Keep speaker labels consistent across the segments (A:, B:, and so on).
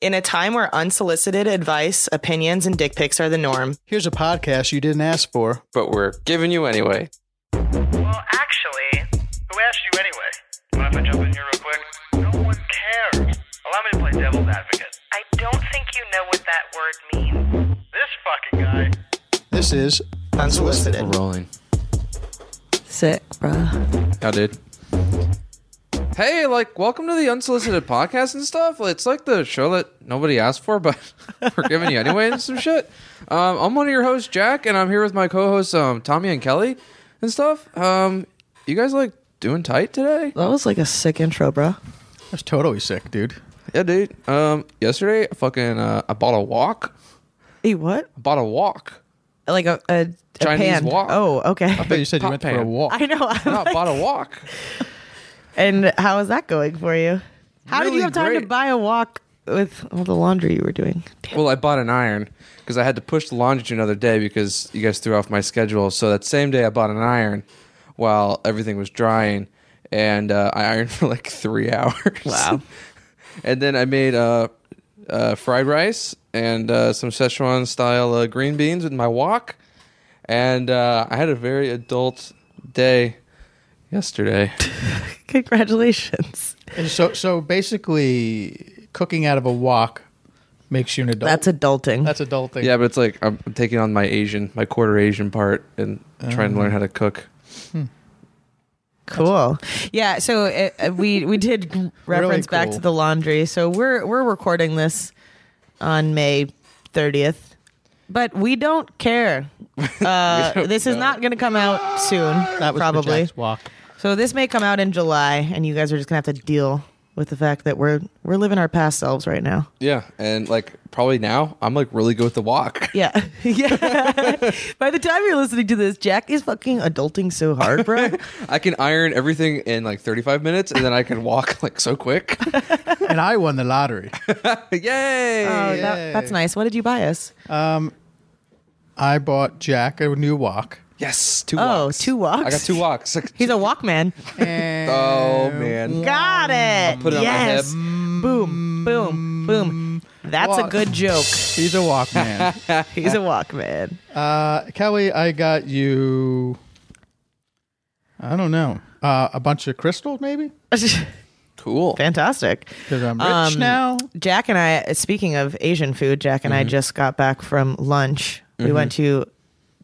A: In a time where unsolicited advice, opinions, and dick pics are the norm,
B: Here's a podcast you didn't ask for.
C: but we're giving you anyway.
D: Well, actually, who asked you anyway? Mind if I jump in here real quick? No one cares. Allow me to play devil's advocate.
E: I don't think you know what that word means.
D: This fucking guy.
B: This is
C: We're
A: unsolicited.
C: rolling.
F: Sick, bruh.
C: I did. Hey, like, welcome to the unsolicited podcast and stuff. It's like the show that nobody asked for, but we're giving you anyway and some shit. Um, I'm one of your hosts, Jack, and I'm here with my co-hosts, um, Tommy and Kelly, and stuff. Um, you guys like doing tight today?
F: That was like a sick intro, bruh.
B: that's totally sick, dude.
C: Yeah, dude. Um, yesterday, I fucking, uh, I bought a walk.
F: Hey, what?
C: I bought a walk.
F: Like a, a, a
C: Chinese
F: pan.
C: wok.
F: Oh, okay.
B: I thought you said you
C: pot
B: went for a
C: pan.
B: walk.
F: I know. I'm
C: No, I
F: like-
C: bought a walk.
F: and how is that going for you? How did
C: Really
F: you have time to
C: great.
F: buy a walk with all the laundry you were doing? Damn.
C: Well, I bought an iron because I had to push the laundry to another day because you guys threw off my schedule. So that same day, I bought an iron while everything was drying, and uh, I ironed for like three hours.
F: Wow.
C: and then I made uh, uh, fried rice and uh, some Szechuan style uh, green beans with my wok, and uh, I had a very adult day yesterday.
F: Congratulations.
B: And So, so basically, cooking out of a wok makes you an adult.
F: That's adulting.
B: that's adulting.
C: yeah, but it's like I'm I'm taking on my Asian, my quarter Asian part, and trying to learn how to cook.
F: cool. Yeah. So it, uh, we we did reference back
B: cool.
F: to the laundry. So we're we're recording this on May thirtieth, but we don't care. Uh, this is not going to come out soon.
B: that was for
F: probably.
B: Jack's walk.
F: So this may come out in July, and you guys are just gonna have to deal with the fact that we're we're living our past selves right now.
C: Yeah, and like probably now I'm like really good with the walk.
F: Yeah, yeah. By the time you're listening to this, Jack is fucking adulting so hard, bro.
C: I can iron everything in like 35 minutes, and then I can walk like so quick.
B: And I won the lottery.
C: Yay!
F: Oh, that, that's nice. What did you buy us?
B: I bought Jack a new wok.
C: yes, two.
F: Oh,
C: walks.
F: two walks?
C: I got two walks.
F: He's a Walkman.
B: And
C: oh man,
F: Got it.
C: Put it on my
F: yes.
C: hip.
F: Boom, boom, boom. That's a
B: Walk.
F: good joke.
B: he's a walk man.
F: He's a Walkman.
B: uh, Kelly, I got you. I don't know. Uh, a bunch of crystals, maybe?
C: cool.
F: Fantastic.
B: Because I'm rich
F: Um,
B: now. Mm-hmm.
F: Jack and I, speaking of Asian food, Jack and I just got back from lunch. We went
C: Mm-hmm.
F: to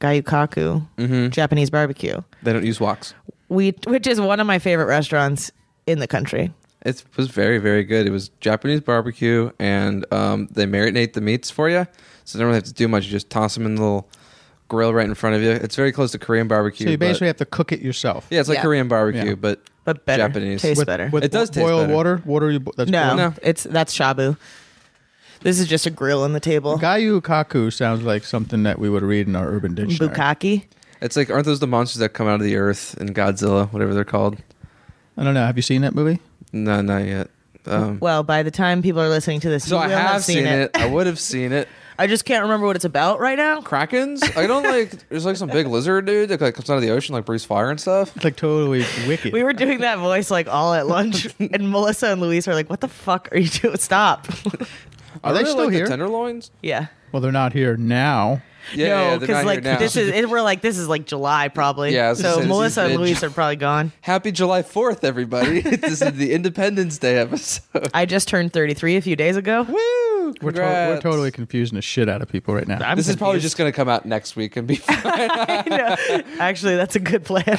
F: Gayukaku, Japanese barbecue,
C: They don't use walks.
F: we, which is one of my favorite restaurants in the country.
C: It was very very good. It was Japanese barbecue, and um, they marinate the meats for you, so you don't really have to do much. You just toss them in the little grill right in front of you. It's very close to Korean barbecue.
B: So you
C: but-
B: basically have to cook it yourself.
C: yeah, it's like
F: Yeah.
C: Korean barbecue,
B: Yeah.
C: but
F: But better.
C: Japanese.
F: Tastes
B: With,
F: better.
B: with
C: It does
B: bo-
C: taste
B: boil
C: better.
B: water. Water you bo- that's
F: No,
C: No.
F: it's that's shabu. This is just a grill on the table.
B: Gayu Kaku sounds like something that we would read in our urban dictionary.
F: Bukaki.
C: It's like aren't those the monsters that come out of the earth in Godzilla, whatever they're called?
B: I don't know. Have you seen that movie?
C: No, not yet. Um,
F: Well, by the time people are listening to this,
C: so
F: you
C: I
F: will have,
C: have seen it. I would have seen it.
F: I just can't remember what it's about right now.
C: Krakens. I don't like. There's like some big lizard dude that like, comes out of the ocean, like breathes fire and stuff.
B: It's like totally wicked.
F: We were doing that voice like all at lunch, and Melissa and Luis were like, "What the fuck are you doing? Stop!"
C: I
B: Are they
C: really
B: still
C: like
B: here?
C: The tenderloins.
F: yeah.
B: well, they're not here now.
C: Yeah, yeah,
F: no,
C: they're
F: because
C: not here
F: like
C: now.
F: this is it, we're like this is like July probably.
C: Yeah, I was gonna say,
F: So
C: this is
F: Melissa and
C: mid-
F: Luis are probably gone.
C: Happy July Fourth, everybody! this is the Independence Day episode.
F: I just turned 33 a few days ago.
C: Woo!
B: We're, to- we're
C: Congrats.
B: totally confusing the shit out of people right now.
F: I'm
C: This is probably
F: confused.
C: just going to come out next week and be fine.
F: Actually, that's a good plan.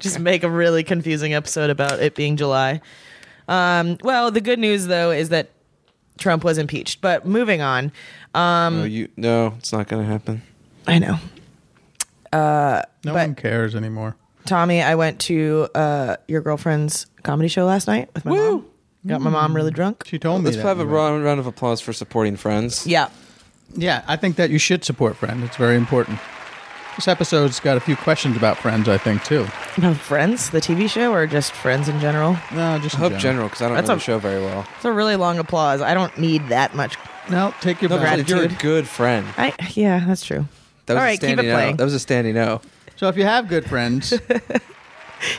F: Just make a really confusing episode about it being July. Um, well, the good news though is that Trump was impeached. But moving on, Um,
C: no, you, no, it's not going to happen.
F: I know
B: no
F: but-
B: one cares anymore.
F: Tommy. I went to uh, your girlfriend's comedy show last night with my mom. Got my mom really drunk.
B: She told
C: Let's
B: me.
C: have
B: that
C: a round, round of applause for supporting friends.
F: Yeah,
B: Yeah, I think that you should support Friends. It's very important. This episode's got a few questions about Friends, I think, too.
F: About Friends, the TV show, or just Friends in general.
B: No, just
C: I
B: in
C: hope general because I don't
F: That's
C: know
F: a-
C: the show very well.
F: It's a really long applause. I don't need that much.
B: No, take your
C: No,
B: bow.
C: but you're a
F: Gratitude.
C: good friend.
F: I yeah, that's true.
C: That was
F: All
C: a
F: right, keep it
C: standing O.
F: playing.
C: That was a standing O.
B: So if you have good friends,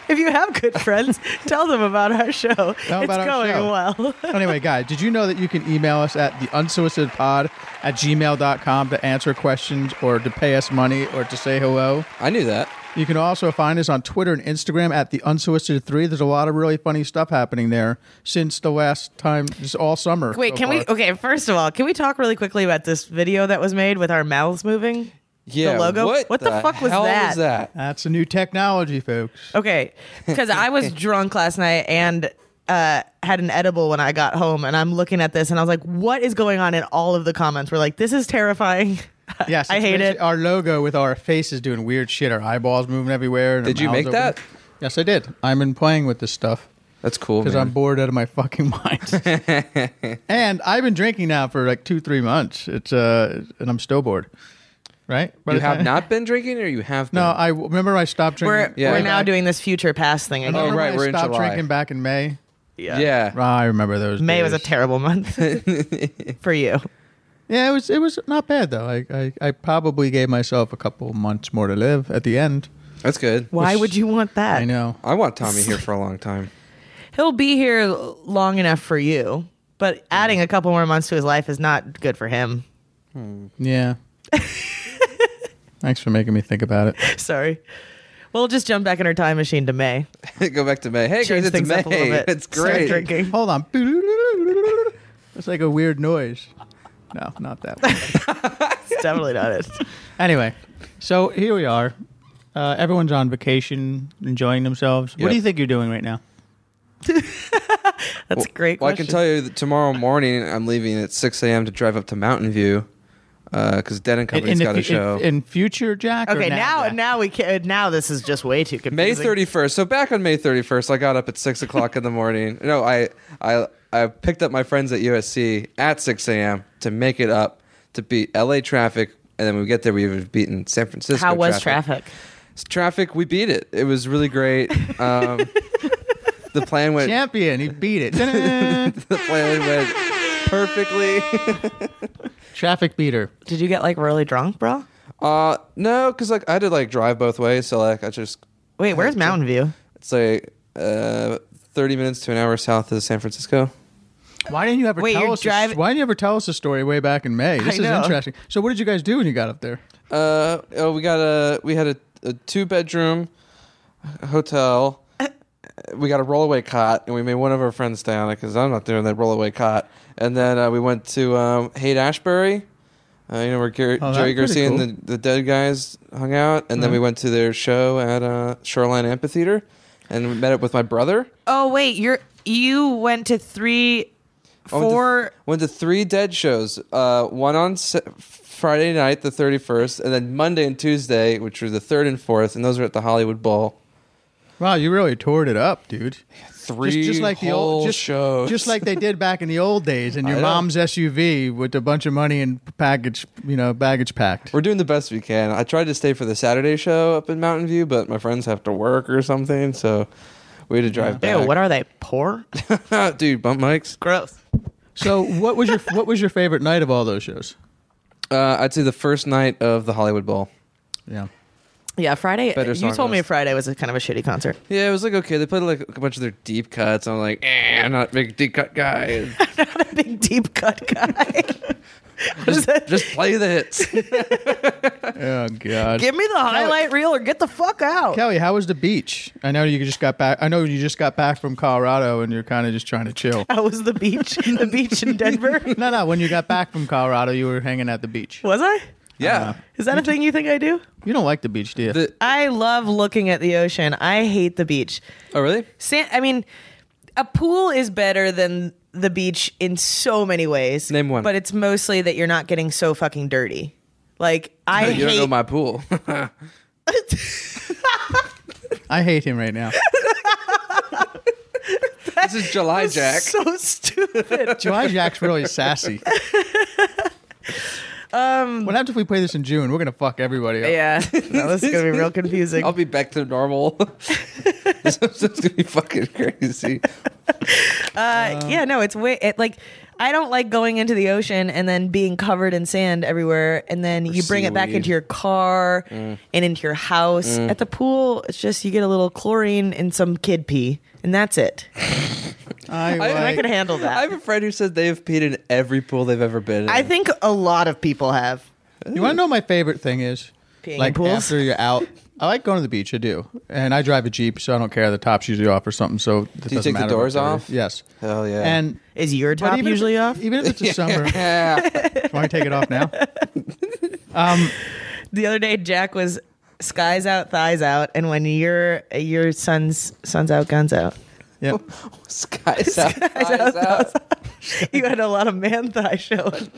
F: If you have good friends, tell them about our show. it's
B: about our
F: going
B: show.
F: well.
B: anyway, guys, did you know that you can email us at the unsolicited pod at gmail.com to answer questions or to pay us money or to say hello?
C: I knew that.
B: You can also find us on Twitter and Instagram at the unsolicited three. There's a lot of really funny stuff happening there since the last time, just all summer.
F: Wait,
B: so
F: can we?
B: far.
F: Okay, first of all, can we talk really quickly about this video that was made with our mouths moving?
C: Yeah.
F: logo?
C: What,
F: What the fuck was
C: hell
F: that?
C: Was that?
B: That's a new technology, folks.
F: Okay, because I was drunk last night and uh, had an edible when I got home, and I'm looking at this and I was like, "What is going on?" In all of the comments, we're like, "This is terrifying."
B: Yes,
F: I
B: it's
F: hate
B: basically
F: it.
B: Our logo with our faces doing weird shit, our eyeballs moving everywhere. and our
C: Did you
B: mouths
C: make that?
B: Yes, I did. I've been playing with this stuff
C: That's cool.
B: because
C: man.
B: I'm bored out of my fucking mind. and I've been drinking now for like two, three months. It's uh, and I'm still bored. Right? By
C: You
B: the
C: have
B: time-
C: not been drinking, or you have? Been?
B: No, I remember I stopped
F: We're
B: drinking.
C: Yeah.
F: we're
C: Way
F: now
B: back-
F: doing this future past thing again.
B: Remember
C: Oh, right,
B: when I
C: we're in
B: stopped
C: July.
B: drinking back in May.
C: yeah.
B: Ah, I remember those.
F: May was a
B: days.
F: terrible month for you.
B: Yeah, it was. It was not bad though. I, I, I probably gave myself a couple months more to live at the end.
C: That's good.
F: Why would you want that?
B: I know.
C: I want Tommy here for a long time.
F: He'll be here l- long enough for you, but adding a couple more months to his life is not good for him.
B: Yeah. Thanks for making me think about it.
F: Sorry. We'll just jump back in our time machine to May.
C: Go back to May. Hey
F: Change
C: guys, it's
F: things
C: May.
F: up a little bit.
C: It's
F: Start
C: great.
F: drinking.
B: Hold on. It's like a weird noise. No, not that. One.
F: It's definitely not it.
B: Anyway, so here we are. Uh, everyone's on vacation, enjoying themselves. What
C: Yep.
B: do you think you're doing right now?
F: That's a great
C: Well, I
F: question.
C: can tell you that tomorrow morning I'm leaving at 6 a.m. to drive up to Mountain View because Dead and Company's
B: the
C: got a
B: fu-
C: show.
B: in, in future, Jack. or
F: Okay, now
B: Jack?
F: now we can now this is just way too confusing.
C: May 31st. So back on May 31st, I got up at six o'clock in the morning. No, I I I picked up my friends at USC at 6 a.m. to make it up to beat LA traffic, and then when we get there, we have beaten San Francisco.
F: How was
C: traffic?
F: traffic?
C: S- Traffic, we beat it. It was really great. Um, the plan went.
B: champion. He beat it. Ta-da!
C: The plan went perfectly.
B: Traffic beater.
F: Did you get like really drunk, bro?
C: Uh, no, because like I did like drive both ways, so like I just
F: Wait, where's Mountain View?
C: it's like uh 30 minutes to an hour south of San Francisco.
B: Why didn't you ever
F: Wait,
B: tell
F: you're
B: us?
F: driving-
B: this, why didn't you ever tell us the story way back in May? This is
F: know.
B: interesting. So, what did you guys do when you got up there?
C: Uh, oh, we got a we had a, a two bedroom hotel. We got a rollaway cot, and we made one of our friends stay on it because I'm not doing that rollaway cot. And then uh, we went to um, Haight Ashbury, uh, you know where Gar-
B: Oh, that's
C: Jerry
B: pretty
C: Garcia
B: cool. Uh-huh.
C: and the, the Dead Guys hung out, and then we went to their show at uh, Shoreline Amphitheater, and we met up with my brother.
F: Oh wait, you're you went to
C: Oh,
F: three
C: I went to-
F: four
C: went to, three dead shows. Uh, one on S- Friday night, the thirty first, and then Monday and Tuesday, which were the third and fourth, and those were at the Hollywood Bowl.
B: Wow, you really toured it up, dude.
C: Three
B: just,
C: shows,
B: just like they did back in the old days in your
C: know.
B: mom's SUV with a bunch of money and package, you know, baggage packed.
C: we're doing the best we can. I tried to stay for the Saturday show up in Mountain View, but my friends have to work or something, so we had to drive
F: Ew,
C: back. Ah,
F: what are they? Poor?
C: dude bump mics?
F: Gross.
B: So, what was your what was your favorite night of all those shows?
C: Uh, I'd say the first night of the Hollywood Bowl.
B: Yeah,
F: Yeah, Friday.
C: Better
F: you
C: song
F: told me
C: list.
F: Friday was a kind of a shitty concert.
C: Yeah, it was like okay. They played like a bunch of their deep cuts. I'm like, eh, I'm not a big deep cut guy.
F: Big deep cut guy.
C: just, just play the hits.
B: oh god.
F: Give me the highlight reel or get the fuck out.
B: Kelly, how was the beach? I know you just got back. I know you just got back from Colorado, and you're kind of just trying to chill.
F: How was the beach? the beach in Denver?
B: no, no. When you got back from Colorado, you were hanging at the beach.
F: Was I?
C: Yeah.
F: Is that a thing you think I do?
B: You don't like the beach, do you?
C: The-
F: I love looking at the ocean. I hate the beach.
C: oh, really?
F: San- I mean, a pool is better than the beach in so many ways.
C: Name one.
F: But it's mostly that you're not getting so fucking dirty. Like I
C: you don't
F: hate
C: know my pool.
B: I hate him right now.
C: this is July Jack.
F: so stupid.
B: July Jack's really sassy. Um, what happens if we play this in June? We're gonna fuck everybody up.
F: yeah, no, this is gonna be real confusing.
C: I'll be back to normal. this episode's gonna be fucking crazy.
F: Uh,
B: Um,
F: yeah, no, it's way it, like I don't like going into the ocean and then being covered in sand everywhere, and then you bring it back
C: seaweed.
F: into your car
B: Mm.
F: and into your house. At the pool, it's just you get a little chlorine and some kid pee, and that's it.
B: I,
F: I
B: like-
F: could handle
C: I
F: that.
C: have a friend who said they've peed in every pool they've ever been in.
F: I think a lot of people have.
B: You want to know my favorite thing is?
F: Peeing in
B: like
F: pools?
B: after you're out, I like going to the beach. I do, and I drive a jeep, so I don't care. The top's usually off or something. So it
C: you
B: doesn't
C: take the
B: matter about
C: doors
B: that.
C: off?
B: Yes.
C: Hell yeah.
B: And
F: Is your
B: but
F: top
B: even if-
F: usually off?
B: Even if it's December,
C: yeah.
B: why take it off now? Um,
F: the other day Jack was skies out, thighs out, and when your your son's sun's out, guns out.
B: Yeah.
C: Sky's out. Sky's out.
F: You had a lot of man thigh showing.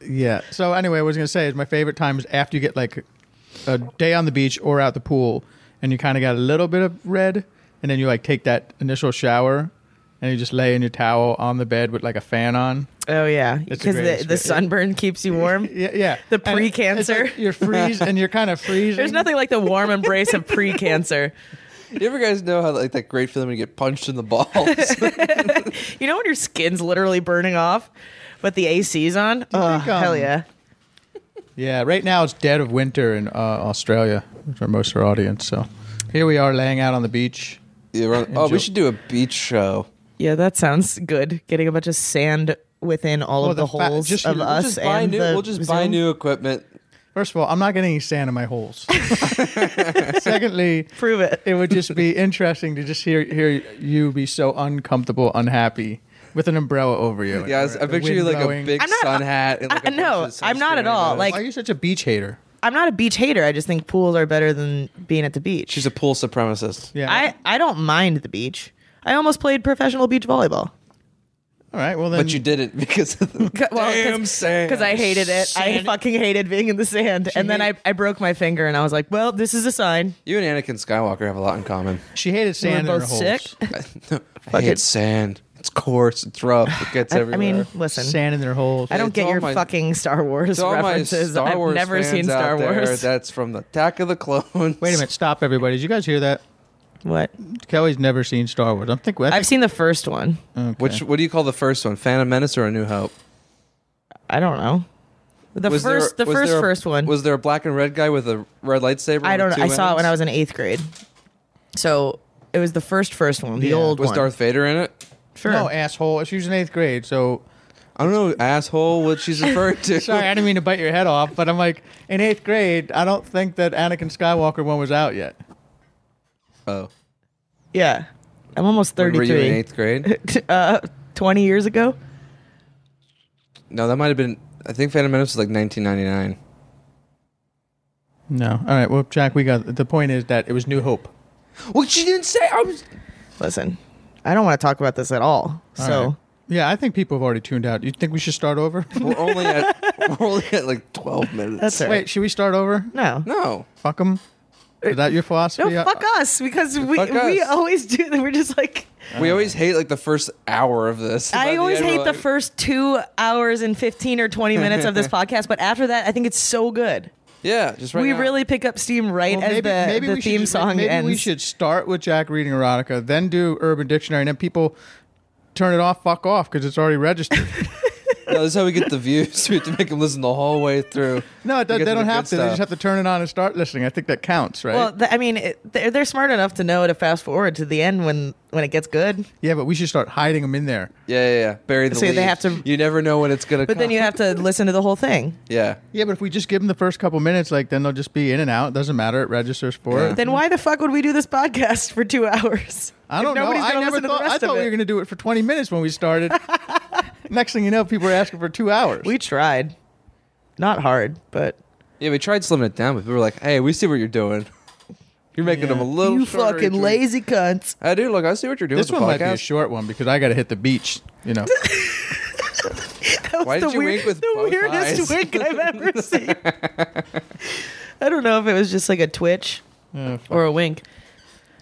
B: Yeah. So anyway, what I was gonna say is my favorite time is after you get like a day on the beach or out the pool, and you kind of got a little bit of red, and then you like take that initial shower, and you just lay in your towel on the bed with like a fan on.
F: Oh yeah,
B: It's a
F: because
B: great
F: the, the
B: experience.
F: sunburn keeps you warm.
B: Yeah, yeah.
F: The
B: And it's
F: pre-cancer.
B: like you're freeze and you're kind of freezing.
F: There's nothing like the warm embrace of pre-cancer.
C: You ever guys know how like that great feeling when you get punched in the balls?
F: You know when your skin's literally burning off, but the AC's on. Oh
B: think, um,
F: hell yeah!
B: Yeah, right now it's dead of winter in uh, Australia, which are most of our audience. So here we are laying out on the beach.
C: You run- oh, we
B: Enjoy.
C: should do a beach show.
F: Yeah, that sounds good. Getting a bunch of sand within all
B: Well,
F: of the,
B: the fa-
F: holes
B: just-
F: of
B: we'll
C: We'll
F: us
C: just buy
F: and
C: new.
F: the
C: We'll just buy
F: Zoom.
C: new equipment.
B: First of all, I'm not getting any sand in my holes. Secondly,
F: Prove it.
B: it would just be interesting to just hear hear you be so uncomfortable, unhappy with an umbrella over you.
C: Yeah, I, was, I
B: The
C: picture
B: wind
C: you like a
B: blowing.
C: big
F: I'm not-
C: sun hat. And, like,
F: I-
C: a bunch
F: no,
C: of
F: I'm not at
C: sunscreen
F: all,
C: on.
F: like-
B: Why are you such a beach hater?
F: I'm not a beach hater. I just think pools are better than being at the beach.
C: she's a pool supremacist.
B: Yeah.
F: I, I don't mind the beach. I almost played professional beach volleyball.
B: all right. Well, then
C: But you did it because of the damn sand.
F: Because I hated it. I fucking hated being in the sand. And then I, I broke my finger and I was like, well, this is a sign.
C: You and Anakin Skywalker have a lot in common.
B: she hated
F: We
B: sand
F: were
B: in her
F: both
B: holes.
F: sick.
C: I hate
F: it.
C: sand. It's coarse. It's rough. It gets
F: I, I
C: everywhere.
F: mean, listen.
B: Sand in their holes.
F: I don't
C: It's
F: get
C: all
F: your
C: my-
F: fucking Star Wars
C: to all my
F: references.
C: Star Wars
F: I've never
C: fans
F: seen Star
C: out there,
F: Wars.
C: That's from the Attack of the Clones.
B: Wait a minute. Stop, everybody. Did you guys hear that?
F: What?
B: Kelly's never seen Star Wars. I don't think. I
F: I've
B: think
F: seen the first one.
C: Which what do you call the first one? Phantom Menace or A New Hope?
F: I don't know. The
C: Was
F: first,
C: there,
F: the
C: was
F: first,
C: there a-
F: first one.
C: Was there a black and red guy with a red lightsaber?
F: I
C: with
F: don't.
C: two
F: know. I saw it when I was
C: ends?
F: in eighth grade. So it was the first, first one, the
B: Yeah.
F: old
C: Was
F: one.
C: Darth Vader in it?
F: sure.
B: No, asshole. She was in eighth grade, so
C: I don't know, asshole. What she's referring to?
B: sorry, I didn't mean to bite your head off. But I'm like, in eighth grade, I don't think that Anakin Skywalker one was out yet.
C: Oh,
F: yeah, I'm almost
C: when were you in
F: 33.
C: eighth grade?
F: uh, 20 years ago.
C: No, that might have been. I think Phantom Menace was like 1999.
B: No. All right. Well, Jack, we got the point is that it was New Hope.
C: Well, she didn't say. I was.
F: Listen, I don't want to talk about this at all. so
B: right. Yeah, I think people have already tuned out. You think we should start over?
C: We're only at. we're only at like 12 minutes.
F: that's all right.
B: Wait, should we start over?
F: no.
C: No. uh,
B: Fuck them. Is that your
F: No,
B: philosophy? Uh,
F: fuck us because we
C: Fuck
F: we
C: us.
F: always do that. We're just like
C: We always hate like the first hour of this. By
F: I
C: the
F: always
C: end, we're
F: hate the
C: like,
F: first two hours and fifteen or twenty minutes of this podcast, but after that, I think it's so good.
C: Yeah, just right
F: we
C: now.
F: really pick up steam right
B: Well,
F: as the, the
B: we should
F: theme
B: just-
F: song
B: Maybe
F: ends.
B: we should start with Jack reading erotica, then do Urban Dictionary, and then people turn it off, fuck off, because it's already registered.
C: No, this is how we get the views. We have to make them listen the whole way through.
B: No, it
C: To
B: does,
C: get
B: they
C: the
B: don't
C: good
B: have to. They
C: stuff.
B: just have to turn it on and start listening. I think that counts, right?
F: Well, th- I mean, it, they're, they're smart enough to know to fast forward to the end when when it gets good.
B: yeah, but we should start hiding them in there.
C: Yeah, yeah, yeah. Bury the
F: So they
C: lead.
F: have to-
C: You never know when it's gonna.
F: But then you have to listen to the whole thing.
C: Yeah.
B: Yeah, but if we just give them the first couple minutes, like then they'll just be in and out. It doesn't matter. It registers for
C: Yeah.
B: it.
F: Then why the fuck would we do this podcast for two hours?
B: I don't
F: If
B: know.
F: nobody's
B: I
F: gonna
B: never
F: listen to the
B: thought. I
F: rest of
B: thought we
F: it.
B: were going to do it for 20 minutes when we started. Next thing you know, people are asking for two hours.
F: We tried, not hard, but
C: Yeah, we tried slimming it down, but we were like, "Hey, we see what you're doing. You're making them a little
F: you
C: shorter
F: fucking
C: each week."
F: lazy cunts.
C: I do. Look, I see what you're doing.
B: this
C: with
B: one
C: the
B: might be a
C: podcast.
B: short one because I got to hit the beach. You know,
C: Why did
F: the
C: you
F: weird-
C: wink with
F: the
C: both
F: weirdest
C: eyes?
F: wink I've ever seen. I don't know if it was just like a twitch or a wink.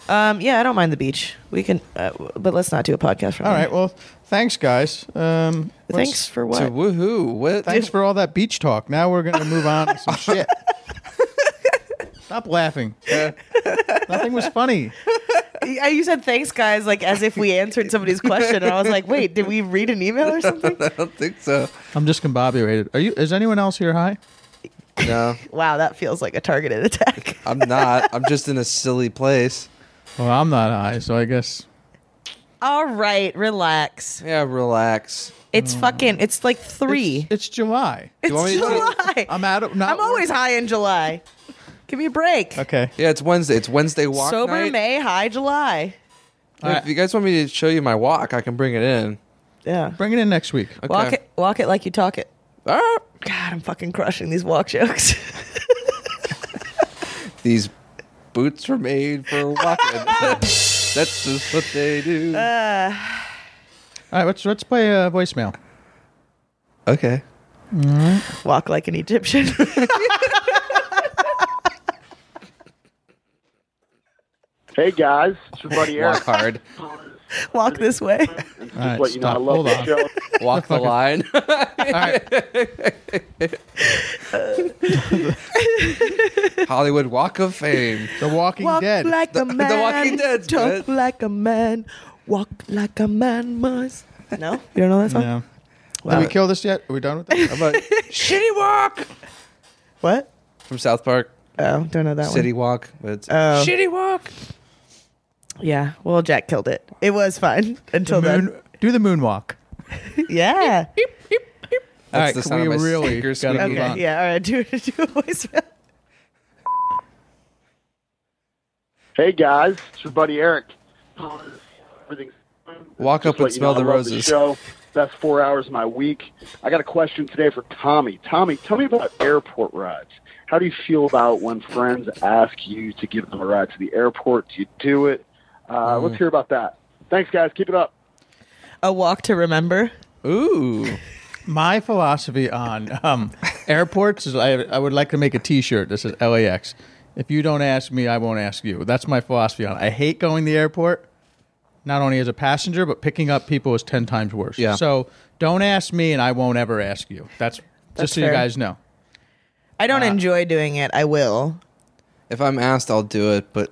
F: Um, yeah, I don't mind the beach. We can, uh, w- but let's not do a podcast for
B: all
F: now.
B: right. Well, thanks, guys. Um, what's-
F: Thanks for
C: So
F: what?
C: woohoo! What?
B: Thanks for all that beach talk. Now we're going to move on to some shit. Stop laughing. Nothing was funny.
F: Yeah, you said thanks, guys, like as if we answered somebody's question, and I was like, wait, did we read an email or something?
C: I don't think so.
B: I'm discombobulated. Are you? Is anyone else here high?
C: No,
F: Wow, that feels like a targeted attack.
C: I'm not. I'm just in a silly place.
B: Well, I'm not high, so I guess
F: All right, relax.
C: Yeah, relax.
F: It's fucking. It's like three.
B: It's, it's July.
F: It's,
C: want me to-
F: July.
B: I'm out of. Not
F: I'm always high in July. Give me a break.
B: okay.
C: Yeah, it's Wednesday. It's Wednesday walk
F: Sober
C: night.
F: May, high July.
C: If you guys want me to show you my walk, I can bring it in.
F: Yeah.
B: Bring it in next week.
C: Okay.
F: Walk it. Walk it like you talk it.
C: All right.
F: God, I'm fucking crushing these walk jokes.
C: These boots were made for walking. That's just what they do.
F: Uh.
B: All right, let's let's play a voicemail.
C: okay.
F: walk like an Egyptian.
G: Hey guys, it's your buddy
C: Walk hard.
G: Eric.
F: walk this way.
B: All right,
G: Let you know I
B: stop.
G: love
B: Hold
G: the
B: on.
G: show.
C: Walk the line.
B: All right,
C: Hollywood Walk of Fame.
B: The Walking
F: Walk
B: Dead.
F: like a
C: The- The
F: man.
C: Walking Dead's
F: Talk
C: good.
F: like a man. Walk like a man must. No, you don't know that song.
B: yeah. Did we kill this yet? Are we done with that?
C: How about Shitty Walk
F: What?
C: from South Park?
F: Oh, don't know that
C: City Walk. But it's
F: Oh.
C: Shitty Walk.
F: one. Yeah. Well, Jack killed it. It was fun until
B: Moon, do the moonwalk.
F: then. Yeah.
B: All right, can
C: the sound
B: we
C: of my
B: really
C: sneakers
B: gotta
C: squeaking.
B: move
F: Okay.
B: on.
F: Yeah. All right. Do do a voicemail.
G: Hey guys, it's your buddy Eric. Everything's
C: Walk
G: Just
C: up and
G: let you
C: smell
G: know, I
C: the
G: love
C: roses.
G: show. That's four hours of my week. I got a question today for Tommy. Tommy, tell me about airport rides. How do you feel about when friends ask you to give them a ride to the airport? Do you do it? Uh,
C: Mm.
G: Let's hear about that. Thanks, guys. Keep it up.
F: A walk to remember.
C: Ooh.
B: My philosophy on um, airports is I, I would like to make a T-shirt that says LAX. If you don't ask me, I won't ask you. That's my philosophy on. it. I hate going to the airport, not only as a passenger, but picking up people is ten times worse.
C: Yeah.
B: So don't ask me, and I won't ever ask you. That's,
F: That's
B: just so
F: fair.
B: you guys know.
F: I
C: Uh,
F: don't enjoy doing it. I will.
C: If I'm asked, I'll do it. But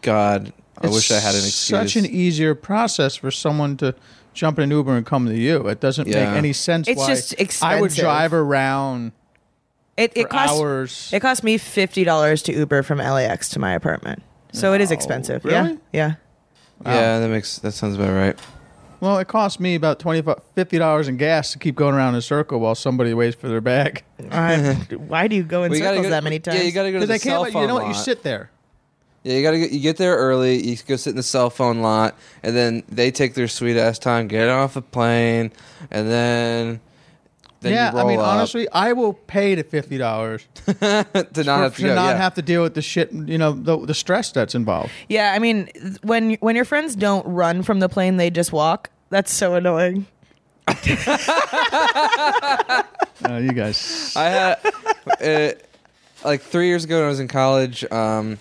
C: God, I
B: It's
C: wish I had an excuse.
B: Such an easier process for someone to jump in an Uber and come to you. It doesn't
C: Yeah.
B: make any sense.
F: It's
B: why
F: just
B: I would
F: expensive.
B: drive around
F: It it
B: for
F: costs
B: hours.
F: it cost me fifty dollars to Uber from LAX to my apartment. So it is expensive.
B: really?
F: Yeah.
C: yeah, that makes that sounds about right.
B: Well, it cost me about $25, $50 in gas to keep going around in a circle while somebody waits for their bag.
F: Yeah. I- why do you go in
C: Well, you gotta
F: circles
C: go-
F: that many times?
C: Yeah, you gotta go to
B: Because
C: the
B: I can't
C: cell
B: let
C: phone
B: you know what you
C: lot.
B: sit there.
C: Yeah, you gotta get, you get there early. You go sit in the cell phone lot, and then they take their sweet ass time, get off a plane, and then then
B: yeah,
C: you roll
B: I mean,
C: up
B: honestly, I will pay the fifty dollars
C: to not
B: to
C: have to go,
B: not
C: Oh, yeah.
B: have to deal with the shit, you know, the, the stress that's involved.
F: Yeah, I mean, th- when when your friends don't run from the plane, they just walk. That's so annoying.
B: Uh, you guys,
C: I had uh, like three years ago when I was in college. Um,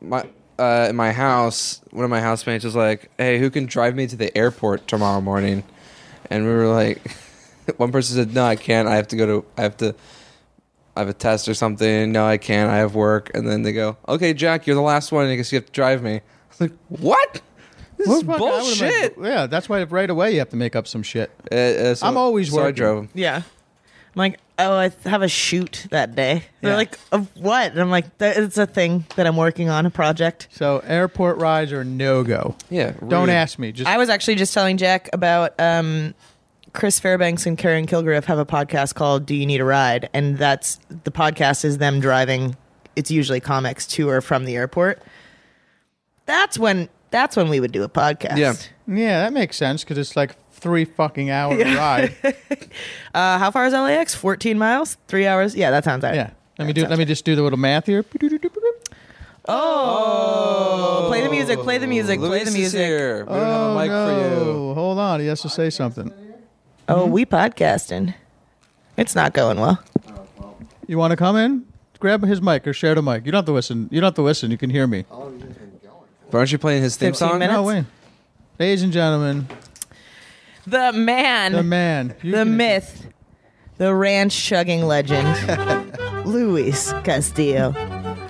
C: my uh, in my house, one of my housemates was like, "Hey, who can drive me to the airport tomorrow morning?" And we were like, one person said, "No, I can't. I have to go to. I have to." I have a test or something. No, I can't. I have work. And then they go, "Okay, Jack, you're the last one. I guess you have to drive me." I was like, "What? This is
B: Fuck, I would've made-
C: bullshit."
B: yeah, that's why right away you have to make up some shit.
C: Uh, uh, so-
B: I'm always
C: so I
B: working.
C: drove him.
F: Yeah, I'm like, oh, I th- have a shoot that day. They're
B: Yeah.
F: like, of what? And I'm like, "Th- it's a thing that I'm working on a project.
B: So airport rides are no go.
C: Yeah,
B: Don't
C: rude.
B: ask me. Just
F: I was actually just telling Jack about um, Chris Fairbanks and Karen Kilgariff have a podcast called "Do You Need a Ride," and that's the podcast is them driving. It's usually comics to or from the airport. That's when that's when we would do a podcast.
C: Yeah.
B: yeah, that makes sense because it's like three fucking hour ride.
F: Uh, how far is LAX? 14 miles? Three hours? Yeah, that sounds right.
B: Yeah, let me do. Let me just do the little math here.
F: Oh, play the music, play the music, play
C: Luis
F: the
C: is
F: music.
C: here. We don't have a mic for you.
B: Oh, no. Hold on, he has to say something.
F: Oh, we podcasting. It's not going well.
B: You want to come in? Grab his mic or share the mic. You don't have to listen. You don't have to listen. You can hear me.
C: But aren't you playing his theme
F: 15
C: song?
F: minutes?
B: No way. Ladies and gentlemen,
F: The man,
B: the
F: the,
B: man, you can-
F: myth, the ranch chugging legend, Luis Castillo,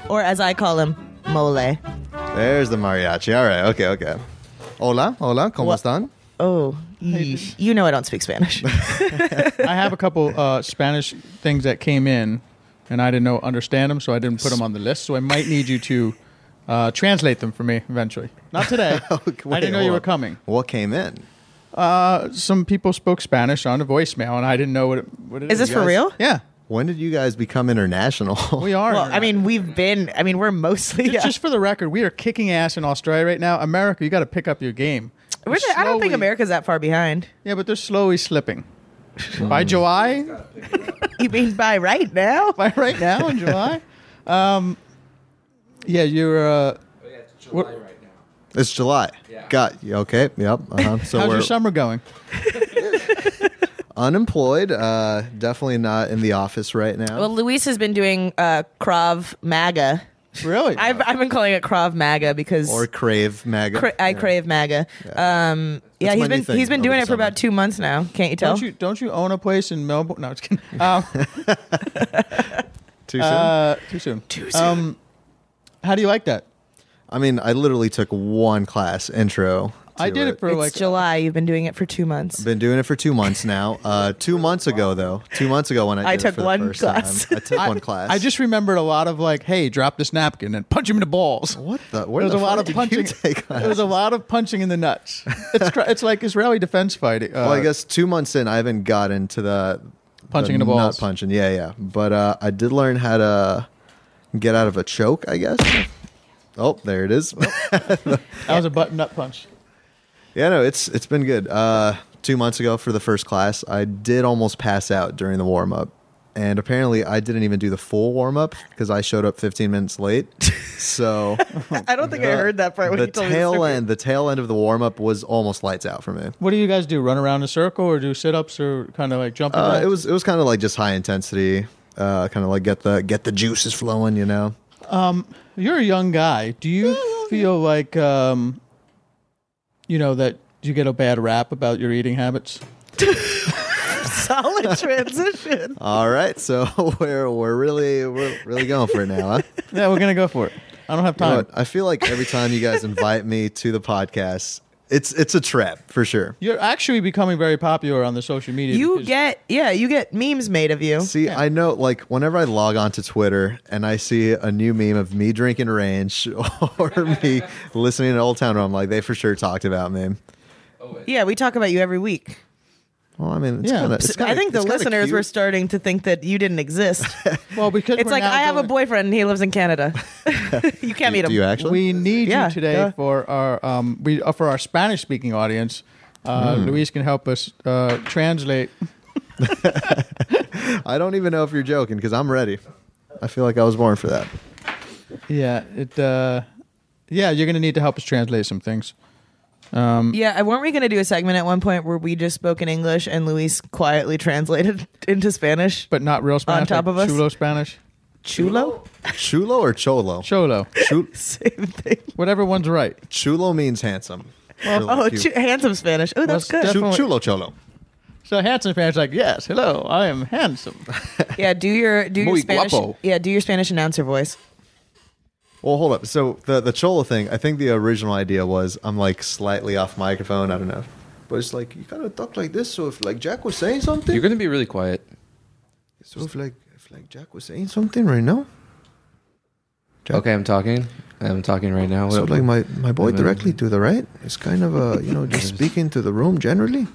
F: or as I call him, Mole.
H: There's the mariachi. All right. Okay. Okay. Hola. Hola. ¿Cómo están?
F: Oh, ye- you know I don't speak Spanish.
B: I have a couple uh, Spanish things that came in, and I didn't know understand them, so I didn't put them on the list. So I might need you to uh, translate them for me eventually. Not today. I
H: Wait,
B: didn't know you
H: hold
B: were
H: up.
B: coming.
H: What came in?
B: Some people spoke Spanish on a voicemail, and I didn't know what it, what it
F: Is
B: is.
F: this for
H: guys-
F: real?
B: Yeah,
H: When did you guys become international?
B: we are.
F: Well, I mean, we've been. I mean, we're mostly.
B: Just for the record, we are kicking ass in Australia right now. America, you got to pick up your game.
F: We're the- I don't think
B: slowly-
F: America's that far behind.
B: Yeah, but they're slowly slipping. By July,
F: You mean by right now?
B: by right now in July. Um, yeah, you're. Uh,
H: it's July. Got you. Okay. Yep. Uh-huh. So
B: how's
H: we're
B: your summer going?
H: unemployed. Uh, definitely not in the office right now.
F: Well, Luis has been doing uh, Krav Maga.
B: Really?
F: I've, I've been calling it Krav Maga because
H: or crave MAGA.
F: cra- I
H: Yeah.
F: crave Maga. Yeah, um, yeah
H: That's my
F: he's
H: new
F: been
H: thing
F: he's been
H: over
F: doing
H: the
F: it for about two months now. Can't you tell?
B: Don't you don't you own a place in Melbourne? No, just kidding. Um,
H: Too soon.
B: uh, too soon. Too
F: Oh,
B: soon. Um, how do you like that?
H: I mean, I literally took one class intro.
B: I
H: to
B: did it, for
F: it's
H: uh,
B: like
F: July. You've been doing it for two months.
H: Been doing it for two months now. Uh, two months ago, though, two months ago when I,
F: I
H: did it
F: took
H: for the
F: one
H: first
F: class.
H: time. I took
B: I-
H: one class.
B: I just remembered a lot of like, hey, drop this napkin and punch him in the balls.
H: what the? Where
B: There was a
H: the
B: lot
H: fuck
B: of
H: did
B: punching.
H: You take
B: There was a lot of punching in the nuts. It's cr- it's like Israeli defense fighting. Uh,
H: Well, I guess two months in, I haven't gotten to the
B: Punching in the
H: Not
B: balls.
H: punching, yeah, yeah. But uh, I did learn how to get out of a choke, I guess. oh, there it is.
B: that was a button up punch.
H: yeah, no, it's it's been good. Uh, two months ago for the first class, I did almost pass out during the warm up, and apparently I didn't even do the full warm up because I showed up 15 minutes late. So
F: I don't think I heard that part. When
H: the
F: you told me the
H: tail
F: story.
H: end, the tail end of the warm up was almost lights out for me.
B: What do you guys do? Run around in a circle or do sit ups or kind of like jump?
H: Uh,
B: around?
H: it was it was kind of like just high intensity, uh, kind of like get the get the juices flowing, you know.
B: You're a young guy. Do you feel like um, you know that you get a bad rap about your eating habits?
F: solid transition.
H: All right, so we're we're really we're really going for it now. Huh?
B: Yeah, we're gonna go for it. I don't have
H: You know
B: time.
H: what? I feel like every time you guys invite me to the podcast, it's it's a trap for sure.
B: You're actually becoming very popular on the social media.
F: You
B: because-
F: get yeah, you get memes made of you.
H: See, I know like whenever I log onto Twitter and I see a new meme of me drinking range or me listening to Old Town Road, I'm like they for sure talked about me.
F: Yeah, we talk about you every week.
H: Well, I mean, it's
B: Yeah.
H: kinda,
B: So
H: it's kinda,
F: I think the
H: it's kinda
F: listeners
H: cute.
F: were starting to think that you didn't exist.
B: well because
F: it's
B: we're
F: like
B: now
F: I have a
B: going-
F: boyfriend and he lives in Canada. you can't meet him.
H: Do you actually?
B: We need
F: Yeah,
B: you today
F: duh.
B: for our um we uh, for our Spanish speaking audience. Uh,
F: Mm.
B: Luis can help us uh, translate.
H: I don't even know if you're joking because I'm ready. I feel like I was born for that.
B: Yeah, it. Uh, yeah, you're gonna need to help us translate some things.
F: Yeah, and weren't we going to do a segment at one point where we just spoke in English and Luis quietly translated into Spanish?
B: but not real Spanish.
F: top
B: like
F: of us?
B: chulo Spanish,
F: Chulo,
H: Chulo or cholo?
B: cholo,
H: Chu-
F: same thing.
B: whatever one's right.
H: chulo means handsome.
F: Oh, chu- handsome Spanish. Oh, that's
B: That's
F: good.
B: definitely-
H: chulo cholo.
B: So handsome Spanish, like yes, hello, I am handsome.
F: yeah, do your do your
C: Muy
F: Spanish.
C: guapo.
F: Yeah, do your Spanish announcer voice.
H: Well, hold up. So the the cholo thing, I think the original idea was I'm like slightly off microphone. I don't know, but it's like you gotta talk like this. So if like Jack was saying something,
C: You're gonna be really quiet.
H: so if like if like Jack was saying something right now,
C: Okay, I'm talking. I'm talking right now.
H: so
C: What-
H: like my my boy
C: and then-
H: directly to the right, it's kind of a you know just speaking to the room generally,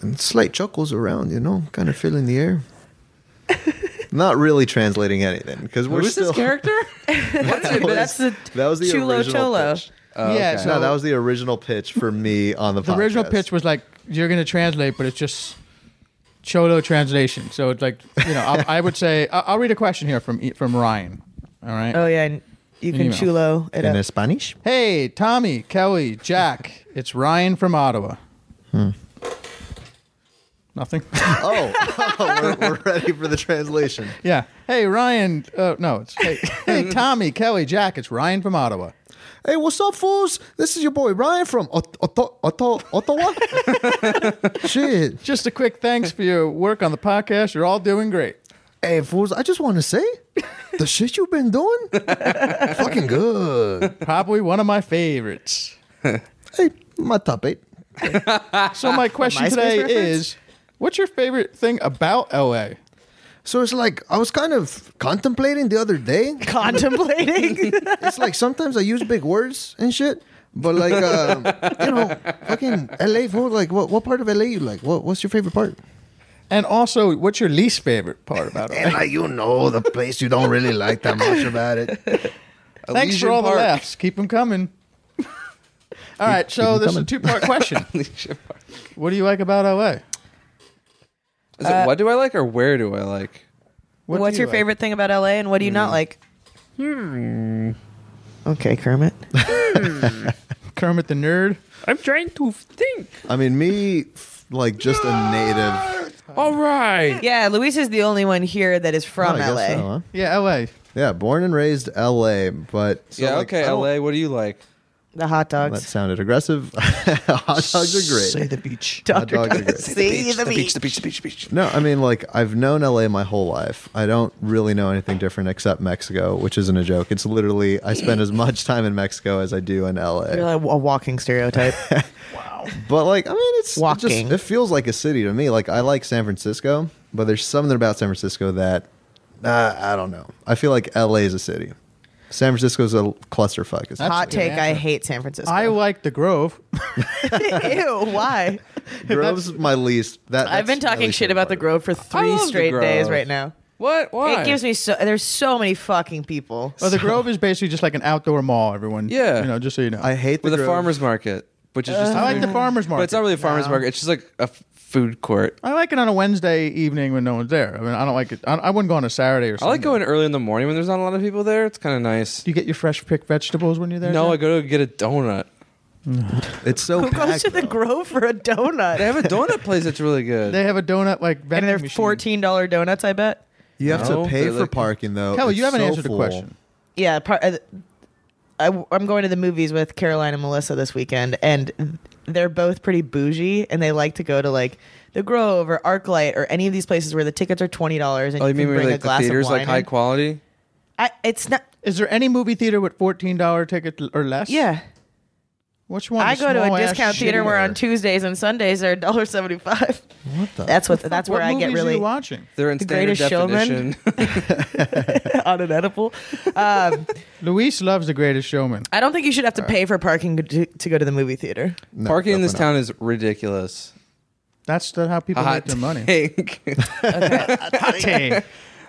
H: and slight chuckles around, you know, kind of filling the air. Not really translating anything because
C: Who
H: we're
C: is
H: still.
C: this character?
F: That's, the
H: That was the
F: Chulo
H: original
F: Cholo.
H: pitch.
B: yeah,
C: okay.
B: so
H: Oh, no, that was the original pitch for me on Uh, the,
B: the original
H: podcast.
B: pitch was like you're gonna translate, but it's just cholo translation. So it's like you know, I, I would say I, I'll read a question here from E- from Ryan. All right.
F: Oh yeah, and you can
B: Email.
F: chulo it
H: uh,
F: up.
H: Spanish.
B: Hey, Tommy, Kelly, Jack, it's Ryan from Ottawa.
A: Hmm.
B: Nothing.
H: Oh, we're, we're ready for the translation.
B: yeah. Hey, Ryan. Uh, no, it's hey, hey, Tommy, Kelly, Jack. It's Ryan from Ottawa.
H: Hey, what's up, fools? This is your boy Ryan from Ot- Ot- Ot- Ottawa. Shit.
B: Just a quick thanks for your work on the podcast. You're all doing great.
I: Hey, fools, I just want to say the shit you've been doing, fucking good.
B: Probably one of my favorites.
I: Hey, my top eight.
B: So my question
A: MySpace
B: today
A: reference?
B: is, what's your favorite thing about LA?
I: So it's like, I was kind of contemplating the other day.
F: Contemplating.
I: It's like sometimes I use big words and shit. But like, um, you know, fucking LA, fool, like, what, what part of LA you like? What, what's your favorite part?
B: And also, what's your least favorite part about
I: And
B: LA?
I: like, you know, the place you don't really like that much about it.
B: Thanks
C: Elysian
B: for all
C: Park.
B: the laughs. Keep them coming. all right, so this is a two-part question.
C: Elysian Park.
B: what do you like about LA?
C: Is
F: Uh,
C: it what do I like or where do I like?
B: What do
F: What's
B: you
F: your
B: like?
F: favorite thing about LA and what do you not like? Hmm. Okay, Kermit.
B: Kermit the Nerd.
C: I'm trying to think.
I: I mean, me, f- like, just a native.
C: All right.
F: Yeah, Luis is the only one here that is from
I: Oh, I
F: LA.
I: guess so, huh?
B: Yeah, LA.
I: Yeah, born and raised LA, but so,
C: yeah,
I: like, I
C: okay,
I: don't-
C: LA, what do you like?
F: The hot
I: That
F: dogs.
I: sounded aggressive. Hot dogs are great.
B: the beach.
I: Hot dogs are great.
F: See the beach.
C: the beach, the beach, the beach.
I: No, I mean, like, I've known LA my whole life. I don't really know anything different except Mexico, which isn't a joke. It's literally, I spend as much time in Mexico as I do in
F: You're
I: LA.
F: like a walking stereotype.
I: But, like, I mean, it's it
F: Walking.
I: just, it feels like a city to me. Like, I like San Francisco, but there's something about San Francisco that, uh, I don't know. I feel like LA is a city. San Francisco's a clusterfuck. It's
F: Hot
B: a good
F: take. I
B: answer.
F: hate San Francisco.
B: I like the Grove.
F: Ew, why?
I: Grove's my least. That
F: I've been
I: that's my
F: talking
I: least
F: shit
I: favorite
F: about the
I: part.
F: Grove for three
C: love the
F: straight days
C: Grove.
F: right now.
C: What? Why?
F: It gives me so. There's so many fucking people.
B: Well, the Grove is basically just like an outdoor mall. Everyone,
C: Yeah.
B: you know, just so you know.
I: I hate the
C: with a
I: Grove.
C: farmer's market, which is just
F: Uh,
C: a
B: I like
C: food-
B: the farmers
C: But
B: market.
C: it's not really a farmer's market. It's just like a f- food court.
B: I like it on a Wednesday evening when no one's there. I mean, I don't like it. I, I wouldn't go on a Saturday or
C: I
B: something.
C: like going early in the morning when there's not a lot of people there. It's kind of nice.
B: Do you get your fresh picked vegetables when you're there?
C: No, I
B: Jack?
C: go to get a donut.
I: It's so
F: Who goes
I: packed,
F: to the
I: though.
F: Grove for a
C: They
F: donut?
C: have a donut place that's really good.
B: they have a donut like
F: And
B: vending
F: they're
B: machine.
F: fourteen dollar donuts. I bet.
I: You have
C: No,
I: to pay
C: they're
I: for
C: like-
I: parking though.
B: Kelly,
I: It's
B: you haven't
I: so
B: answered
I: full.
B: the question.
F: Yeah. Par- I, I, I'm going to the movies with Caroline and Melissa this weekend, and they're both pretty bougie, and they like to go to like the Grove or ArcLight or any of these places where the tickets are twenty dollars and
C: oh,
F: you,
C: you mean
F: can bring
C: like
F: a
C: the
F: glass
C: theaters
F: of wine.
C: like high
F: in.
C: quality?
F: I, it's not.
B: Is there any movie theater with fourteen dollar ticket l- or less?
F: Yeah.
B: Which one?
F: I
B: The
F: go to a
B: small-ass
F: discount theater
B: shitty-
F: where on Tuesdays and Sundays they're $1.75.
I: What the?
F: That's what that's
B: What
F: where I get
B: movies are
F: really
B: you watching.
C: They're in
F: The
C: standard
F: Greatest Showman?
C: definition.
F: on an edible. Um,
B: Luis loves The Greatest Showman.
F: I don't think you should have to pay for parking to, to go to the movie theater.
I: No,
C: Parking in this
I: definitely
C: town is ridiculous.
B: That's the, how people
C: Hot
B: make their money.
C: take.
B: Dang.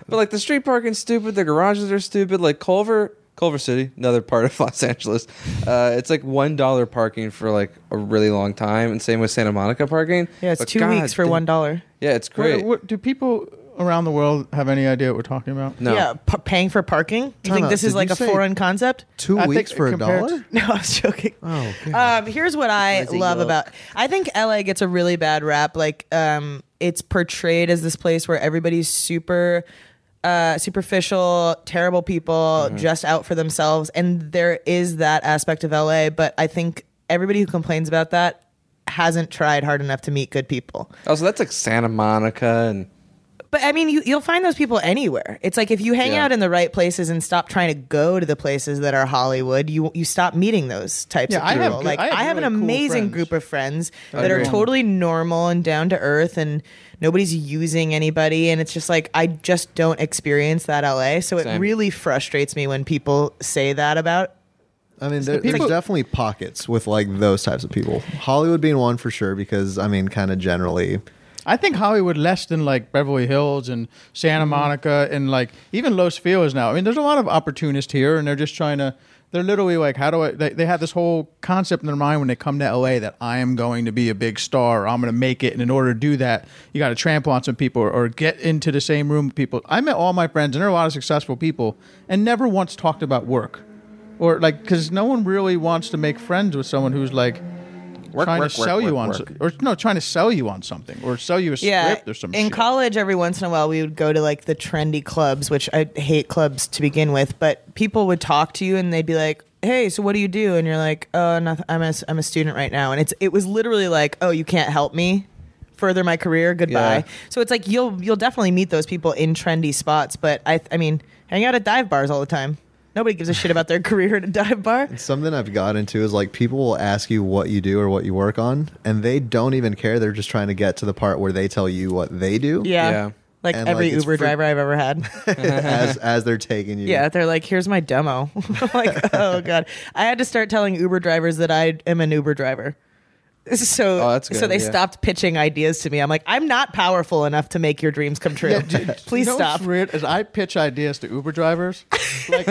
C: But like the street parking's stupid, the garages are stupid. Like Culver, Culver City, another part of Los Angeles, uh, it's like one dollar parking for like a really long time, and same with Santa Monica parking.
F: Yeah, it's
C: But
F: two
C: God
F: weeks for
C: damn-
F: one dollar.
C: Yeah, it's great.
B: What, what, do people around the world have any idea what we're talking about?
C: no,
F: Yeah, p- paying for parking. You think
I: out.
F: this is
I: Did
F: like
I: you
F: a
I: say-
F: foreign concept?
I: Two
B: I
I: weeks
B: think
I: for a
B: compared-
I: dollar?
F: No, I was joking.
I: Oh,
F: Um, here's what I
C: Rising
F: love
C: up.
F: about I think LA gets a really bad rap. Like um, it's portrayed as this place where everybody's super uh, superficial, terrible people
I: Mm-hmm.
F: just out for themselves. And there is that aspect of LA, but I think everybody who complains about that hasn't tried hard enough to meet good people.
C: also Oh, that's like Santa Monica and
F: But I mean, you, you'll find those people anywhere. It's like if you hang
C: Yeah.
F: out in the right places and stop trying to go to the places that are Hollywood, you you stop meeting those types
B: Yeah,
F: of
B: I
F: people.
B: have good-
F: like
B: I
F: I
B: have
F: have, an
B: really cool
F: amazing
B: friends.
F: group of friends
C: I
F: that are
C: agree.
F: totally normal and down to earth, and nobody's using anybody. And it's just like I just don't experience that LA. So it
C: Same.
F: really frustrates me when people say that about.
I: I mean, there,
B: people-
I: there's definitely pockets with like those types of people. Hollywood being one for sure, because I mean, kind of generally,
B: I think Hollywood less than like Beverly Hills and
C: Mm-hmm.
B: Santa Monica and like even Los Feliz now. I mean, there's a lot of opportunists here, and they're just trying to. They're literally like, how do I? They, they have this whole concept in their mind when they come to LA that I am going to be a big star, or I'm going to make it, and in order to do that, you got to trample on some people or, or get into the same room with people. I met all my friends, and there are a lot of successful people, and never once talked about work, or like because no one really wants to make friends with someone who's like
C: work,
B: trying
C: work,
B: to
C: work,
B: sell
C: work,
B: you on
C: work.
B: or no trying to sell you on something or sell you a
F: Yeah,
B: script or some
F: in
B: shit.
F: college, every once in a while, we would go to like the trendy clubs, which I hate clubs to begin with. But people would talk to you, and they'd be like, "Hey, so what do you do?" And you're like, "Oh, nothing. I'm a I'm a student right now." And it's it was literally like, "Oh, you can't help me." further my career, goodbye.
C: Yeah.
F: So it's like you'll you'll definitely meet those people in trendy spots, but I I mean, hang out at dive bars all the time. Nobody gives a shit about their career at a dive bar.
I: Something I've got into is like people will ask you what you do or what you work on, and they don't even care. They're just trying to get to the part where they tell you what they do.
F: Yeah.
C: Yeah.
F: Like
I: And,
F: every
I: like, it's
F: Uber
I: free-
F: driver I've ever had.
I: as as they're taking you.
F: Yeah, they're like, here's my demo. I'm like, oh god, I had to start telling Uber drivers that I am an Uber driver. So,
C: Oh, that's
F: so
C: good,
F: they
C: yeah.
F: stopped pitching ideas to me. I'm like, I'm not powerful enough to make your dreams come true. Please
B: You know
F: stop.
B: What's weird is I pitch ideas to Uber drivers, like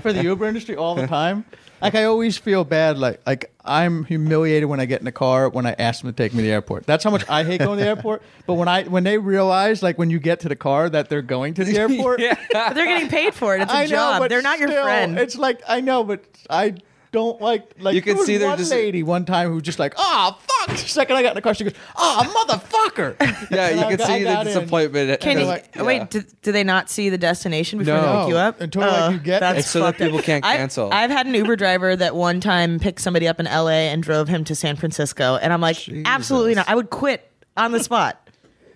B: for the Uber industry all the time. Like I always feel bad. Like like I'm humiliated when I get in the car when I ask them to take me to the airport. That's how much I hate going to the airport. But when I when they realize like when you get to the car that they're going to the airport,
F: But they're getting paid for it. It's a
B: I know,
F: job.
B: but
F: They're not your
B: still,
F: friend.
B: It's like I know, but I don't like like
C: You can
B: there was
C: see they're
B: one
C: just-
B: lady one time who just like ah fuck. Second I got in the car, she goes ah motherfucker.
C: Yeah,
B: And
C: you
B: I
C: can
B: got- I
C: see the
B: got in.
C: disappointment.
F: Can
B: they're
F: you,
B: like-
F: oh, wait, do, do they not see the destination before
C: No.
F: they pick you up? Oh,
B: Until, like, you get
F: that's
B: there.
C: So that
F: fucked up.
C: people can't
F: I-
C: cancel.
F: I've had an Uber driver that one time picked somebody up in LA and drove him to San Francisco, and I'm like, absolutely not. I would quit on the spot.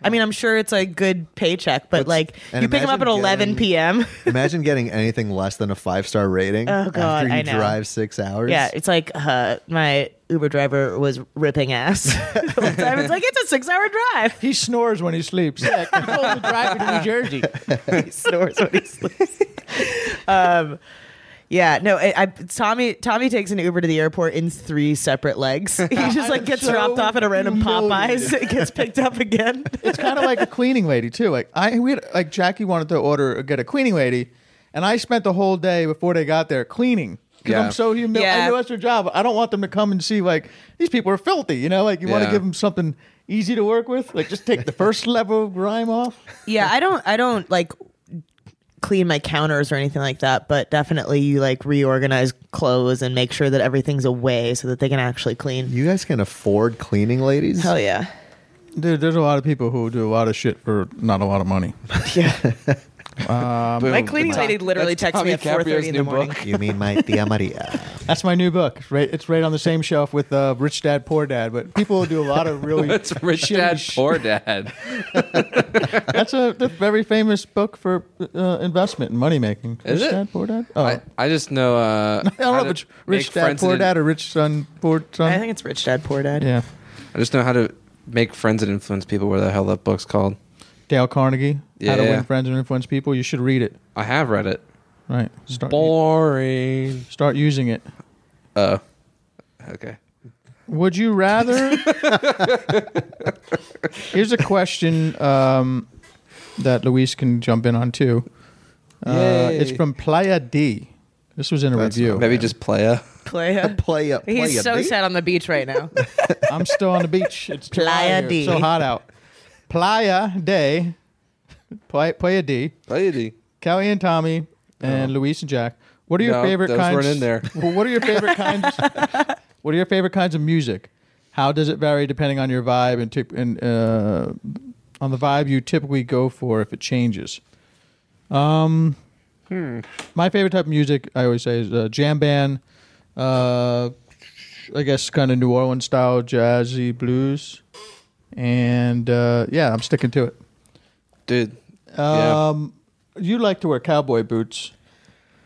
F: I mean, I'm sure it's a good paycheck, but
I: What's-
F: like
I: and
F: you pick him up at
I: imagine
F: 11
I: getting-
F: p.m.
I: Imagine getting anything less than a five star rating
F: Oh, God,
I: after you
F: I know.
I: drive six hours.
F: yeah, it's like uh, my Uber driver was ripping ass. the whole time. It's like it's a six-hour drive.
B: He snores when he sleeps. Yeah, he's only driving to New Jersey.
F: he snores when he sleeps. um, yeah, no. I, I, Tommy Tommy takes an Uber to the airport in three separate legs. He just like gets
B: so
F: dropped off at a random
B: humiliated.
F: Popeyes, it gets picked up again.
B: It's kind of like a cleaning lady too. Like I, we had, like Jackie wanted to order get a cleaning lady, and I spent the whole day before they got there cleaning. Because
C: Yeah.
B: I'm so humil.
F: Yeah.
B: I know that's their job. I don't want them to come and see like these people are filthy. You know, like you want
C: Yeah.
B: to give them something easy to work with. Like just take the first level of grime off.
F: yeah, I don't I don't like clean my counters or anything like that, but definitely you like reorganize clothes and make sure that everything's away so that they can actually clean.
I: You guys can afford cleaning ladies?
F: Hell yeah.
B: Dude, there's a lot of people who do a lot of shit for not a lot of money.
C: Boom.
F: My cleaning lady literally
C: That's
F: texts me
C: Tommy
F: at 4:30
C: Caprio's
F: in
C: new
F: the morning.
C: book.
I: You mean my Tia Maria?
B: That's my new book. It's right, it's right on the same shelf with uh, Rich Dad Poor Dad. But people do a lot of really.
C: It's rich
B: shitty
C: dad,
B: shit.
C: poor dad.
B: That's a that's a very famous book for uh, investment and money making.
C: Is
B: Rich
C: it?
B: Dad Poor Dad? Oh, I,
C: I, I just know. Uh, I
B: don't know if it's Rich Dad Poor Dad or Rich Son Poor Son.
F: I think it's rich dad poor dad.
B: yeah,
C: I just know how to make friends and influence people. Where the hell that book's called?
B: Dale Carnegie. How to
C: Yeah.
B: Win Friends and Influence People. You should read it.
C: I have read it.
B: Right. Start
C: Boring.
B: start using it.
C: Oh, okay.
B: Would you rather? Here's a question um, that Luis can jump in on too. Uh,
C: Yay.
B: it's from Playa D. This was in a
I: That's
B: review.
C: Maybe just play a.
F: Playa.
I: Play up. Play
F: He's
I: up,
F: so
I: baby.
F: sad on the beach right now.
B: I'm still on the beach. It's July
F: Playa
B: here.
F: D.
B: It's so hot out. Playa Day. Play, Playa D.
C: Play a D.
B: Kelly and Tommy and Luis and Jack. What are your
C: Oh. No,
B: favorite
C: those
B: kinds?
C: weren't in there.
B: Well, what are your favorite kinds? What are your favorite kinds of music? How does it vary depending on your vibe and, tip, and uh, on the vibe you typically go for if it changes? Um,
C: Hmm.
B: my favorite type of music I always say is uh, jam band. Uh, I guess kind of New Orleans style jazzy blues, and uh, yeah, I'm sticking to it.
C: Dude. yeah.
B: Um, you like to wear cowboy boots,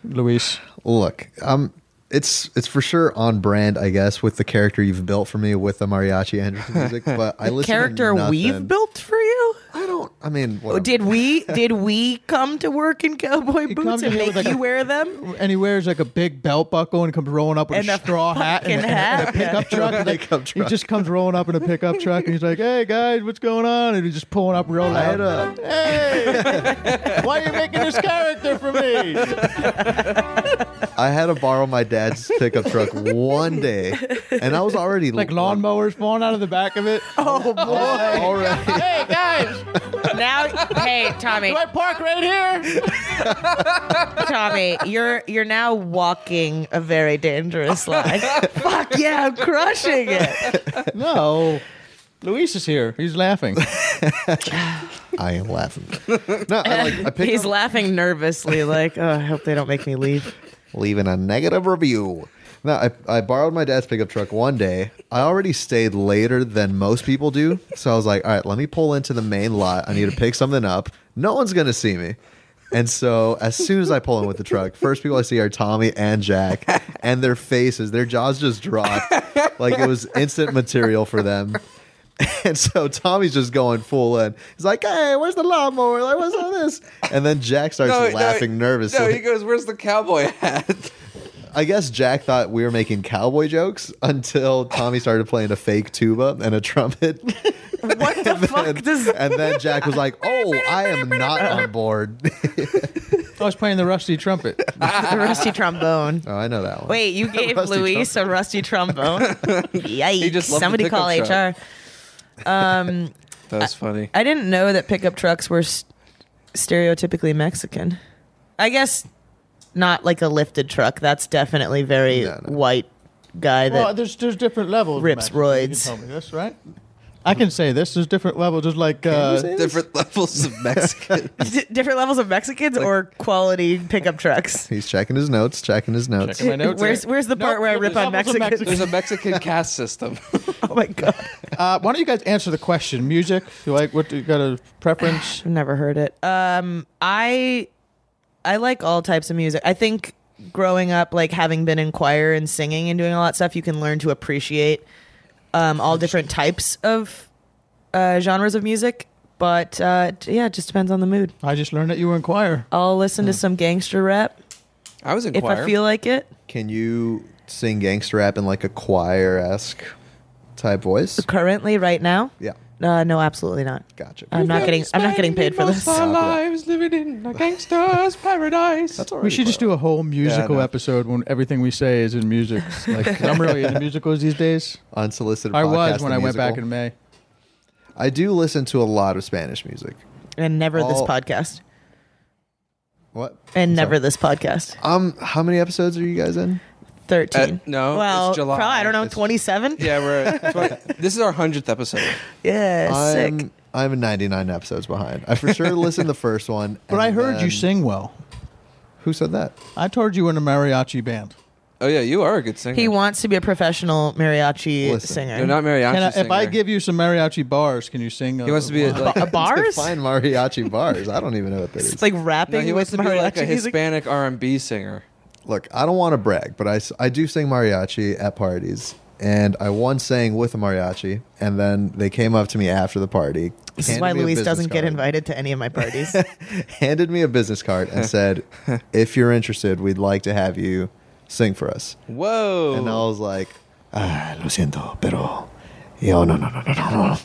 B: Luis.
I: Look, um, it's it's for sure on brand, I guess, with the character you've built for me with the mariachi Anderson music. But I listen
F: character
I: to nothing.
F: we've built for you?
I: I don't. I mean,
F: Oh,
I: what
F: Did we did we come to work in cowboy
B: comes
F: boots and make
B: here with, like,
F: you
B: a-
F: wear them?
B: And he wears like a big belt buckle and comes rolling up with
F: And
B: a,
F: a
B: straw hat
F: fucking
B: and, a- and
F: hat,
B: a pickup truck. He's like-
I: Pickup
B: He just comes rolling up in a pickup truck and he's like, "Hey guys, what's going on?" And he's just pulling up real loud.
I: Right up.
B: Hey, why are you making this character for me?
I: I had to borrow my dad's pickup truck one day, and I was already
B: Like lawnmowers falling out of the back of it.
F: Oh boy!
I: Already,
B: Hey guys,
F: now, hey Tommy,
B: do I park right here?
F: Tommy, you're you're now walking a very dangerous life. Fuck yeah, I'm crushing it.
B: No. Luis is here. He's laughing.
I: I am laughing. No, I, like, I picked
F: He's
I: up
F: laughing nervously, like, oh, I hope they don't make me leave.
I: leaving a negative review. No, I, I borrowed my dad's pickup truck one day. I already stayed later than most people do. So I was like, all right, let me pull into the main lot. I need to pick something up. No one's going to see me. And so as soon as I pull in with the truck, first people I see are Tommy and Jack, and their faces, their jaws just dropped. Like it was instant material for them. And so Tommy's just going full in. He's like, hey, where's the lawnmower? Like, what's all this? And then Jack starts laughing nervously.
C: No, he goes, "Where's the cowboy hat?"
I: I guess Jack thought we were making cowboy jokes until Tommy started playing a fake tuba and a trumpet.
F: What the fuck
I: and,
F: does?
I: and then Jack was like, "Oh, I am not on board."
B: I was playing the rusty trumpet.
F: the rusty trombone.
I: oh, I know that one.
F: Wait, you gave
I: rusty
F: Luis a rusty trombone? Yikes!
C: just loved the
F: Somebody
C: pickup
F: call
C: truck.
F: HR.
C: That's funny.
F: I didn't know that pickup trucks were s stereotypically Mexican. I guess not like a lifted truck. That's definitely very
I: No, no.
F: white guy. That
B: Well, there's there's different levels.
F: Rips
B: Matt. You can
F: roids.
B: tell me this, right? I can say this. There's different levels. There's like uh,
C: Different levels of Mexican.
F: D- different levels of Mexicans or quality pickup trucks.
I: He's checking his notes. Checking his notes.
B: Checking my notes.
F: Where's where's the part
B: Nope,
F: where I
B: there's
F: rip on
B: levels of
F: Mexicans?
B: Mexicans.
C: There's a Mexican caste system.
F: Oh my god,
B: uh, why don't you guys answer the question? Music. You like what? do You got a preference?
F: I've never heard it. Um, I I like all types of music. I think growing up, like having been in choir and singing and doing a lot of stuff, you can learn to appreciate um, all different types of uh, genres of music. But uh, t- yeah, it just depends on the mood.
B: I just learned that you were in choir.
F: I'll listen to some gangster rap
C: I was in
F: if
C: choir.
F: I feel like it.
I: Can you sing gangster rap in like a choir esque type voice?
F: Currently, right now,
I: Yeah,
F: uh, no, absolutely not.
I: gotcha.
F: I'm not getting. I'm not getting paid for this.
C: Our
I: Stop it.
C: lives living in a gangster's paradise.
I: That's all right.
B: We should just do a whole musical
I: know.
B: episode when everything we say is in music. Like 'cause I'm really into musicals these days.
I: unsolicited.
B: I was
I: podcast
B: when
I: and
B: I went back
I: musical.
B: in May.
I: I do listen to a lot of Spanish music.
F: And never this
I: All-
F: podcast.
I: What?
F: And
I: I'm
F: never
I: sorry.
F: this podcast.
I: Um, how many episodes are you guys in?
F: Thirteen.
C: Uh, no, it's
F: Well,
C: July.
F: probably I don't know.
C: It's-
F: Twenty-seven. Yeah,
C: Yeah, we're. at 20 this is our hundredth episode.
F: sick.
I: I'm, I'm 99 episodes behind. I for sure listened to the first one.
B: But I
I: and
B: heard
I: then-
B: you sing well.
I: Who said that?
B: I told you were in a mariachi band.
C: Oh yeah, you are a good singer.
F: He wants to be a professional mariachi
I: Listen,
F: singer.
C: You're not mariachi
B: Can I,
C: singer.
B: if I give you some mariachi bars, can you sing?
C: he wants to be a, like,
F: a bars?
I: Fine mariachi bars. I don't even know what that
F: It's
I: is.
F: like
C: no,
F: rapping
C: he wants
F: with
C: to be
F: mariachi
C: like a
F: music.
C: Hispanic R and B singer.
I: Look, I don't want to brag, but I, s- I do sing mariachi at parties. And I once sang with a mariachi, and then they came up to me after the party.
F: This is why Luis doesn't get invited
I: invited.
F: to any of my parties.
I: handed me a business card and said, "If you're interested, we'd like to have you sing for us."
C: Whoa!
I: And I was like, ah, "Lo siento, pero yo no no no no no no."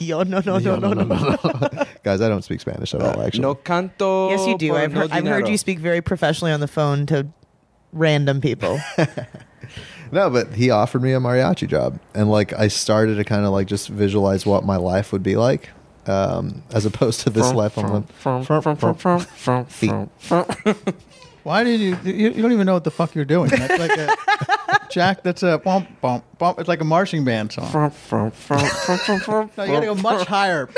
F: Yo, no, no, no, no, no.
I: Guys, I don't speak Spanish at all. Actually,
C: no canto.
F: Yes, you do.
C: por
F: I've
C: no
F: heard, I've heard
C: dinero.
F: you speak very professionally on the phone to random people.
I: no, but he offered me a mariachi job, and like I started to kind of like just visualize what my life would be like, um, as opposed to this life I'm living.
B: Why did you, you? You don't even know what the fuck you're doing. That's like a Jack. That's a bump bump bump. It's like a marching band song. No, you gotta go much higher.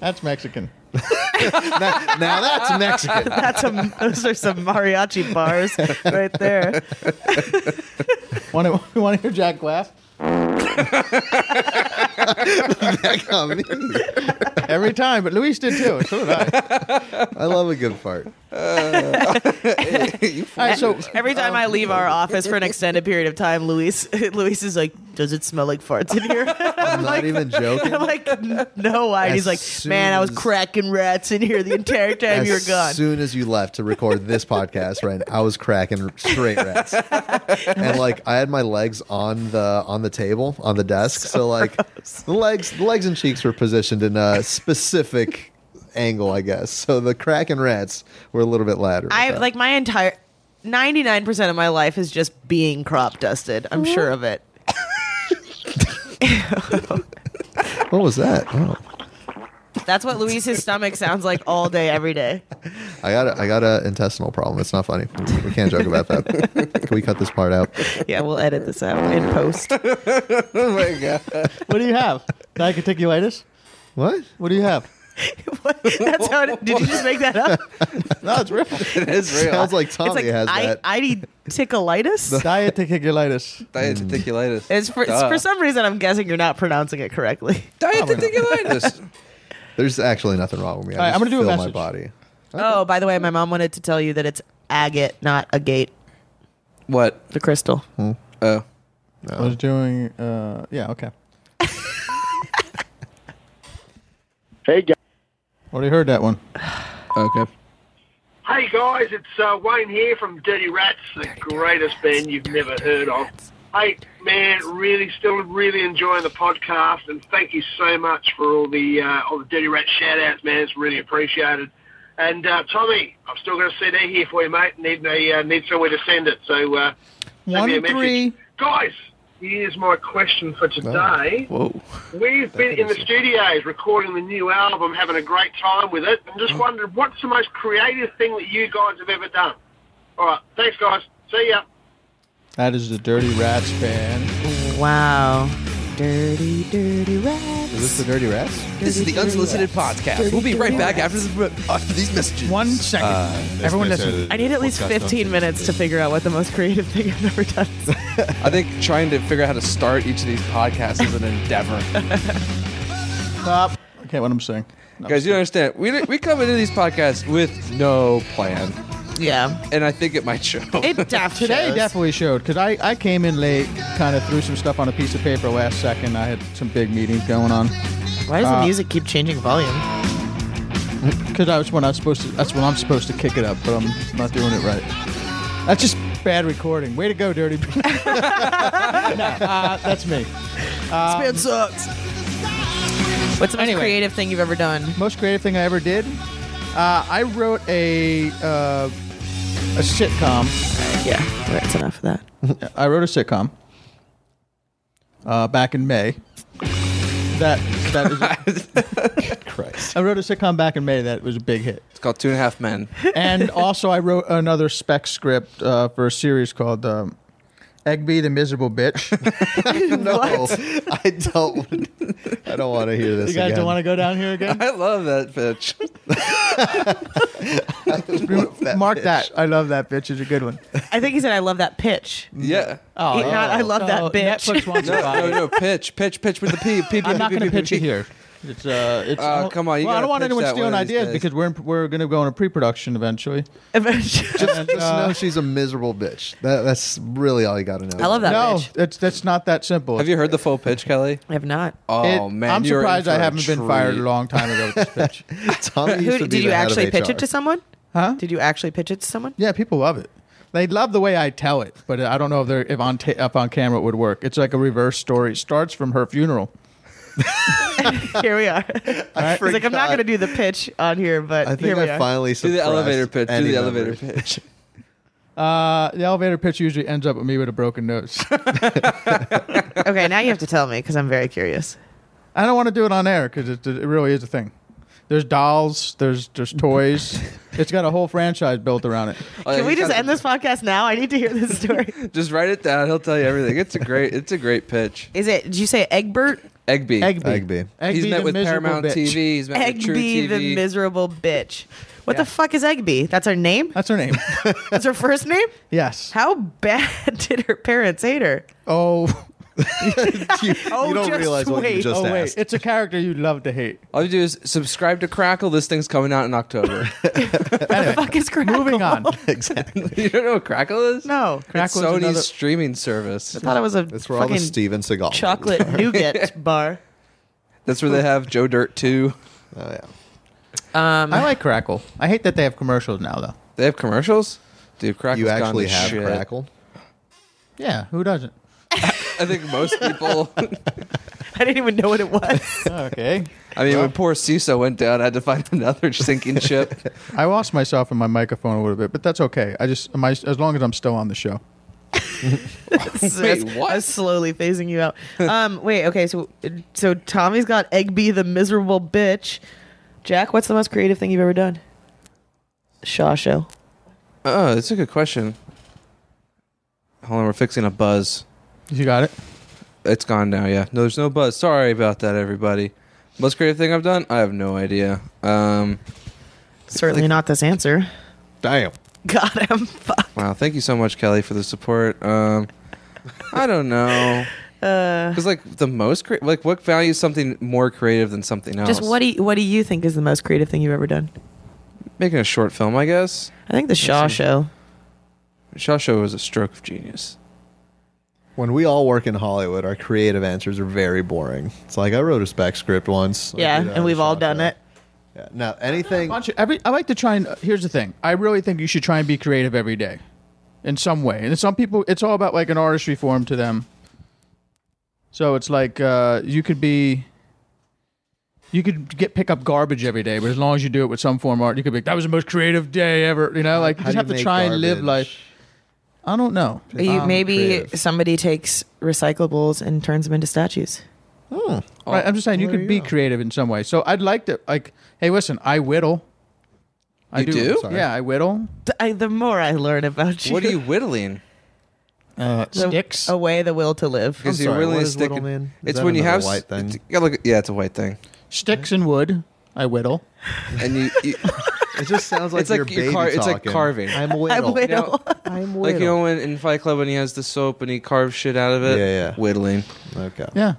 B: That's Mexican.
I: now, now that's Mexican.
F: That's a, those are some mariachi bars right there.
B: Want to want to hear Jack laugh?
I: Back on me.
B: Every time, but Luis did too. So did I.
I: I love a good fart.
B: All right, so
F: Every time I leave our office for an extended period of time, Luis Luis is like, "Does it smell like farts in here?"
I: I'm not even joking.
F: I'm like, "N- no, why? And
I: As
F: he's like,
I: soon
F: man, I was
I: as-
F: cracking rats in here the entire time you were
I: as
F: gone.
I: soon as you left to record this podcast, right? I was cracking straight rats, and like I had my legs on the on the table on the desk, so, like the legs the legs and cheeks were positioned in a specific angle, I guess. So the cracking rats were a little bit lateral.
F: I
I: but
F: like my entire 99% of my life is just being crop dusted. I'm sure of it.
I: what was that? Oh,
F: That's what Luis's stomach sounds like all day, every day.
I: I got a, I got a intestinal problem. It's not funny. We can't joke about that. Can we cut this part out?
F: Yeah, we'll edit this out in post.
B: what do you have? Diverticulitis.
I: What?
B: What do you have?
F: What? That's how. It, did you just make that up?
I: No, it's real.
C: It is real.
I: Sounds like Tommy
F: it's like
I: has
F: I,
I: that.
F: Idioticitis.
B: Diaticulatus.
F: Mm.
C: Diateticulatus.
F: It's for,
C: Duh.
F: for some reason I'm guessing you're not pronouncing it correctly.
C: Diateticulatus.
I: There's actually nothing wrong with me. I
B: All right, I'm
I: just
B: gonna do a
I: feel my
B: message.
I: body.
F: Oh, by the way, my mom wanted to tell you that it's agate, not agate,
C: what?
F: the crystal.
C: Oh.
B: I was doing. Uh, yeah. Okay.
G: Hey, guys.
B: Already heard that one.
C: Okay.
D: Hey guys, it's uh, Wayne here from Dirty Rats, the greatest band you've never heard of. Hey man, really, still really enjoying the podcast, and thank you so much for all the uh, all the Dirty Rat shout outs, man. It's really appreciated. And uh, Tommy, I've still got a CD here for you, mate. Need a, uh, need somewhere to send it. So uh, send me a
B: One
D: message.
B: three.
D: guys. Here's my question for today.
B: Whoa.
D: We've been in the studios recording the new album, having a great time with it, and just wondered what's the most creative thing that you guys have ever done. All right, thanks, guys. See ya.
B: That is the Dirty Rats band.
F: Wow. Dirty, dirty rats.
I: Is this the Dirty Rats?
C: This is the Unsolicited Podcast. We'll be right back after, the, after these messages.
B: One second. Everyone listen.
F: I need at least 15 minutes to figure out what the most creative thing I've ever done is.
C: I think trying to figure out how to start each of these podcasts is an endeavor.
B: Stop. Okay, what I'm saying. No.
C: Guys, you don't understand. We, we come into these podcasts with no plan,
F: yeah.
C: and I think it might show.
F: It def
B: Today
F: shows.
B: definitely showed because I, I came in late, kind of threw some stuff on a piece of paper last second. I had some big meetings going on
F: Why does
B: uh,
F: the music keep changing volume?
B: because I was when I was supposed to. That's when I'm supposed to kick it up, but I'm not doing it right. That's just bad recording. Way to go, Dirty. no, uh, that's me.
F: Spin sucks. What's the most
B: Anyway.
F: creative thing you've ever done?
B: Most creative thing I ever did. Uh, I wrote a uh, a sitcom.
F: Yeah. That's enough of that.
B: I wrote a sitcom uh, back in May. That that is
I: Christ.
B: I wrote a sitcom back in May that was a big hit.
C: It's called Two and a Half Men.
B: And also, I wrote another spec script uh, for a series called um, Egby the Miserable Bitch.
I: No, I don't. want- I don't want to hear this.
B: You guys
I: again.
B: don't want to go down here again?
C: I love that bitch.
B: Mark that. I love that bitch. It's a good one.
F: I think he said, I love that pitch.
C: Yeah.
B: Oh,
F: He- not, I love that bitch.
B: Netflix wants
C: No,
B: to buy
C: no,
B: it.
C: no. Pitch, pitch, pitch with the P. P, P,
B: I'm not
C: P,
B: going to
C: P, P,
B: pitch it
C: P.
B: here. It's uh, it's
C: Uh, come on, you
B: well, I
C: gotta
B: don't want
C: pitch
B: anyone
C: that one
B: stealing
C: of these
B: ideas
C: days.
B: because we're in, we're going to go into pre-production eventually.
F: Eventually.
B: And,
I: Just
B: uh,
I: know she's a miserable bitch. That, that's really all you got to know.
F: I love that
B: no,
F: bitch.
B: it's that's not that simple.
C: Have you heard the full pitch, Kelly?
F: I have not.
C: Oh
B: It-
C: man,
B: I'm
C: you are in
B: surprised
C: for
B: I
C: a
B: haven't been fired a
C: treat.
B: long time ago with this pitch.
I: Tommy used
F: Who,
I: to be
F: did you
I: the head of
F: actually pitch
I: HR.
F: it to someone?
B: Huh?
F: Did you actually pitch it to someone?
B: Yeah, people love it. They love the way I tell it, but I don't know if they're if on ta- up on camera it would work. It's like a reverse story. It starts from her funeral.
F: Here we are.
I: I
F: It's like, I'm not
I: forgot.
F: going to do the pitch on here, but
I: I
F: here
I: think
F: we
I: I
F: are.
I: finally
C: Do the elevator pitch. Do the elevator
I: pitch.
C: pitch.
B: Uh, the elevator pitch usually ends up with me with a broken nose.
F: okay, now you have to tell me because I'm very curious.
B: I don't want to do it on air because it, it really is a thing. There's dolls. There's there's toys. it's got a whole franchise built around it.
C: Oh,
F: Can we
C: you
F: just
C: gotta-
F: end this podcast now? I need to hear this story.
C: Just write it down. He'll tell you everything. It's a great. It's a great pitch.
F: Is it? Did you say Egbert?
C: Egby.
B: Egby.
I: Egby.
B: Egby
C: He's met
B: the
C: with
B: miserable
C: Paramount
B: bitch.
C: TV. He's met with True
F: Egby,
C: TV.
F: the miserable bitch. What the fuck is Egby? That's her name.
B: That's her name.
F: That's her first name.
B: yes.
F: How bad did her parents hate her?
B: Oh.
I: you,
F: Oh,
I: you don't
F: just
I: realize what you
F: wait.
I: just
B: Oh wait,
I: asked.
B: it's a character you'd love to hate.
C: All you do is subscribe to Crackle. This thing's coming out in October.
F: Fuck is Crackle?
B: Moving on.
C: you don't know what Crackle is?
F: No,
C: It's
B: Crackle is
C: Sony's
B: another-
C: streaming service.
F: I thought it was a
I: That's where all the
F: fucking
I: Steven Seagal.
F: chocolate nougat bar.
C: That's where they have Joe Dirt 2.
I: Oh yeah.
F: Um,
B: I like Crackle. I hate that they have commercials now though.
C: They have commercials? Dude, Crackle's
I: You actually
C: gone to
I: have
C: shit.
I: Crackle.
B: Yeah, who doesn't?
C: I think most people.
F: I didn't even know what it was.
B: Okay.
C: I mean, when poor CISO went down, I had to find another sinking ship.
B: I lost myself in my microphone a little bit, but that's okay. I just my, as long as I'm still on the show.
C: Wait,
F: I was-
C: what?
F: I was slowly phasing you out. Um, wait, okay, so so Tommy's got Egby the miserable bitch. Jack, what's the most creative thing you've ever done? Shaw show.
C: Oh, that's a good question. Hold on, we're fixing a buzz.
B: You got it.
C: It's gone now, yeah. No, there's no buzz. Sorry about that, everybody. Most creative thing I've done? I have no idea. Um,
F: Certainly not this answer.
I: Damn.
F: Got him. Fuck.
C: wow, thank you so much, Kelly, for the support. Um, I don't know.
I: Uh.
C: Because like the most cre- like what values something more creative than something else?
F: Just what do you, what do you think is the most creative thing you've ever done?
C: making a short film, I guess.
F: I think the Shaw Show.
C: Shawshow was a stroke of genius.
I: When we all work in Hollywood, our creative answers are very boring. It's like I wrote a spec script once. Like,
F: Yeah,
I: you know,
F: and we've all
I: shot
F: done
I: that.
F: it.
I: Yeah. Now anything.
B: Bunch of- every, I like to try and here's the thing. I really think you should try and be creative every day, in some way. And some people, it's all about like an artistry form to them. So it's like uh, you could be, you could get pick up garbage every day, but as long as you do it with some form of art, you could be. like, That was the most creative day ever. You know, like you
I: How do
B: just have
I: you
B: to
I: make
B: try and live
I: garbage?
B: life. I don't know.
F: You,
I: Um,
F: maybe
I: creative.
F: somebody takes recyclables and turns them into statues.
I: Oh,
B: Right, I'm just saying you
I: there
B: could
I: you
B: be
I: go.
B: creative in some way. So I'd like to like, hey, listen, I whittle. I
C: You do?
I: Sorry.
B: Yeah, I whittle.
F: The, I, the more I learn about you,
C: What are you whittling?
B: Uh,
F: the,
B: sticks.
F: away the will to live.
C: Because
I: I'm
C: you're
I: sorry,
C: really
I: what is
C: sticking.
I: whittle, man? Is
C: It's
I: that
C: when you
I: another
C: have
I: white
C: s-
I: thing?
C: it's- yeah, look, yeah, it's a white thing,
B: sticks and wood. I whittle.
C: and you, you
I: it just sounds like
C: It's like
I: your
C: your
I: baby
C: car- it's
I: talking.
C: like carving.
I: I'm a
F: I
I: whittle.
F: whittle.
C: you know,
I: I'm whittle.
C: like you know when in Fight Club when he has the soap and he carves shit out of it.
I: Yeah, yeah.
C: whittling.
I: Okay.
B: Yeah,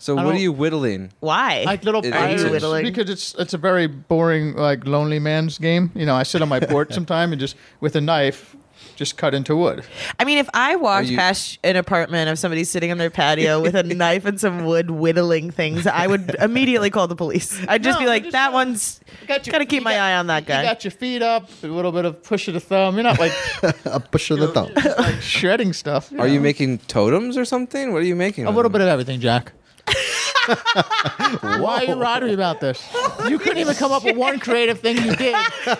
C: So
B: I
C: what are
B: don't-
C: you whittling?
F: Why?
B: like little
C: It-
B: pirates,
C: it's-
F: Whittling.
B: because it's it's a very boring like lonely man's game. You know, I sit on my porch sometime and just with a knife, just cut into wood.
F: I mean, if I walked
C: you-
F: past an apartment of somebody sitting on their patio with a knife and some wood whittling things, I would immediately call the police. I'd just
B: No,
F: be like,
B: just
F: that
B: like-
F: one's got to keep my eye on that guy.
B: You got your feet up, a little bit of push of the thumb. You're not like
I: A push of the thumb.
B: shredding stuff.
C: Are you making totems or something? What are you making?
B: a
C: with
B: little
C: them?
B: bit of everything, Jack? Why are you riding me about this? You couldn't even come up with one creative thing you did,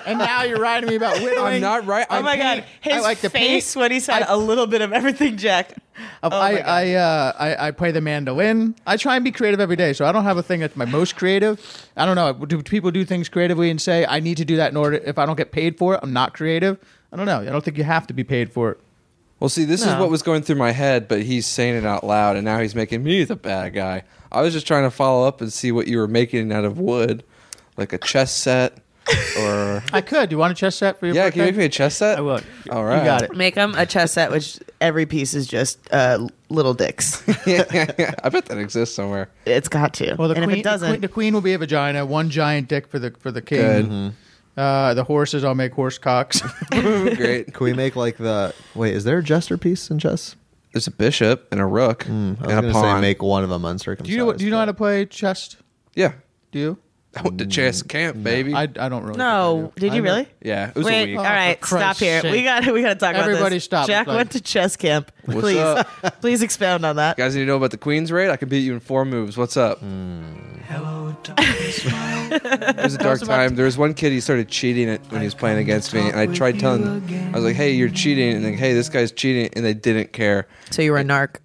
B: and now you're riding me about whittling.
C: I'm not right.
F: Oh
C: I'm
F: my god,
B: I
F: his
B: like to
F: face when he said a little bit of everything, Jack.
C: Oh
B: I, I, uh, I I play the mandolin. I try and be creative every day, so I don't have a thing that's my most creative. I don't know. Do people do things creatively and say I need to do that in order? If I don't get paid for it, I'm not creative. I don't know. I don't think you have to be paid for it.
C: Well, see, this is
F: No.
C: what was going through my head, but he's saying it out loud, and now he's making me the bad guy. I was just trying to follow up and see what you were making out of wood, like a chess set, or
B: I could. Do you want a chess set for your
C: yeah. Can
B: birthday?
C: you make me a chess set?
B: I would.
C: All right,
B: You got it.
F: Make him a chess set, which every piece is just uh, little dicks.
C: I bet that exists somewhere.
F: It's got to.
B: Well, the
F: and
B: queen,
F: if it doesn't,
B: the queen, the queen will be a vagina. One giant dick for the for the king.
C: Good.
F: Mm-hmm.
B: Uh, the horses, I'll make horse cocks.
C: Great.
I: Can we make like the wait? Is there a jester piece in chess?
C: There's a bishop and a rook
I: Hmm, I was
C: and a
I: gonna say
C: pawn.
I: make one of them uncircumcised.
B: do you know, do you know how to play chess?
C: yeah,
B: Do you?
C: I went to chess
I: Hmm.
C: camp, baby.
B: I, I don't really.
F: no, did you really?
C: yeah, it was
F: Wait,
C: a
F: all
C: week.
F: right,
B: Oh, for
F: stop
B: Christ's
F: here. We
B: sake.
F: got to we got to talk about this.
B: Everybody stop.
F: Jack
B: Like-
F: went to chess camp.
C: What's
F: please,
C: up?
F: please expound on that.
C: You guys need to know about the queen's raid. I could beat you in four moves. What's
I: Hmm.
C: up? it was a dark time. There was one kid. He started cheating it when he was playing against me, and I tried telling. Them, I was like, "Hey, you're cheating," and then, "Hey, this guy's cheating," and they didn't care.
F: So you were a narc.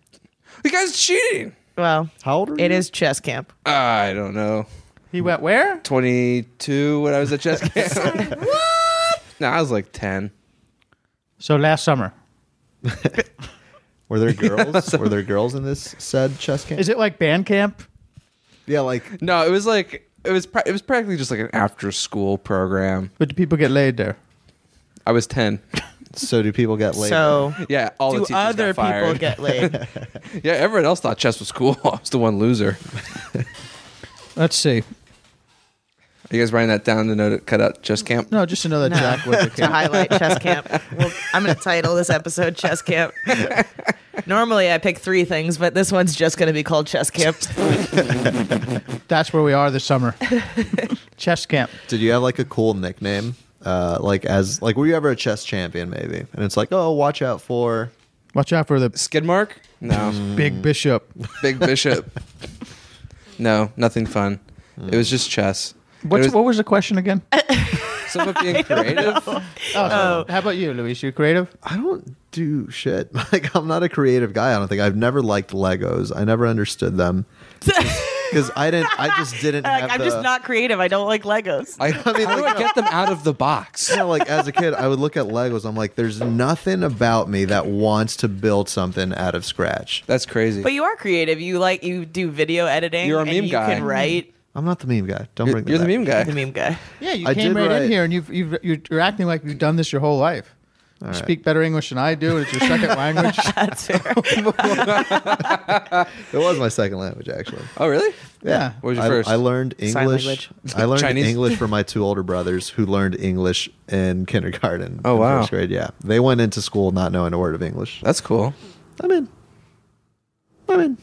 C: The guy's cheating.
F: Well,
I: How old are
F: it
I: you?
F: is chess camp.
C: I don't know.
B: He went where?
C: Twenty-two when I was at chess camp. what? No, I was like ten.
B: So last summer.
I: Were there girls? Were there girls in this said chess game?
B: Is it like band camp?
I: yeah, like
C: No, it was like it was. Pra- it was practically just like an after-school program.
B: But do people get laid there?
C: I was ten.
I: so. Do people get laid?
F: So
C: Yeah, all the
F: do
C: teachers
F: other
C: got fired.
F: people get laid?
C: Yeah, everyone else thought chess was cool. I was the one loser.
B: Let's see.
C: Are you guys writing that down to know to cut out chess camp?
B: No, just another Jack with a
F: to
B: kid.
F: highlight chess camp. Well, I'm going to title this episode chess camp. Normally I pick three things, but this one's just going to be called chess camp.
B: That's where we are this summer. chess camp.
I: Did you have like a cool nickname? Uh, like as like were you ever a chess champion? Maybe, and it's like oh, watch out for.
B: Watch out for the
C: Skid mark? No.
I: Mm.
B: big bishop.
C: Big bishop. No, nothing fun. It was just chess. It
B: What's,
C: was
B: what was the question again?
C: something about being creative?
B: Oh, how about you, Luis? You creative?
I: I don't do shit. Like I'm not a creative guy. I don't think I've never liked Legos. I never understood them because I didn't. I just didn't.
F: Like,
I: have
F: I'm
I: the-
F: just not creative. I don't like Legos.
C: I,
I: mean,
C: how do I
I: like-
C: get them out of the box?
I: you know, like as a kid, I would look at Legos. I'm like, there's nothing about me that wants to build something out of scratch.
C: That's crazy.
F: But you are creative. You like you do video editing.
C: You're a
F: and
C: meme
F: you
C: guy.
F: can write.
I: I'm not the meme guy. Don't
C: You're,
I: bring that
C: you're the
I: up.
C: meme guy.
F: The meme guy.
B: Yeah, you
I: I
B: came
I: did
B: right, in
I: write-
B: here and you've, you've, you're, you're acting like you've done this your whole life. you
I: right.
B: speak better English than I do. It's your second language.
F: That's fair.
I: It was my second language, actually.
C: Oh, really?
I: Yeah.
C: What was your
I: I,
C: first?
I: I learned English.
F: language.
I: I learned
C: Chinese?
I: English from my two older brothers who learned English in kindergarten.
C: Oh,
I: and
C: wow.
I: First grade, yeah. They went into school not knowing a word of English.
C: That's cool.
I: I'm in. I'm in.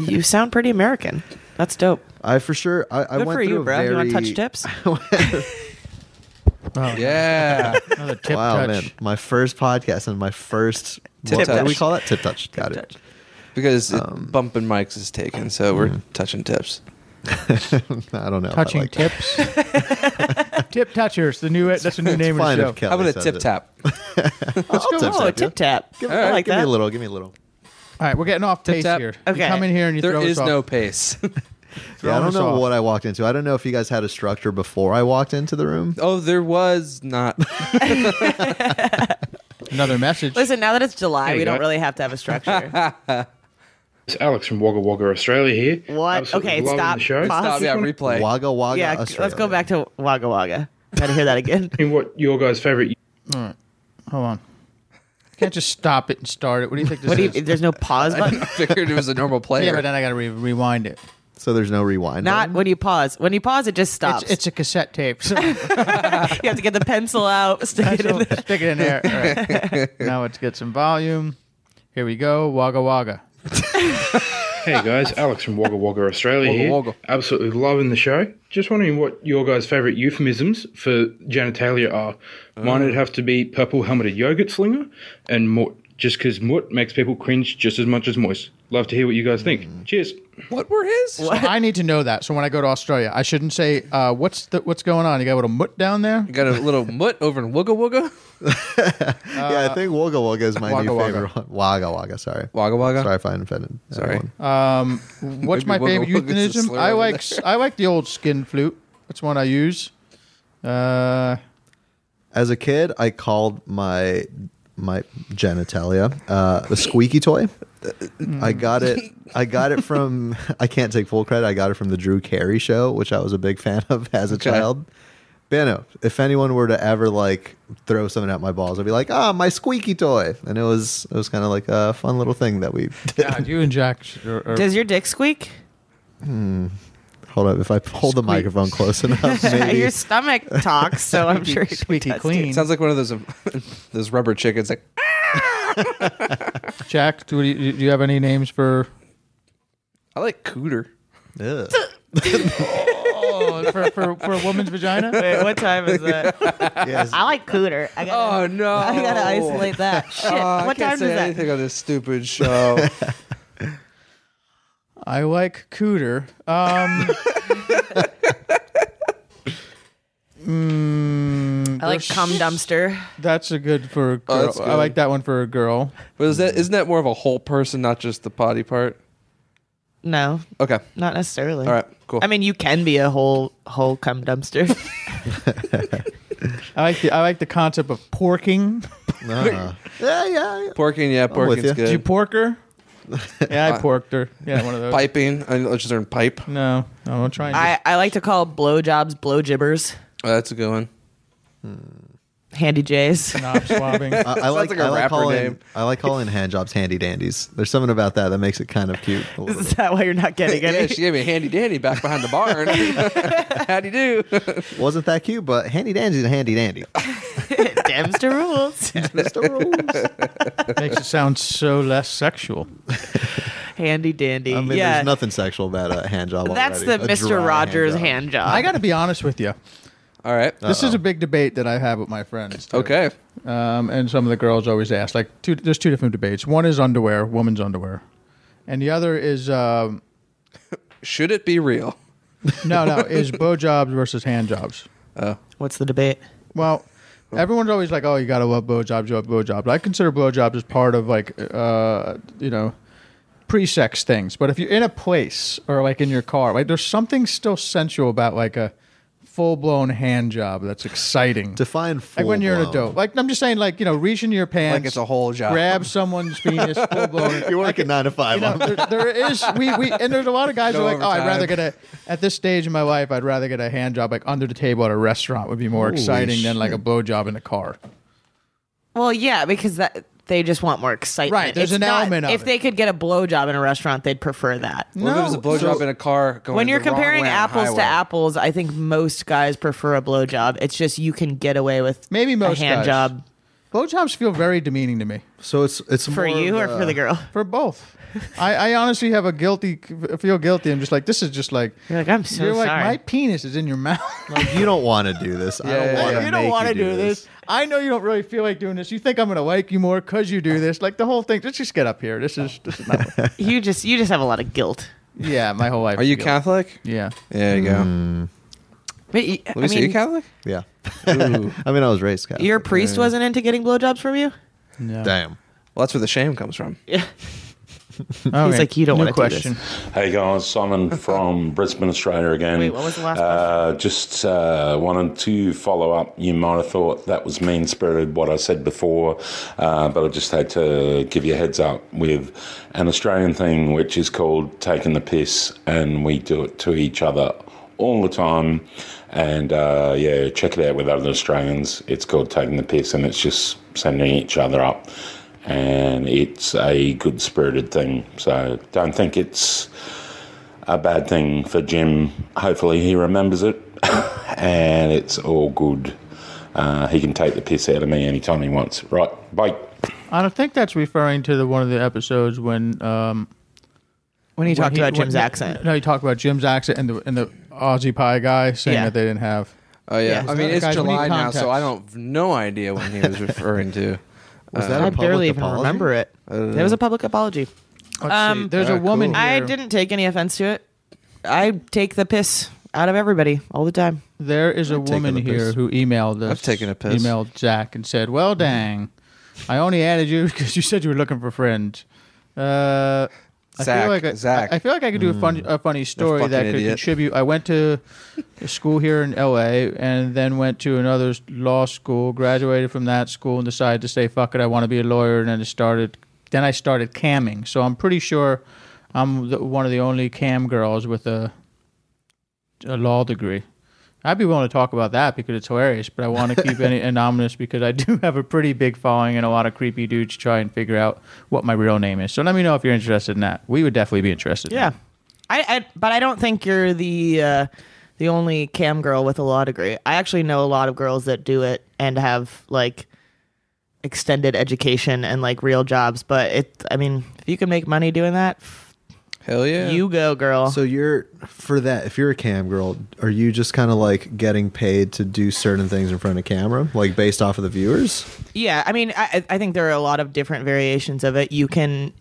F: you sound pretty American. That's dope.
I: I for sure. I, I
F: Good
I: went
F: for
I: through
F: you,
I: a
F: bro.
I: very.
F: You want touch tips?
C: Yeah.
B: Oh. Another tip
I: wow,
B: touch.
I: man! My first podcast and my first
C: Tip
I: what, what do we
C: touch.
I: call that? Tip touch. Got it.
C: because it, bumping mics is taken, so we're touching tips.
I: I don't know. if I
B: Touching
I: like that.
B: tips. tip touchers. The new. That's a new name of the
I: Fine if
B: show.
I: Kelly
C: How about a
I: says
C: tip
I: it.
C: tap?
I: I'll tip tap
F: oh,
I: you.
F: tip tap. I like
I: Give me
F: that.
I: a little. Give me a little.
B: All right, we're getting off pace
C: tap.
B: here. You
F: Okay.
B: come in here and you
C: There
B: throw
C: is
B: us off.
C: no pace.
I: Yeah, I
B: Throwing
I: don't
B: us
I: know
B: off.
I: what I walked into. I don't know if you guys had a structure before I walked into the room.
C: oh, there was not.
B: Another message.
F: Listen, now that it's July,
J: you
F: we don't
J: go.
F: really have to have a structure.
J: It's Alex from Wagga Wagga, Australia here.
F: What?
J: Absolutely
F: Okay,
J: loving
F: stop.
J: The show.
F: Pause.
C: Stop. Yeah, replay.
I: Wagga Wagga.
F: yeah,
I: Australia.
F: let's go back to Wagga Wagga. Gotta hear that again.
J: And what your guys' favorite
B: Hold on. Can't just stop it and start it. What do you think this
F: What do
B: is?
F: you, there's no pause button.
C: Figured it was a normal player.
B: yeah, but then I got to re- rewind it.
I: So there's no rewind.
F: Not
I: button?
F: when you pause. When you pause, it just stops.
B: It's, it's a cassette tape. So
F: you have to get the pencil out, stick it in.
B: so
F: There.
B: stick it in there. All right. Now let's get some volume. Here we go. Wagga Wagga.
J: Hey guys, Alex from Wagga Wagga, Australia
C: Wagga
J: here.
C: Wagga.
J: Absolutely loving the show. Just wondering what your guys' favourite euphemisms for genitalia are. Mine would have to be purple helmeted yogurt slinger and mort, just because mort makes people cringe just as much as moist. Love to hear what you guys think.
I: Mm.
J: Cheers.
C: What were his?
B: I need to know that. So when I go to Australia, I shouldn't say uh, what's the, what's going on. You got a little mutt down there.
C: Got a little mutt over in Wugga Wugga.
I: yeah, I think Wagga Wagga is my
B: Wagga
I: new
B: Wagga.
I: favorite. one. Wagga Wagga. Sorry.
C: Wagga Wagga.
I: Sorry if I offended.
C: Sorry.
I: anyone.
B: Um, what's
C: Maybe
B: my
C: Wugga
B: favorite
C: Wugga's a
B: euphemism?
C: slur
B: I
C: over
B: like
C: there.
B: s- I like the old skin flute. That's one I use. Uh,
I: As a kid, I called my my genitalia uh, a squeaky toy. I got it. I got it from. I can't take full credit. I got it from the Drew Carey show, which I was a big fan of as a child. Bano, if anyone were to ever like throw something at my balls, I'd be like, "Ah, my squeaky toy," and it was it was kind of like a fun little thing that we did.
B: God, you and Jack. Are, are-
F: Does your dick squeak?
I: Hold up, if I hold the microphone close enough, maybe
F: Your stomach talks, so I'm sure. it
B: squeaky
F: does,
B: clean.
F: dude.
C: Sounds like one of those um, those rubber chickens. Like
B: Jack, do you, do you have any names for
C: I like cooter.
I: Ugh.
B: for, for, for a woman's vagina?
F: Wait, what time is that?
I: Yes.
F: I like cooter. I gotta,
C: Oh no!
F: I gotta isolate that. Shit.
C: Oh,
F: what
C: I can't
F: time is
C: say
F: that?
C: anything on this stupid show.
B: I like cooter. Um, mm,
F: I like cum dumpster.
B: that's a good for a
C: Oh,
B: girl.
C: that's
B: I like
C: good.
B: that one for a girl.
C: but is that isn't that more of a whole person, not just the potty part?
F: No,
C: Okay.
F: not necessarily.
C: All right. Cool.
F: I mean, you can be a whole whole cum dumpster.
B: I like the I like the concept of porking.
I: Uh-huh. yeah, yeah, yeah.
C: porking. Yeah,
I: with
C: porking's
I: you.
B: Did you
C: good.
B: pork her? Yeah, I porked her. Yeah, one of those.
C: Piping. I know, just learn pipe.
B: No, I won't try. And
F: I, I like to call blowjobs blow jibbers.
C: Oh, that's a good one.
F: Handy J's.
B: knob swabbing.
I: I, I like,
C: like a
I: I like
C: rapper
I: calling
C: name.
I: I like calling hand jobs handy dandies. There's something about that that makes it kind of cute. a little
F: Is
I: bit.
F: that why you're not getting
C: Yeah,
F: any?
C: she gave me a handy dandy back behind the barn. How'd you do?
I: Wasn't that cute, but handy dandy's a handy dandy.
F: Damster rules.
I: That's the rules.
B: Makes it sound so less sexual.
F: Handy dandy.
I: I mean,
F: yeah.
I: there's nothing sexual about a hand job.
F: That's the
I: already. A dry
F: Mr. Rogers
I: job.
F: hand job.
B: I got to be honest with you.
C: All right.
B: This is a big debate that I have with my friends. too.
C: Okay.
B: Um, and some of the girls always ask, like, two, there's two different debates. One is underwear, woman's underwear, and the other is um,
C: Should it be real?
B: no, no, is blowjobs versus hand jobs.
F: What's the debate?
B: Well, everyone's always like, "Oh, you gotta love blowjobs, you love blowjobs." I consider blowjobs as part of like, uh, you know, pre-sex things. But if you're in a place or like in your car, like there's something still sensual about like a full blown hand job. That's exciting.
I: Define full
B: like when you're an
I: blown.
B: adult. Like I'm just saying, like you know, reach into your pants,
C: it's a whole job.
B: grab someone's penis, full blown.
I: You work a nine to
B: You
I: five.
B: know,
I: on
B: there, there is we, we and there's a lot of guys who
C: No
B: are like, oh, I'd
C: overtime.
B: rather get a at this stage in my life, I'd rather get a hand job like under the table at a restaurant would be more exciting than like a blow job in a car.
F: Well, yeah, because that they just want more excitement.
B: Right, there's
F: It's
B: an
F: not-
B: element of
F: If
B: it.
F: they could get a blowjob in a restaurant, they'd prefer that.
C: What if it was a blowjob in a car going
F: When you're
C: the wrong
F: comparing
C: way on a
F: apples to
C: highway?
F: apples, I think most guys prefer a blowjob. It's just you can get away with
B: Maybe most
F: a hand
B: guys.
F: job
B: Blowjobs feel very demeaning to me
I: So it's it's
F: for
I: more
F: you or
I: of
F: for the girl.
B: for both. I, I honestly have a guilty feel guilty. I'm just like this is just like
F: You're like, I'm so
B: you're like
F: sorry.
B: my penis is in your mouth.
I: Like, you don't want to do this. I
C: Yeah,
I: don't
C: yeah,
I: want to.
C: yeah.
B: you don't
I: want to
B: do, this. I know you don't really feel like doing this. You think I'm going to like you more because you do this. Like the whole thing. Let's just get up here. This is, this is not.
F: you just you just have a lot of guilt.
B: yeah, my whole life.
C: Are you
B: is guilt.
C: Catholic?
B: Yeah.
C: There you go.
F: But you, I
C: Let me see. Are you
F: mean,
C: Catholic?
I: Yeah. I mean, I was raised Catholic.
F: your priest wasn't into getting blowjobs from you.
B: No.
I: Damn.
C: Well, that's where the shame comes from.
F: Yeah, he's like, you don't want to do this.
K: Hey guys, Simon from Brisbane, Australia again.
F: Wait, what was the last
K: Uh, just uh, wanted to follow up. You might have thought that was mean spirited what I said before, uh, but I just had to give you a heads up with an Australian thing which is called taking the piss, and we do it to each other all the time. And uh, yeah, check it out with other Australians. It's called taking the piss, and it's just sending each other up. And it's a good spirited thing, so don't think it's a bad thing for Jim. Hopefully, he remembers it and it's all good. Uh, he can take the piss out of me anytime he wants. Right, bye.
B: I don't think that's referring to the one of the episodes when um
F: When he talked
B: he-
F: about
B: when-
F: Jim's accent,
B: No, you talk about Jim's accent and the and the Aussie pie guy saying
F: Yeah.
B: that they didn't have.
C: Oh yeah.
F: Yeah.
C: I mean, it's
B: Guys, we need
C: July now,
B: context.
C: so I don't have no idea what he was referring to.
I: Was that a
F: I
I: public
F: barely even
I: apology? Uh,
F: remember it. It was a public apology.
B: Let's see.
F: Um,
B: There's a
C: Alright,
B: woman
C: cool.
B: here.
F: I didn't take any offense to it. I take the piss out of everybody all the time.
B: There is a
I: taken
B: woman
I: a piss.
B: here who emailed us.
C: I've taken a piss. Mm-hmm.
B: Emailed Zach and said, "Well, dang, I only added you because you said you were looking for friends." Uh, I
C: Zach,
B: feel like I,
C: Zach. Mm.
B: I, I feel like I could do a fun a funny story
C: fucking
B: that could
C: idiot.
B: contribute. I went to a school here in L.A. and then went to another law school. Graduated from that school and decided to say, "Fuck it, I want to be a lawyer." And then it started. Then I started camming. So I'm pretty sure I'm the, one of the only cam girls with a a law degree. I'd be willing to talk about that because it's hilarious, but I want to keep any anonymous because I do have a pretty big following and a lot of creepy dudes try and figure out what my real name is. So let me know if you're interested in that. We would definitely be interested. in
F: Yeah,
B: that.
F: I, I but I don't think you're the uh, the only cam girl with a law degree. I actually know a lot of girls that do it and have like extended education and like real jobs. But it, I mean, if you can make money doing that, f-
C: Hell yeah.
F: you go, girl.
I: So you're for that. If you're a cam girl, are you just kind of like getting paid to do certain things in front of camera, like based off of the viewers?
F: Yeah, I mean, I, I think there are a lot of different variations of it. You can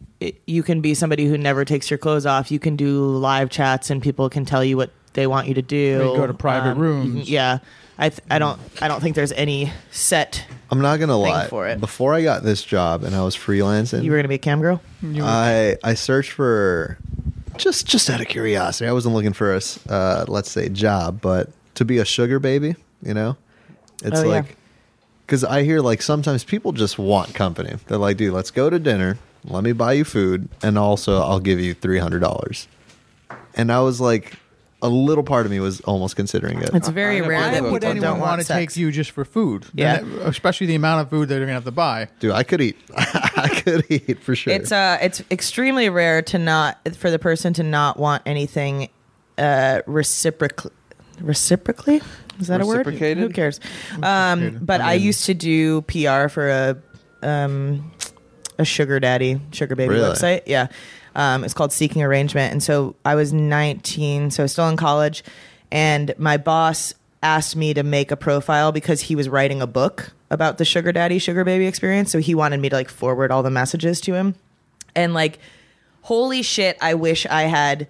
F: you can be somebody who never takes your clothes off. You can do live chats, and people can tell you what they want you to do.
B: Or you go to private
F: you
B: rooms.
F: can- yeah, I th- I don't I don't think there's any set.
I: I'm not gonna
F: Thing
I: lie.
F: for it.
I: Before I got this job and I was freelancing,
F: You were gonna be a cam girl.
I: I I searched for just just out of curiosity. I wasn't looking for a s- uh, let's say job, but to be a sugar baby, you know, it's
F: Oh, yeah.
I: like because I hear like sometimes people just want company. They're like, dude, let's go to dinner. Let me buy you food, and also I'll give you three hundred dollars. And I was like, a little part of me was almost considering it.
F: It's very
C: I- I
F: rare that
C: never thought
F: people
C: about
F: don't
C: that.
F: want,
B: want to
F: sex.
B: take you just for food.
F: Yeah.
B: And that- especially the amount of food that they're gonna have to buy.
I: Dude, I could eat. I could eat for sure.
F: It's uh, it's extremely rare to not for the person to not want anything uh, reciprocally. Reciprocally, is that a word?
C: Reciprocated?
F: Who cares? Um, but I, used to do PR for a um, a sugar daddy, sugar baby
I: Really?
F: website. Yeah, um, it's called Seeking Arrangement, and so I was 19, so I was still in college, and my boss asked me to make a profile because he was writing a book about the sugar daddy, sugar baby experience. So he wanted me to like forward all the messages to him, and like, holy shit, I wish I had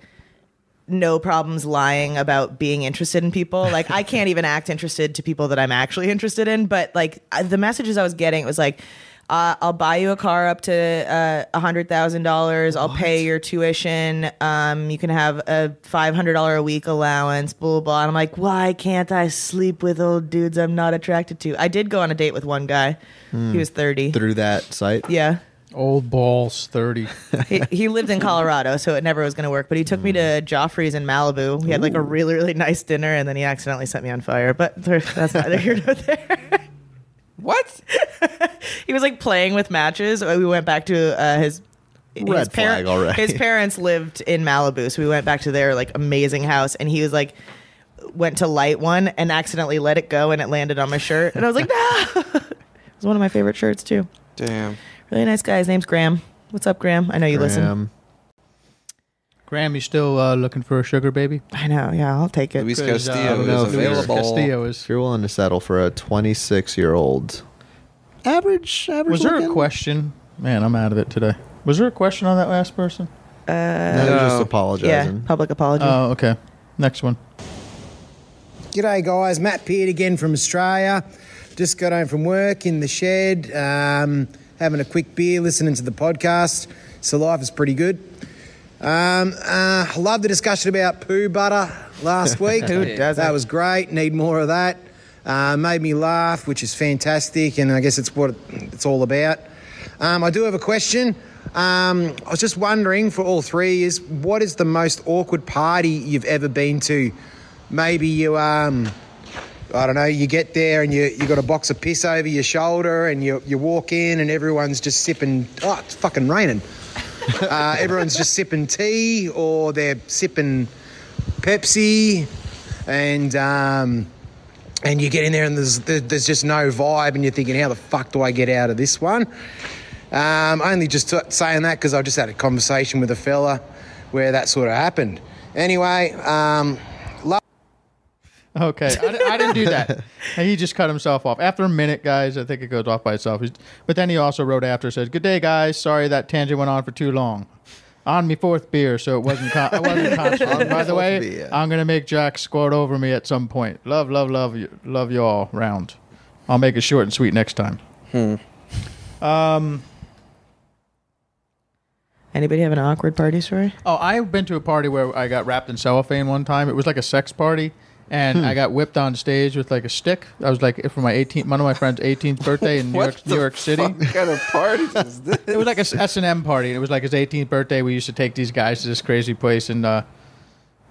F: no problems lying about being interested in people. Like I can't even act interested to people that I'm actually interested in. But like I- the messages I was getting, it was like, Uh, I'll buy you a car up to uh, $100,000. I'll pay your tuition. Um, you can have a $500 a week allowance, blah, blah, blah. And I'm like, why can't I sleep with old dudes I'm not attracted to? I did go on a date with one guy. He was 30.
I: through that site.
F: Yeah.
B: Old balls, thirty.
F: he, he lived in Colorado, so it never was going to work. But he took me
I: Mm.
F: to Joffrey's in Malibu. We had like a really, really nice dinner, and then he accidentally set me on fire. But that's neither here nor there.
C: What?
F: he was like playing with matches. We went back to uh, his. his,
I: Red flag already.
F: his parents lived in Malibu, so we went back to their like amazing house, and he was like, went to light one and accidentally let it go, and it landed on my shirt, and I was like, no. it was one of my favorite shirts too.
C: Damn.
F: Really nice guy. His name's Graham. What's up, Graham? I know you listen.
I: Graham.
B: Graham, you still uh, looking for a sugar baby?
F: I know. Yeah, I'll take it.
C: Luis
B: 'Cause, uh, I
C: Castillo
B: don't
C: is
B: know if Luis
C: available.
B: Castillo
I: If
B: is.
I: you're willing to settle for a 26 year old, average, average.
B: Was there a
I: looking?
B: question? Man, I'm out of it today. Was there a question on that last person?
I: No, they're just
C: No.
F: Oh, Yeah,
I: apologizing.
F: public apology.
B: Oh, okay. Next one.
H: G'day, guys. Matt Peart again from Australia. Just got home from work in the shed, um, having a quick beer, listening to the podcast. So life is pretty good. Um, uh, I love the discussion about poo butter last week. Who That was great. Need more of that. Uh, made me laugh, which is fantastic, and I guess it's what it's all about. Um, I do have a question. Um, I was just wondering for all three is what is the most awkward party you've ever been to? Maybe you um, I don't know, you get there and you you got a box of piss over your shoulder and you you walk in and everyone's just sipping oh it's fucking raining. Uh, everyone's just sipping tea or they're sipping Pepsi and um, and you get in there and there's there, there's just no vibe and you're thinking how the fuck do I get out of this one? Um, only just t- saying that because I just had a conversation with a fella where that sort of happened. Anyway, um,
B: Okay, I, di- I didn't do that. He just cut himself off after a minute, guys. I think it goes off by itself. He's- But then he also wrote after says, "Good day, guys. Sorry that tangent went on for too long. On me fourth beer, so it wasn't. Con- it wasn't constant. By the way,
I: fourth beer.
B: I'm gonna make Jack squirt over me at some point. Love, love, love you, love you all round. I'll make it short and sweet next time.
F: Anybody have an awkward party story?
B: Oh, I've been to a party where I got wrapped in cellophane one time. It was like a sex party, and I got whipped on stage with like a stick. I was like for my 18th, one of my friend's 18th birthday in New
C: What
B: York,
C: the
B: New York City.
C: What kind of party is this?
B: It was like a S and M party, and it was like his 18th birthday. We used to take these guys to this crazy place, and uh,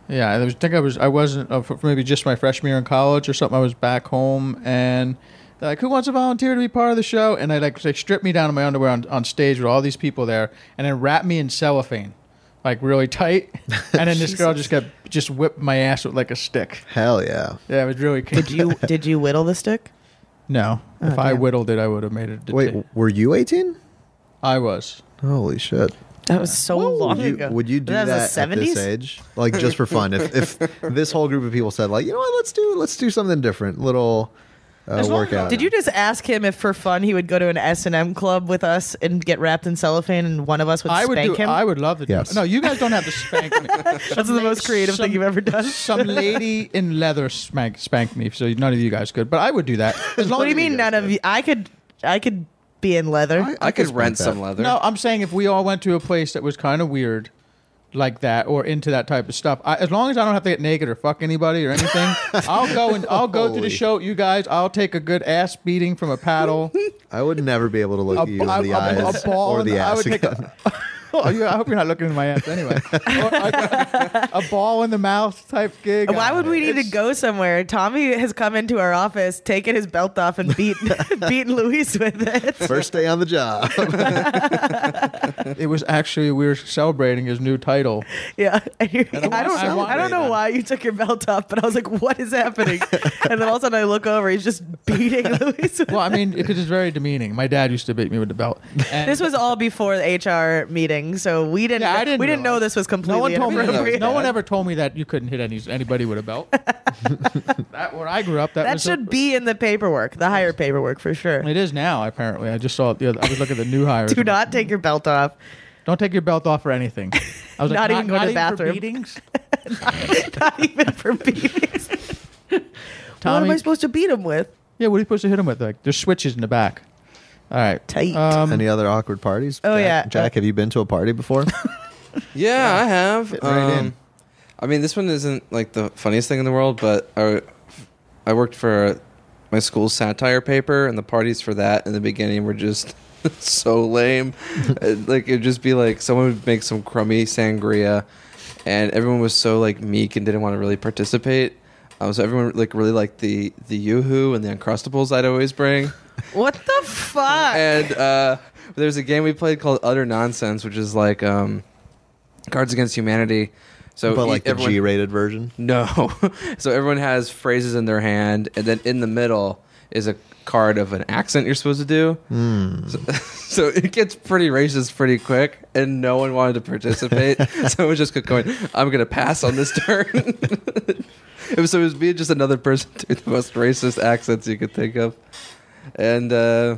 B: yeah, I was, think I was I wasn't uh, for for maybe just my freshman year in college or something. I was back home, and they're like, "Who wants to volunteer to be part of the show?" And they like they stripped me down to my underwear on, on stage with all these people there, and then wrapped me in cellophane, like really tight, and then this girl just got just whipped my ass with like a stick.
I: Hell yeah.
B: Yeah, it was really.
F: Did you did you whittle the stick?
B: No, if I
F: damn.
B: whittled it, I would have made it.
I: Wait,
B: Wait,
I: were you 18?
B: I was.
I: Holy shit.
F: That was so long
I: Would you,
F: ago.
I: would you do
F: that?
I: that,
F: was the
I: at this
F: 70s?
I: age? Like just for fun? if, if this whole group of people said, like, you know what, let's do let's do something different, little uh, workout.
F: Did you just ask him if for fun he would go to an S and M club with us and get wrapped in cellophane and one of us would
B: I would
F: spank
B: do.
F: him?
B: I would love to. do
I: Yes.
B: No, you guys don't have to spank me.
F: That's the most creative
B: some-
F: thing you've ever done.
B: Some lady in leather spanked, spanked me, so none of you guys could. But I would do that. As long
F: What do you
B: as
F: mean none of you? I could I could be in leather.
C: I could rent
I: that.
C: some leather.
B: No, I'm saying if we all went to a place that was kind of weird, like that, or into that type of stuff, I, as long as I don't have to get naked or fuck anybody or anything, I'll go and I'll go to the
I: Holy.
B: show. You guys, I'll take a good ass beating from a paddle.
I: I would never be able to look
B: A-
I: at you in
B: I-
I: the
B: I- a
I: eyes
B: ball
I: or
B: in
I: the
B: the- I
I: ass
B: would take a-
I: again.
B: oh, you, I hope you're not looking in my ass anyway. Or a, a ball in the mouth type gig.
F: Why would we need to
B: It's-
F: go somewhere? Tommy has come into our office, taken his belt off, and beat beaten Luis with it.
I: First day on the job.
B: It was actually we were celebrating his new title.
F: Yeah, and you're, I,
B: don't want-
F: don't,
B: I
F: I,
B: want
F: don't know
B: Ray-Ban.
F: why you took your belt off, but I was like, "What is happening?" and then all of a sudden, I look over, he's just beating Luis. with
B: Well, I mean, because it's very demeaning. My dad used to beat me with the belt. And-
F: This was all before the HR meeting, so we didn't.
B: Yeah, I didn't
F: we didn't know
B: realize.
F: this was
B: No
F: completely
B: one told me.
F: inappropriate.
B: That. No one ever told me that you couldn't hit any, anybody with a belt. that where I grew up, that,
F: That
B: was
F: should be in the paperwork, the hire paperwork for sure.
B: It is now. Apparently, I just saw it the other. I was looking at the new hires.
F: Do not take your belt off.
B: Don't take your belt off for anything. I was
F: Not
B: like,
F: even go to the
B: not even for
F: bathroom.
B: beatings?
F: not even for beatings. what am
B: Tommy-
F: I supposed to beat him with?
B: Yeah, what are you supposed to hit him with? Like, there's switches in the back. All right. Um,
F: Tight.
I: Any other awkward parties?
F: Oh,
I: Jack,
F: yeah.
I: Jack, have you been to a party before?
L: Yeah, I have.
I: right in.
L: um, I mean, this one isn't like the funniest thing in the world, but I, I worked for my school's satire paper, and the parties for that in the beginning were just so lame. Uh, like it'd just be like someone would make some crummy sangria, and everyone was so like meek and didn't want to really participate. Um, so everyone like really liked the the yoo-hoo and the uncrustables I'd always bring.
F: What the fuck?
L: and uh, there's a game we played called Utter Nonsense, which is like um, Cards Against Humanity. So
I: but
L: e-
I: like the
L: everyone-
I: G-rated version.
L: No, so everyone has phrases in their hand, and then in the middle is a card of an accent you're supposed to do.
I: Hmm.
L: So it gets pretty racist pretty quick, and no one wanted to participate. so it was just going, "I'm gonna pass on this turn." it was so it was being just another person doing the most racist accents you could think of, and. uh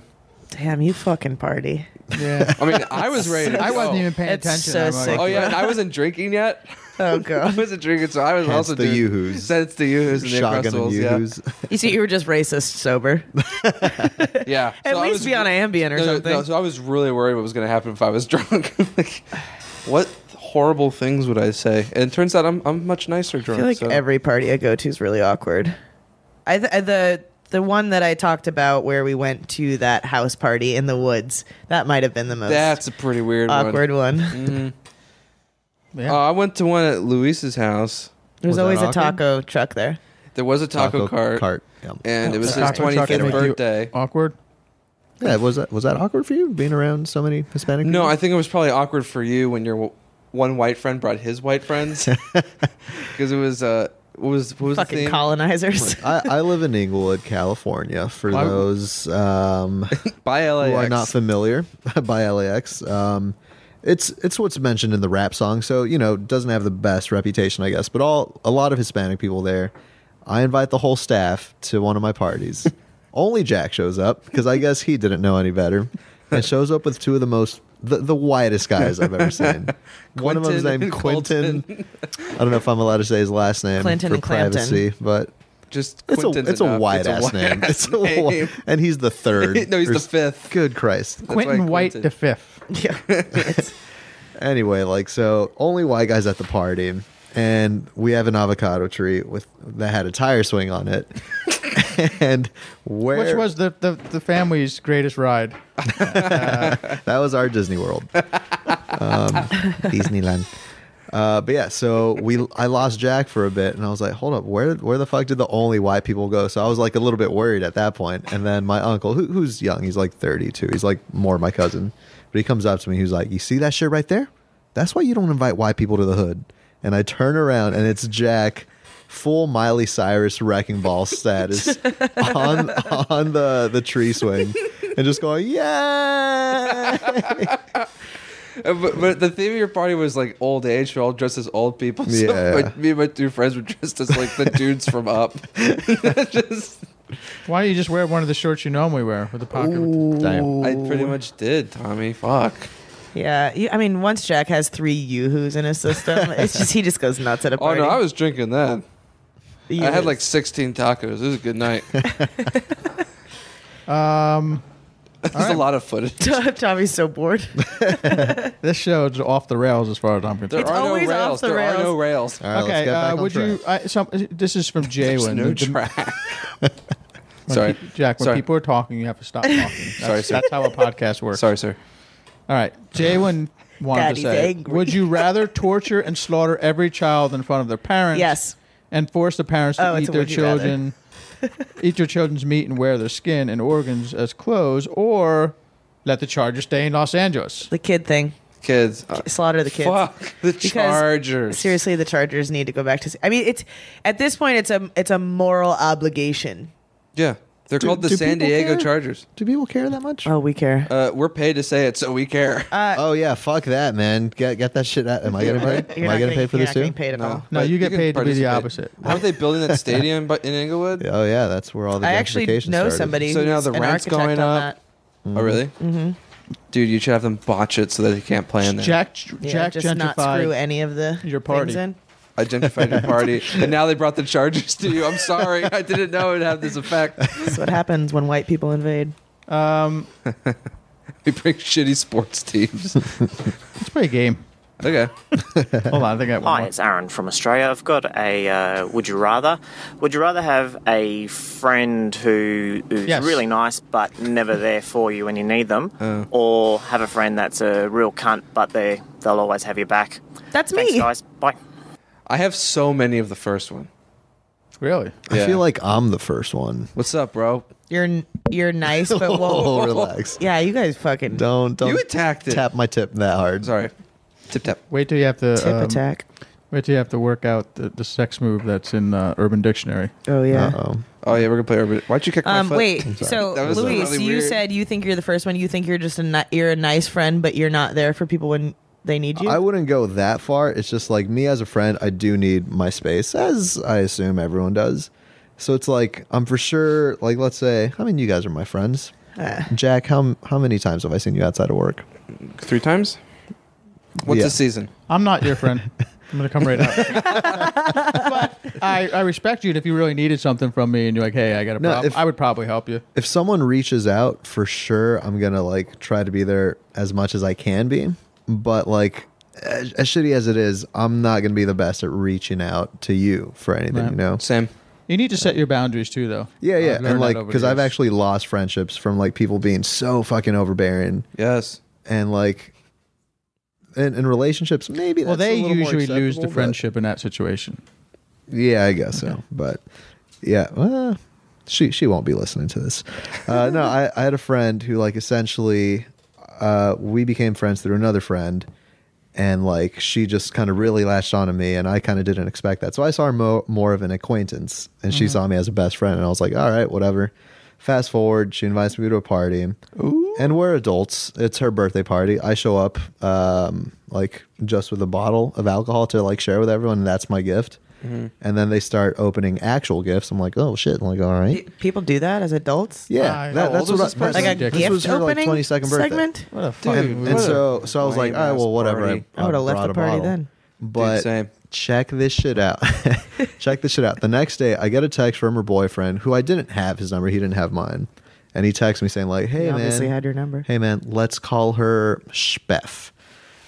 F: Damn, you fucking party.
B: Yeah.
L: I mean, I was ready. to
B: I
L: go.
B: wasn't even paying
F: It's
B: attention.
F: so
B: I'm like,
F: sick.
L: Oh yeah, and I wasn't drinking yet.
F: Oh
L: I
F: god.
L: wasn't drinking, so I was
I: Hence
L: also
I: the
L: doing
I: yoo-hoos.
L: Since the yoo-hoos and the
I: Shotgun and
L: Uncrustables, yeah,
I: Yoo-hoos.
F: You see, you were just racist sober.
L: yeah.
F: At
L: So I
F: least
L: was-
F: be on Ambien or
L: No, no,
F: something.
L: no, so I was really worried what was going to happen if I was drunk. like, what horrible things would I say? And it turns out I'm I'm much nicer
F: I
L: drunk.
F: feel like
L: so.
F: every party I go to is really awkward. I th- I- the the one that I talked about where we went to that house party in the woods that might have been the most
L: that's a pretty weird
F: awkward
L: One. Mm.
F: one.
L: Uh, I went to one at Luis's house.
F: There's
I: Was that
F: always a
I: awkward?
F: taco truck there.
L: There was a taco, cart,
I: Yeah.
L: and it was his
B: Taco truck
L: 25th
B: make you
L: birthday.
B: Awkward.
I: Yeah, was that was that awkward for you being around so many Hispanic?
L: No,
I: people?
L: I think it was probably awkward for you when your w- one white friend brought his white friends because it was uh, what was what was the
F: Fucking
L: theme?
F: colonizers.
I: I, I live in Inglewood, California. For
B: Why-
I: those um,
L: By LAX.
I: who are not familiar by LAX, um, it's it's what's mentioned in the rap song. So you know, it doesn't have the best reputation, I guess. But all a lot of Hispanic people there. I invite the whole staff to one of my parties. Only Jack shows up because I guess he didn't know any better, and shows up with two of the most the, the whitest guys I've ever seen. one of them is
L: Quentin
I: named
L: and
I: Quentin. I don't know if I'm allowed to say his last name
F: Clinton
I: for
F: and Clampton.
I: privacy, but
L: Just
I: it's
L: Quinton's
I: a it's a
L: enough.
I: wide ass
L: white
I: name.
L: ass
I: It's a
L: name.
I: whi- and he's the third.
L: No, he's
I: or
L: the
I: s-
L: fifth.
I: Good Christ!
L: why
B: Quentin White
L: Quentin-
B: the fifth.
F: yeah. It's-
I: Anyway, like so, only white guys at the party, and we have an avocado tree with that had a tire swing on it, and where
B: Which was the, the, the family's greatest ride.
I: that was our Disney World, um, Disneyland. Uh, but yeah, so we I lost Jack for a bit, and I was like, hold up, where where the fuck did the only white people go? So I was like a little bit worried at that point. And then my uncle, who, who's young, he's like thirty two, he's like more my cousin, but he comes up to me, he's like, you see that shit right there? That's why you don't invite white people to the hood. And I turn around, and it's Jack. Full Miley Cyrus wrecking ball status on on the the tree swing, and just going yeah.
L: Uh, But, but the theme of your party was like old age. You're all dressed as old people. So
I: Yeah.
L: my- me and my two friends were dressed as like the dudes from Up. Just,
B: Why don't you just wear one of the shorts you normally wear with the pocket?
I: Damn.
L: I pretty much did, Tommy. Fuck.
F: yeah. You, I mean, once Jack has three yoo-hoos in his system, it's just he just goes nuts at a
L: Oh
F: party.
L: no, I was drinking that.
F: You
L: I had
F: was-
L: like 16 tacos. It was a good night.
B: Um,
L: There's a lot of footage.
F: Tommy's so bored.
B: this show's off the rails as far as I'm concerned.
L: There are no
F: always off
L: rails.
F: the
L: There are
F: rails.
L: no rails.
I: All right, let's
B: okay,
I: get back
B: uh,
I: on
B: would
I: track.
B: you? I, some, this is from
L: There's
B: Jalen.
L: no
B: The- the-
L: track.
B: when
L: Sorry.
B: pe- Jack. When
L: Sorry.
B: people are talking, you have to stop talking. That's,
L: Sorry, sir.
B: That's how a podcast works.
L: Sorry, sir.
B: All right, Jalen wanted
F: Daddy's
B: to say,
F: angry.
B: would you rather torture and slaughter every child in front of their parents?
F: yes.
B: and force the parents to
F: Oh, it's
B: eat
F: a
B: their
F: would you rather.
B: children, eat their children's meat and wear their skin and organs as clothes, or let the Chargers stay in Los Angeles.
F: The kid thing.
L: Kids. Uh,
F: Slaughter the kids.
L: Fuck the Chargers.
F: Seriously, the Chargers need to go back to. I mean, it's at this point, it's a it's a moral obligation.
L: Yeah. They're
I: Do-
L: called the
I: do
L: San
I: people
L: Diego
I: care?
L: Chargers.
I: Do people care that much?
F: Oh, we care.
L: Uh, we're paid to say it, so we care.
I: oh yeah, fuck that, man. Get get that shit out. Am I getting paid?
F: You're
I: Am I
F: not
I: getting paid for
F: you're
I: this
F: not
I: too?
F: getting Paid at all.
B: No,
L: Oh, but
B: you get
L: can
B: paid to be the
L: participate.
B: opposite.
L: Aren't they building that stadium bu- in Inglewood?
I: Oh yeah, that's where all the
F: I actually know
I: gentrification started.
F: somebody.
L: So now
F: who's
L: the
F: an
L: rent's
F: architect
L: going
F: on
L: up?
F: that.
L: Oh, really? Mm-hmm. Dude, you should have them botch it so that they can't play in there.
B: Jack
F: Yeah,
B: Jack
F: just
B: gentrified.
F: not screw any of the
B: your party.
F: things in.
L: Identified your party, and now they brought the Chargers to you. I'm sorry, I didn't know it would have this effect.
F: That's what happens when white people invade.
B: Um,
C: we bring shitty sports teams.
B: Let's play a game.
C: Okay.
B: Hold on, I think I have one
M: Hi, it's Aaron from Australia. I've got a. Uh, would you rather? Would you rather have a friend who, who's
B: Yes.
M: really nice but never there for you when you need them, or have a friend that's a real cunt but they they'll always have your back?
F: That's
M: Thanks, guys. Bye.
C: I have so many of the first one.
B: Really?
I: I
C: Yeah.
I: feel like I'm the first one.
C: What's up, bro?
F: You're you're nice, but won't.
I: Oh, relax.
F: Yeah, you guys fucking
I: Don't don't
F: You attacked it.
I: Tap my tip that hard.
C: Sorry. Tip tap.
B: Wait till you have to
F: Tip
B: um,
F: attack.
B: Wait till you have to work out the, the sex move that's in uh, Urban Dictionary.
F: Oh yeah.
I: oh
C: Oh yeah, we're gonna play. Urban. Why'd you kick my
F: Um,
C: foot?
F: wait. So,
C: That was
F: Luis,
C: really
F: you
C: weird.
F: said you think you're the first one. You think you're just a ni- you're a nice friend, but you're not there for people when they need you.
I: I wouldn't go that far. It's just like me as a friend, I do need my space, as I assume everyone does. So it's like I'm for sure. Like let's say, I mean, you guys are my friends. Jack, how how many times have I seen you outside of work?
C: Three times. What's
I: Yeah.
C: the season?
B: I'm not your friend. I'm gonna come right out. but I, I respect you if you really needed something from me and you're like, hey, I got a
I: No,
B: problem.
I: if-
B: I would probably help you.
I: If someone reaches out, for sure, I'm gonna like try to be there as much as I can be. But like, as, as shitty as it is, I'm not gonna be the best at reaching out to you for anything.
B: Right.
I: You know,
C: Sam.
B: You need to set your boundaries too, though.
I: Yeah,
B: I've
I: yeah,
B: learned
I: and
B: that
I: like
B: over the
I: because I've
B: years.
I: actually lost friendships from like people being so fucking overbearing
C: Yes.
I: and like in, in relationships maybe.
B: Well,
I: that's a
B: they
I: little more
B: usually lose
I: acceptable,
B: the
I: but-
B: friendship in that situation.
I: Yeah, I guess so. But yeah, well, she she won't be listening to this. Uh, no, I, I had a friend who like essentially uh, we became friends through another friend, and like she just kind of really latched on to me, and I kind of didn't expect that. So I saw her mo- more of an acquaintance, and she saw me as a best friend, and I was like, all right, whatever. Fast forward, she invites me to a party, and we're adults. It's her birthday party. I show up um, like just with a bottle of alcohol to like share with everyone, and that's my gift. And then they start opening actual gifts. I'm like, oh shit! I'm like, all right,
F: people do that as adults.
I: yeah. That, that's what I, that's
F: like a
I: ridiculous.
F: gift
I: This was her like
F: opening
I: 22nd birthday.
F: segment.
B: What a
C: Dude,
I: And,
C: what
I: and
C: a
I: so, so I was like, all right,
C: lame-ass
I: well, whatever.
C: party.
I: I,
F: I would've left
I: brought
F: the
I: a
F: party
I: bottle.
F: then.
I: But
C: same.
I: check this shit out. check this shit out. The next day, I get a text from her boyfriend, who I didn't have his number. He didn't have mine, and he texts me saying like, "Hey
F: You
I: man,
F: obviously had your number.
I: Hey man, let's call her Speff."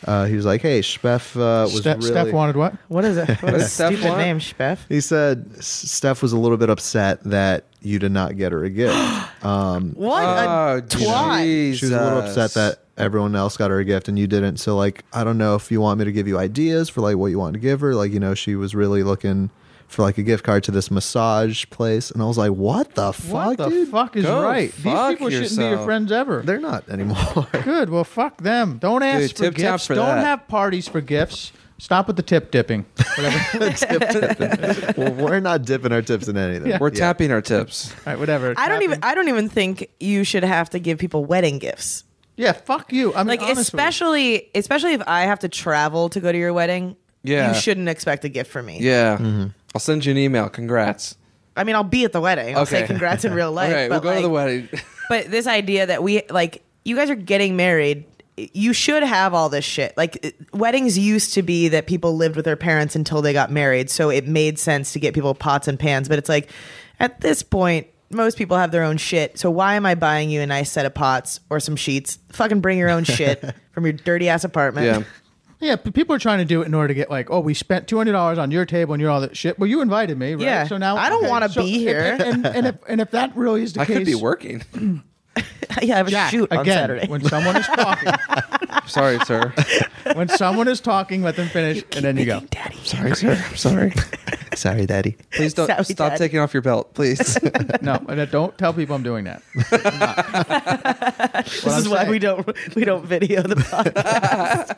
I: Uh, he was like, "Hey, Speff uh, was
B: Ste-
I: really."
B: Steph wanted what?
F: What is it? What
C: What
F: a
C: is Steph
F: stupid
C: want?
F: name, Speff.
I: He said S- Steph was a little bit upset that you did not get her a gift. Um,
F: What
C: Oh,
F: a twat.
I: she was a little
C: Jesus.
I: upset that everyone else got her a gift and you didn't. So like, I don't know if you want me to give you ideas for like what you want to give her. Like, you know, she was really looking for like a gift card to this massage place, and I was like, what the
B: What
I: fuck,
B: the
I: dude?
B: fuck is
C: Go
B: right? These
C: fuck
B: people shouldn't be your
C: yourself.
B: friends ever.
I: They're not anymore.
B: Good. Well, fuck them. Don't ask
C: Dude,
B: for
C: tip tap
B: gifts.
C: for
B: Don't
C: that.
B: have parties for gifts. Stop with the tip dipping. Whatever. All
I: well, we're not dipping our tips in anything.
C: We're
I: Yeah.
C: tapping our tips.
B: right, whatever.
F: I don't
B: Happy-
F: even. I don't even think you should have to give people wedding gifts.
B: Yeah, fuck you. I mean,
F: Like
B: honestly.
F: especially, especially if I have to travel to go to your wedding.
C: Yeah.
F: you shouldn't expect a gift from me.
C: Yeah.
I: Mm-hmm.
C: I'll send you an email. Congrats.
F: I mean, I'll be at the wedding. I'll say
C: Okay.
F: congrats in real life.
C: okay, we'll
F: but
C: go to the
F: like-
C: wedding.
F: But this idea that we like, you guys are getting married. You should have all this shit. Like it- weddings used to be that people lived with their parents until they got married, so it made sense to get people pots and pans. But it's like, at this point, most people have their own shit. So why am I buying you a nice set of pots or some sheets? Fucking bring your own shit from your dirty ass apartment.
C: yeah.
B: Yeah, p- people are trying to do it in order to get like, oh, we spent two hundred dollars on your table and you're all that shit. Well, you invited me, right?
F: Yeah.
B: So now
F: I don't wanna be here.
B: And, and, and if, and if that really is the
C: I
B: case,
C: could be working.
F: yeah, I have a
B: Jack,
F: shoot on
B: again,
F: Saturday.
B: when someone is talking,
C: Sorry, sir.
B: when someone is talking, let them finish, and then you go.
F: Daddy,
C: Sorry, sir. I'm sorry.
I: Sorry, Daddy.
C: Please don't
F: Sorry,
C: stop
F: Dad.
C: taking off your belt, please.
B: No, and I don't tell people I'm doing that. I'm not. What
F: This
B: I'm
F: is why we
B: saying-
F: don't we don't video the podcast.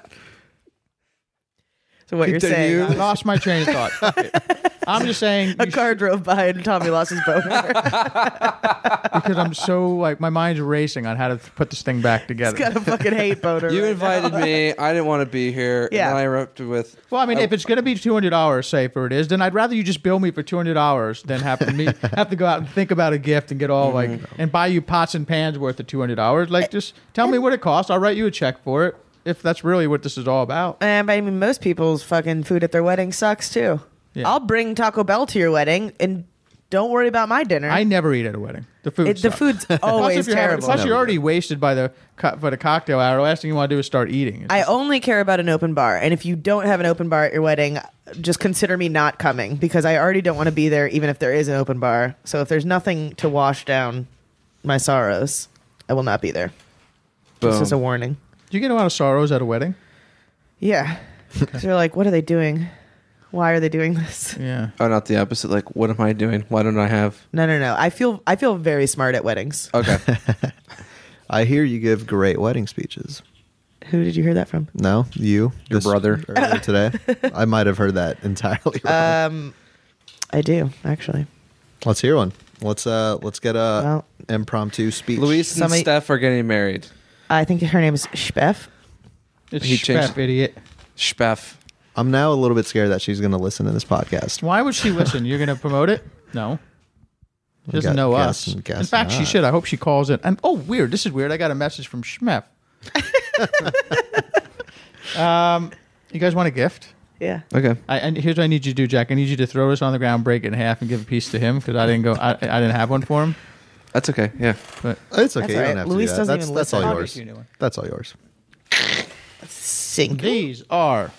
F: so what you're
B: I
F: saying?
B: lost my train of thought. Fuck it. I'm just saying
F: A
B: you
F: car drove by and Tommy lost his boner.
B: because I'm so like my mind's racing on how to th- put this thing back together.
F: Got a fucking hate boner.
C: You
F: right
C: invited
F: now.
C: me. I didn't want to be here.
F: Yeah.
C: And then I erupted with.
B: Well, I mean,
F: Oh.
B: if it's going to be two hundred dollars, say for it is, then I'd rather you just bill me for two hundred dollars than have to me have to go out and think about a gift and get all like
F: Mm-hmm.
B: and buy you pots and pans worth of two hundred dollars. Like, just tell me what it costs. I'll write you a check for it if that's really what this is all about.
F: Eh, but I mean, most people's fucking food at their wedding sucks too. I'll bring Taco Bell to your wedding and Don't worry about my dinner.
B: I never eat at a wedding. The food.
F: It- the
B: sucks.
F: food's
B: Plus, if
F: always
B: you're having-
F: terrible.
B: plus, you're
F: Never
B: already wasted by the co- for the cocktail hour. The last thing you want to do is start eating.
F: I only care about an open bar. And if you don't have an open bar at your wedding, just consider me not coming because I already don't want to be there, even if there is an open bar. So if there's nothing to wash down my sorrows, I will not be there. Just as a warning.
B: Do you get a lot of sorrows at a wedding?
F: Yeah. so you're like, what are they doing? Why are they doing this?
B: Yeah.
C: Oh, not the opposite. Like, what am I doing? Why don't I have?
F: No, no, no. I feel I feel very smart at weddings.
C: Okay.
I: I hear you give great wedding speeches.
F: Who did you hear that from?
I: No, you,
C: Your
I: this-
C: brother.
I: earlier today. I might have heard that entirely. Wrong.
F: Um, I do actually.
I: let's hear one. Let's uh, let's get a impromptu speech.
C: Luis and
F: Somebody-
C: Steph are getting married.
F: I think her name is Speff.
B: It's
C: He changed- Speff,
B: idiot.
C: Speff.
I: I'm now a little bit scared that she's going to listen to this podcast.
B: Why would she listen? You're going to promote it? No. She doesn't
I: Gu-
B: know
I: guess-
B: us.
I: guess
B: In fact, she
I: not.
B: should. I hope she calls it. And oh, weird. This is weird. I got a message from Schmeff. um, you guys want a gift?
F: Yeah.
C: Okay.
B: I, and here's what I need you to do, Jack. I need you to throw this on the ground, break it in half, and give a piece to him because I didn't go. I, I didn't have one for him.
C: That's okay. Yeah.
B: But
I: It's okay. you don't have
F: Luis
I: to do that.
F: doesn't
I: That's,
F: even
I: that's all
F: listen.
I: yours. That's all yours.
F: Sink.
B: These are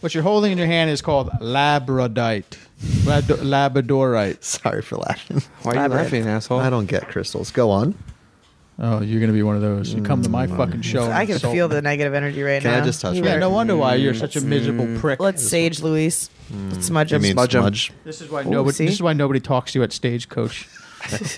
B: what you're holding in your hand is called labradorite. Labdo- labradorite.
I: Sorry for laughing.
C: Why are you laughing, asshole?
I: I don't get crystals. Go on.
B: Oh, you're gonna be one of those. You come to my fucking show. and
F: I can
B: insult
F: feel
B: me.
F: the negative energy right
I: Can I
F: now.
I: just touch
F: You
I: it?
B: Yeah,
F: are-
B: no wonder why you're such a miserable prick.
F: Let's sage Luis.
B: Hmm.
F: Let's smudge
I: You
F: him.
I: mean
C: smudge 'em.
I: smudge?
B: This is why
F: Ooh,
B: nobody.
F: see?
B: This is why nobody talks to you at stagecoach.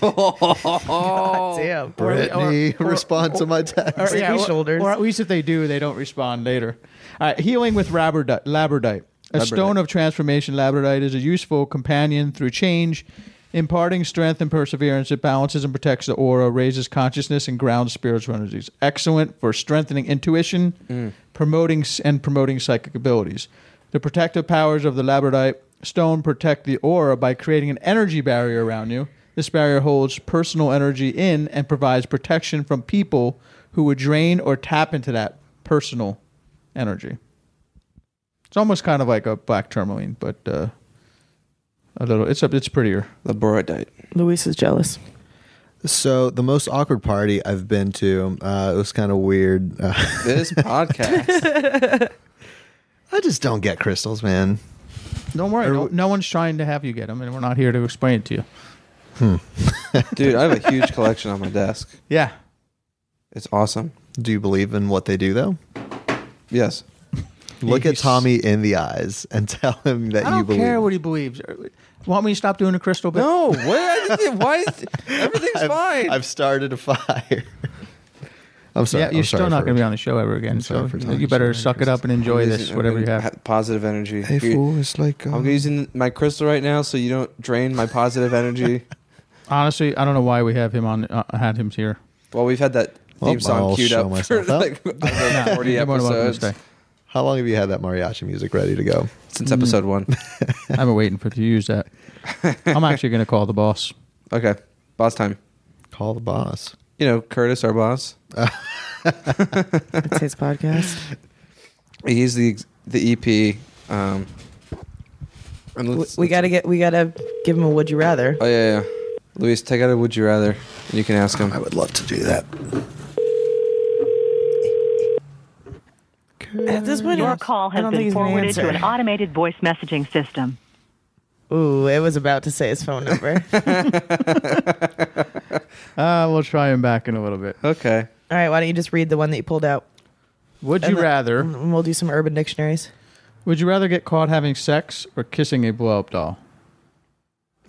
C: Oh,
F: Damn.
I: Brittany,
B: or-
I: respond to my text.
B: Or,
F: Sticky
B: or-
F: shoulders.
B: Or at least if they do, they don't respond later. All right, healing with labradorite. labradorite. A stone of transformation, labradorite is a useful companion through change, imparting strength and perseverance. It balances and protects the aura, raises consciousness, and grounds spiritual energies. Excellent for strengthening intuition, promoting s- and promoting psychic abilities. The protective powers of the labradorite stone protect the aura by creating an energy barrier around you. This barrier holds personal energy in and provides protection from people who would drain or tap into that personal energy. It's almost kind of like a black tourmaline, but uh, a little. It's a, it's prettier.
C: Laborodite.
F: Luis is jealous.
I: So the most awkward party I've been to, uh, it was kind of weird. Uh,
C: This podcast.
I: I just don't get crystals, man.
B: Don't worry, no, no one's trying to have you get them, and we're not here to explain it to you.
C: Dude, I have a huge collection on my desk.
B: Yeah,
C: It's awesome.
I: Do you believe in what they do, though?
C: Yes.
I: Look
B: you
I: at
B: s-
I: Tommy in the eyes and tell him that
B: I don't
I: you believe.
B: care what he believes. Er, Want me to stop doing a crystal bit?
C: No, what? I didn't- Why? Everything's
I: I've,
C: fine.
I: I've started a fire. I'm sorry.
B: yeah, you're
I: I'm
B: still
I: sorry
B: not
I: for-
B: going to be on the show ever again. So
I: sorry for talking
B: you better
I: so many
B: suck it up and enjoy this, whatever you have.
C: Positive energy.
I: Hey,
C: Dude,
I: fool, it's like uh,
C: I'm using my crystal right now so you don't drain my positive energy.
B: Honestly, I don't know why we have him on. Uh, had him here.
C: Well, we've had that
I: Well,
C: theme song
I: I'll
C: queued
I: show
C: up for
I: myself out.
C: like over 40
B: You're more than welcome to
C: episodes.
B: stay.
I: How long have you had that mariachi music ready to go?
C: Since episode one.
B: I've been waiting for you to use that. I'm actually going to call the boss.
I: Mm-hmm.
C: Okay. Boss time.
I: Call the boss.
C: You know, Curtis, our boss,
F: It's his podcast.
C: he's the the EP. Um, and
F: We,
C: let's-
F: we gotta get. We gotta give him a would you rather.
C: Oh, yeah, yeah. Luis, take out a would you rather. and You can ask him.
I: I would love to do that.
F: At this point,
N: Your
F: I-
N: call
F: I
N: has
F: don't think
N: been
F: he's gonna
N: forwarded to
F: answer.
N: an automated voice messaging system.
F: Ooh, it was about to say his phone number. All
B: Uh, we'll try him back in a little bit.
C: Okay.
F: right, why don't you just read the one that you pulled out?
B: Would you
F: And the-
B: rather?
C: Mm.
F: And we'll do some urban dictionaries.
B: Would you rather get caught having sex or kissing a blow up doll?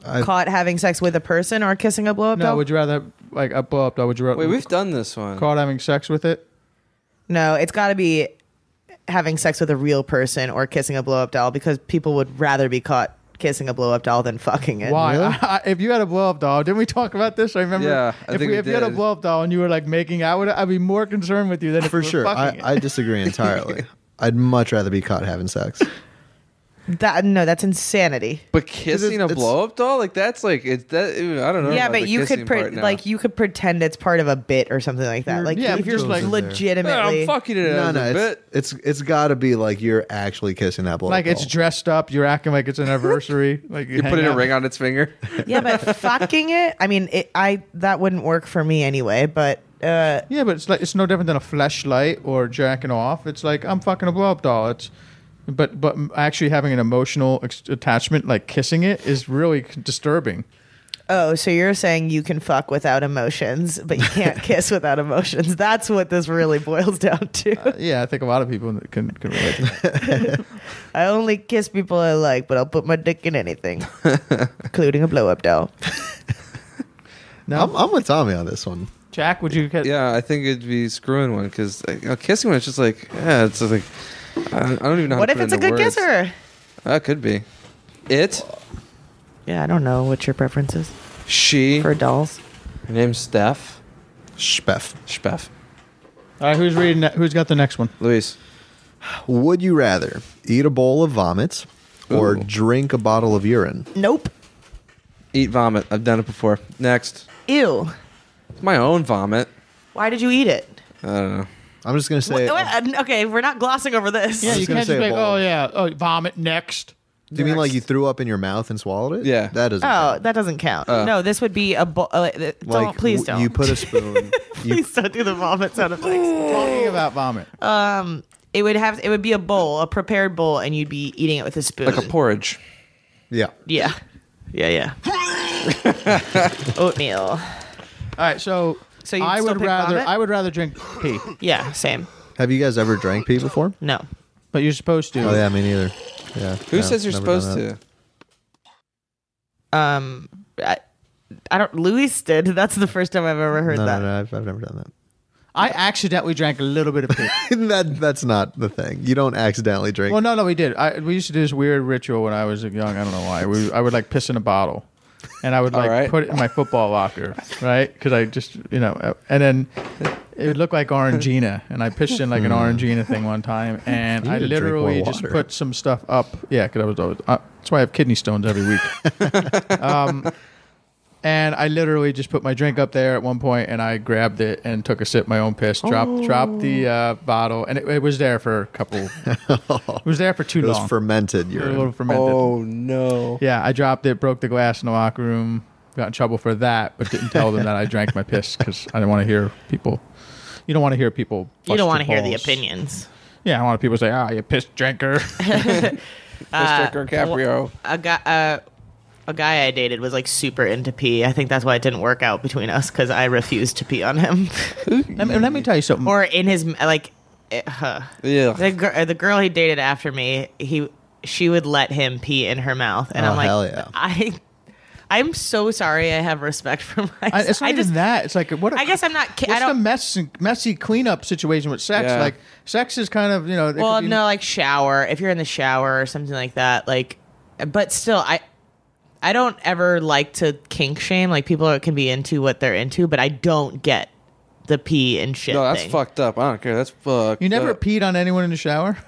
I: I-
F: Caught having sex with a person or kissing a blow up
B: No,
F: doll?
B: would you rather like a blow up doll? Would you rather
C: Wait, we've done this one.
B: caught having sex with it?
F: no, it's gotta be having sex with a real person or kissing a blow up doll because people would rather be caught kissing a blow up doll than fucking it.
B: Why? if you had a blow up doll, didn't we talk about this? I remember.
C: Yeah, I
B: if
C: think
B: we,
C: we
B: if you had a
C: did.
B: blow up doll and you were like making out with it, I'd be more concerned with you than if
I: For
B: you were
I: sure.
B: fucking
I: I,
B: it.
I: I disagree entirely. I'd much rather be caught having sex.
F: That no, that's insanity.
C: But kissing a blow up doll, like that's like it's that ew, I don't know.
F: yeah,
C: about
F: but
C: the
F: you could
C: kissing
F: pre-
C: part now.
F: like you could pretend it's part of a bit or something like that. Like
B: yeah,
F: if
B: but
F: you're
B: you're
F: like
B: like-
F: legitimately,
C: Yeah, I'm fucking it
I: No,
C: as
I: no,
C: a
I: it's,
C: bit.
I: it's it's got to be like you're actually kissing that blow.
B: like it's dressed up. You're acting like it's an anniversary. Like
C: You put in a ring on its finger.
F: yeah, but fucking it. I mean, it, I that wouldn't work for me anyway. But uh,
B: yeah, but it's like it's no different than a flashlight or jacking off. It's like I'm fucking a blow up doll. It's but but actually having an emotional ex- attachment like kissing it is really disturbing.
F: oh, so you're saying you can fuck without emotions, but you can't kiss without emotions. That's what this really boils down to.
B: Yeah, I think a lot of people can can relate. To that.
F: I only kiss people I like, but I'll put my dick in anything, including a blow up doll.
I: no, I'm, I'm with Tommy on this one.
B: Jack, would you?
C: Yeah, I think it'd be screwing one because like, you know, kissing one it's just like yeah, it's just like I don't, I don't even know.
F: What
C: how
F: if
C: to
F: it's
C: put
F: a
C: into
F: good
C: words.
F: kisser?
C: That could be. It.
F: Yeah, I don't know what your preference is.
C: She
F: for dolls.
C: Her name's Steph.
I: Speff.
C: Speff.
B: All right, who's reading? That? Who's got the next one?
C: Luis.
I: Would you rather eat a bowl of vomit or drink a bottle of urine?
F: Nope.
C: Eat vomit. I've done it before. Next.
F: Ew.
C: It's my own vomit.
F: Why did you eat it?
C: I don't know.
I: I'm just gonna
F: Wait, wait,
I: oh.
F: uh, okay, we're not glossing over this.
B: Yeah, you can't just be like, oh yeah, oh vomit next.
I: Do you mean like you threw up in your mouth and swallowed it? Yeah, that is.
F: Oh, that doesn't count.
I: Uh.
F: no, this would be a. Bo- uh, th-
I: like
F: don't please
I: w-
F: don't.
I: You put a spoon. you,
F: please don't do the vomit sound effects.
B: Talking about vomit.
F: um, it would have. It would be a bowl, a prepared bowl, and you'd be eating it with a spoon.
C: Like a porridge.
I: Yeah.
F: Yeah. Yeah, yeah. Oatmeal.
B: All right, so
F: So you'd
B: I
F: still
B: would
F: pick
B: rather
F: vomit?
B: I would rather drink pee.
F: Yeah, same.
I: Have you guys ever drank pee before?
F: No.
B: But you're supposed to.
I: Oh yeah, me neither. Yeah.
C: Who
I: no,
C: says you're
I: never done
C: supposed
I: that.
C: to?
F: Um, I, I don't. Luis did. That's the first time I've ever heard
I: No,
F: that.
I: no, no, I've, I've never done that.
B: I accidentally drank a little bit of pee.
I: that that's not the thing. You don't accidentally drink.
B: Well, no, no, we did. I, we used to do this weird ritual when I was young. I don't know why. We, I would like piss in a bottle, and I would
C: All
B: like
C: right.
B: put it in my football locker, right? Because I just, you know, uh, and then it would look like Orangina, and I pitched in like an
I: Hmm.
B: Orangina thing one time, and
I: You
B: I
I: need to drink more
B: literally just
I: water.
B: put some stuff up. Yeah, because I was always. Uh, that's why I have kidney stones every week. um, and I literally just put my drink up there at one point, and I grabbed it and took a sip, my own piss, dropped, dropped the uh, bottle, and it, it was there for a couple. it was there for too
I: It was
B: long.
I: fermented
B: It was
I: urine.
B: a little fermented.
C: Oh no!
B: Yeah, I dropped it, broke the glass in the locker room, got in trouble for that, but didn't tell them that I drank my piss because I didn't want to hear people. You don't want to hear people.
F: You don't
B: want
F: want
B: to
F: to hear the opinions.
B: Yeah, I don't want people to say, "Ah, you piss drinker."
F: Uh,
C: Mr. DiCaprio.
F: wh- A guy, uh, a guy I dated was like super into pee. I think that's why it didn't work out between us because I refused to pee on him.
B: let, me, let me tell you something.
F: Or in his m- like, eh, huh.
C: Yeah.
F: The gir- uh, the girl he dated after me, he she would let him pee in her mouth, and
B: Oh,
F: I'm like,
B: hell yeah.
F: I. I'm so sorry. I have respect for myself.
B: I, it's not
F: I
B: even
F: just,
B: that. It's like what? a-
F: I guess I'm not. ki- I
B: what's
F: don't.
B: the mess, messy cleanup situation with sex?
F: Yeah.
B: Like sex is kind of you know. it
F: well
B: could be-
F: no like shower if you're in the shower or something like that like but still i i don't ever like to kink shame like people are, can be into what they're into but i don't get the pee and shit
C: No, Oh, that's
F: thing.
C: fucked up. I don't care. That's fucked.
B: You never
C: Up.
B: peed on anyone in the shower.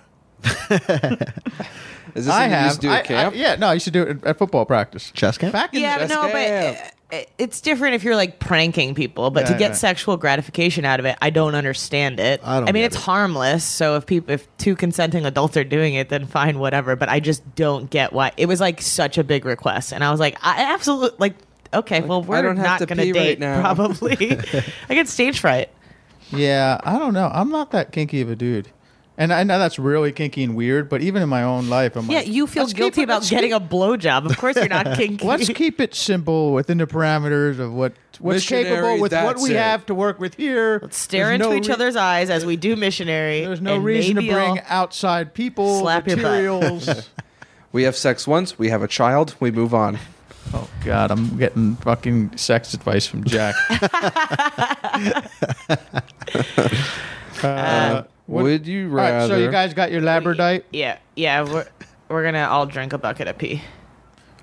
C: Is this
B: I
C: something you
B: have.
C: used to do at
B: I-
C: camp?
B: I, yeah, no, I used to do it at, at football practice.
I: Chess camp.
B: Back in
F: yeah
B: the,
F: but no but it, it's different if you're like pranking people but to
B: Right,
F: get
B: right.
F: sexual gratification out of it i don't understand it
B: I don't
F: mean
B: get
F: it's harmless so if people if two consenting adults are doing it then fine whatever but i just don't get why it was like such a big request and i was like i absolutely like okay well we're
C: I don't have
F: not
C: to
F: gonna
C: pee
F: date
C: right now.
F: probably i get stage fright
B: Yeah, I don't know. I'm not that kinky of a dude, and I know that's really kinky and weird. But even in my own life, I'm
F: yeah
B: like,
F: you feel
B: let's keep
F: guilty
B: it-
F: about
B: let's
F: getting
B: keep-
F: a blowjob of course you're not kinky
B: Let's keep it simple within the parameters of what what's capable
F: Missionary,
B: with what
F: that's
B: we
F: it.
B: have to work with here. Let's
F: stare into each other's eyes as we do missionary
B: There's no reason to bring outside people,
F: slap your butt.
B: materials.
C: We have sex once. We have a child. We move on.
B: Oh God, I'm getting fucking sex advice from Jack.
C: Uh, would you rather?
B: so you guys got your Labradite?
F: yeah yeah we're, we're gonna all drink a bucket of pee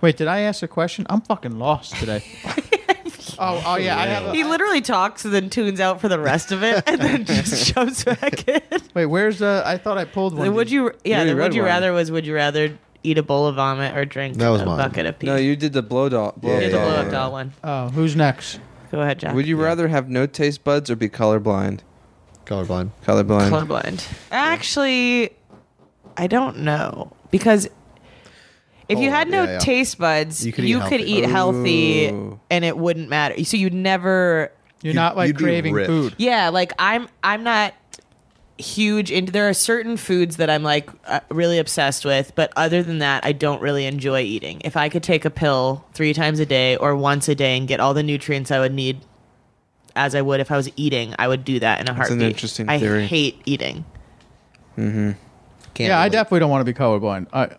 B: Wait, did I ask a question? I'm fucking lost today. oh, oh yeah, I have. A,
F: He literally talks and then tunes out for the rest of it, and then just jumps back in.
B: Wait, where's the? I thought I pulled one.
F: would you? Yeah, the would you rather was would you rather eat a bowl of vomit or drink
B: That was
F: a
B: mine.
F: bucket of pee.
C: No, you did the blow doll. Blow
F: did the
C: doll
F: blow up
C: one.
F: doll one.
B: Oh, who's next?
F: Go ahead, Jack.
C: Would you rather have no taste buds or be colorblind?
I: Colorblind.
C: Colorblind.
F: Colorblind. Actually, I don't know because if you
A: Oh,
F: had no
A: yeah, yeah.
F: taste buds,
A: You
F: you
A: could
F: could
A: eat
F: eat,
A: healthy.
F: healthy,
A: Ooh.
F: and it wouldn't matter. So you'd never.
B: You're not like
A: you'd be
B: craving
A: ripped.
B: food.
F: Yeah, like I'm. I'm not huge into. There are certain foods that I'm like uh, really obsessed with, but other than that, I don't really enjoy eating. If I could take a pill three times a day or once a day and get all the nutrients I would need, as I would if I was eating, I would do that in a
C: That's an
F: heartbeat.
C: interesting
F: I
C: theory.
F: hate eating.
C: Mm-hmm.
B: yeah, I definitely don't want to be colorblind. I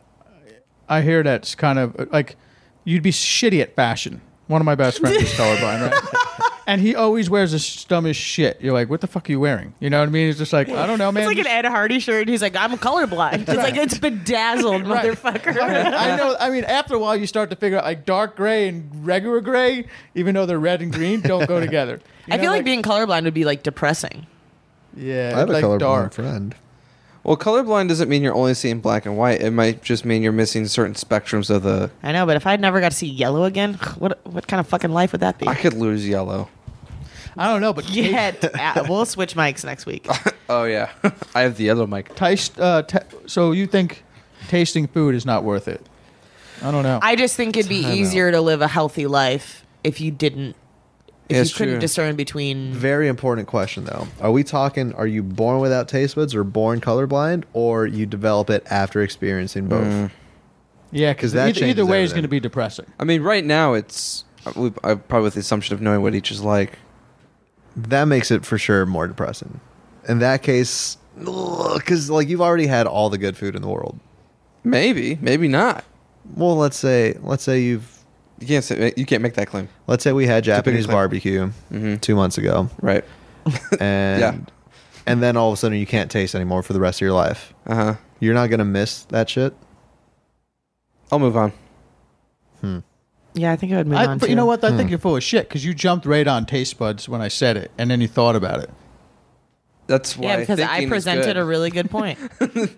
B: I hear that's kind of like you'd be shitty at fashion. One of my best friends is colorblind, right? And he always wears his dumbest shit. You're like, what the fuck are you wearing? You know what I mean? He's just like, I don't know, man.
F: It's like an Ed Hardy shirt. and He's like, I'm colorblind. It's like it's bedazzled, motherfucker.
B: I know. I mean, after a while, you start to figure out like dark gray and regular gray, even though they're red and green, don't go together. You
F: I
B: know,
F: feel like, being colorblind would be like depressing.
B: yeah,
I: I have a
B: like
I: colorblind
B: dark.
I: friend.
C: Well, colorblind doesn't mean you're only seeing black and white. It might just mean you're missing certain spectrums of the.
F: I know, but if I never got to see yellow again, what what kind of fucking life would that be?
C: I could lose yellow.
B: I don't know, but
F: yeah, uh, we'll switch mics next week.
C: Oh yeah, I have the yellow mic.
B: Taste. Uh, ta so you think tasting food is not worth it? I don't know.
F: I just think it'd be
B: Time out.
F: easier to live a healthy life if you didn't, if
I: It's
F: you couldn't
I: true.
F: discern between.
I: Very important question, though. Are we talking? Are you born without taste buds, or born colorblind, or you develop it after experiencing both?
B: yeah,
I: 'cause that
B: either, either
I: changes
B: way is
I: everything.
B: going to be depressing.
C: I mean, right now it's I- we- I'm probably with the assumption of knowing what each is like.
I: That makes it for sure more depressing. In that case, because like you've already had all the good food in the world.
C: Maybe, maybe not.
I: Well, let's say let's say you've
C: you can't say, you can't make that claim.
I: Let's say we had
C: It's a bigger
I: Japanese
C: claim.
I: barbecue two months ago,
C: right?
I: And
C: Yeah.
I: and then all of a sudden you can't taste anymore for the rest of your life.
C: Uh huh.
I: You're not gonna miss that shit.
C: I'll move on.
I: Hmm.
F: Yeah, I think I would move
B: I-
F: on.
B: but
F: too.
B: you know what? I think you're full of shit because you jumped right on taste buds when I said it, and then you thought about it.
C: That's why.
F: yeah, because I
C: thinking is
F: presented
C: good.
F: a really good point.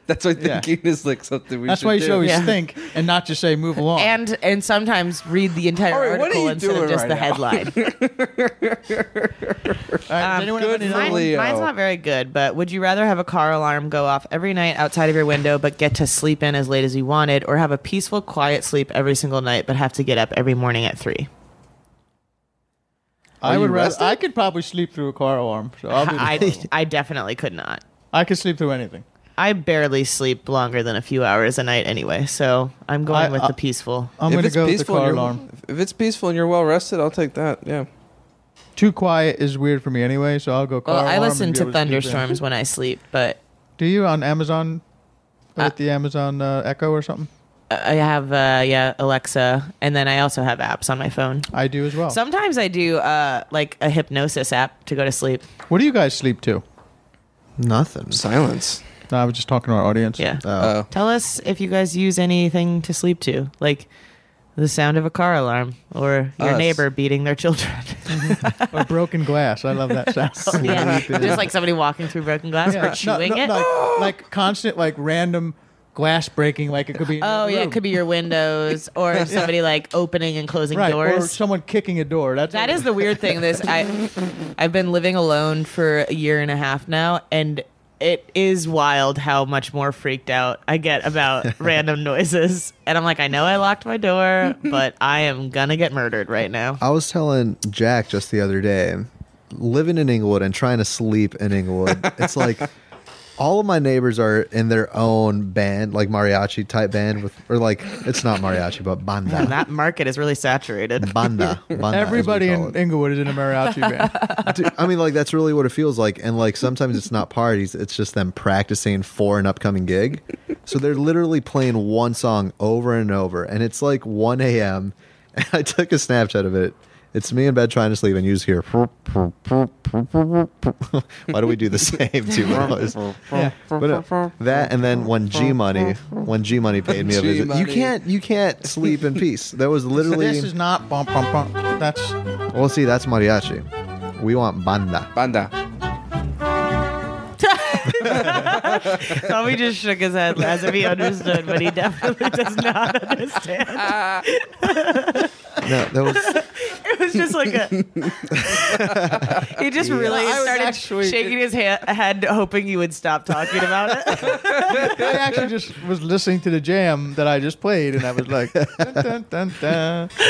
C: That's why thinking is like something we.
B: That's why you should
C: do.
B: always think and not just say move along.
F: and and sometimes read the entire
C: All right, what are
F: article
C: you
F: instead of
C: doing
F: just
C: right
F: the
C: now?
F: headline.
B: does anyone have any
F: mine-
B: other- Leo.
F: Mine's not very good, but would you rather have a car alarm go off every night outside of your window but get to sleep in as late as you wanted, or have a peaceful, quiet sleep every single night but have to get up every morning at three?
B: I
F: Are
B: would
F: you
B: rather.
F: rested?
B: I could probably sleep through a car alarm. So I'll be the
F: I,
B: first.
F: I definitely could not.
B: I could sleep through anything.
F: I barely sleep longer than a few hours a night anyway, so I'm going
B: I-
F: with
B: I-
F: the peaceful.
B: I'm
C: If
B: gonna
C: it's
B: go with the
C: peaceful and
B: car
C: you're-
B: alarm.
C: If it's peaceful and you're well rested, I'll take that. Yeah.
B: Too quiet is weird for me anyway, so I'll go. Car
F: Well, I
B: alarm
F: listen
B: and be
F: to
B: able sleep in.
F: thunderstorms when I sleep, but
B: Do you on Amazon?
F: Uh,
B: Or at the Amazon uh, Echo or something?
F: I have uh, yeah Alexa, and then I also have apps on my phone.
B: I do as well.
F: Sometimes I do uh, like a hypnosis app to go to sleep.
B: What do you guys sleep to?
I: Nothing.
C: Silence. Uh,
B: No, I was just talking to our audience.
F: Yeah.
L: uh,
F: Tell us if you guys use anything to sleep to, like the sound of a car alarm or your
B: Us.
F: neighbor beating their children.
B: or broken glass. I love that sound.
F: yeah, just like somebody walking through broken glass
B: Yeah.
F: or chewing
B: no, no,
F: it.
B: Like, like constant, like random glass breaking. Like it could be.
F: Oh
B: another
F: yeah,
B: room.
F: it could be your windows
B: Yeah.
F: or somebody like opening and closing
B: right, or
F: doors.
B: someone kicking a door. That's
F: That is the weird thing. This I, I've been living alone for a year and a half now, and it is wild how much more freaked out I get about random noises. And I'm like, I know I locked my door, but I am gonna get murdered right now.
B: Oh.
I: I was telling Jack just the other day, living in Inglewood and trying to sleep in Inglewood, it's like all of my neighbors are in their own band, like mariachi type band with or like it's not mariachi but
F: Man,
I: banda.
F: that market is really saturated.
I: Banda. banda as we
B: Everybody
I: call it.
B: in Inglewood is in a mariachi band.
I: Dude, I mean, like that's really what it feels like, and like sometimes it's not parties; it's just them practicing for an upcoming gig. So they're literally playing one song over and over, and it's like 1 a.m. And I took a Snapchat of it. It's me in bed trying to sleep, and you just hear. Why do we do the same two noise?
B: Yeah.
I: But, uh, that and then when G Money, when G Money paid me a visit,
B: G-Money.
I: you can't, you can't sleep in peace. That was literally.
B: this is not bump bump bump. That's
I: Well, see, that's mariachi. We want banda.
C: Banda.
F: Tommy just shook his head as if he understood, but he definitely does not understand.
I: No, that was
F: it was just like a. he just
I: Yeah.
F: really
I: I was
F: started
I: actually-
F: shaking his ha- head, hoping you would stop talking about it.
B: I actually just was listening to the jam that I just played, and I was like, dun, dun, dun,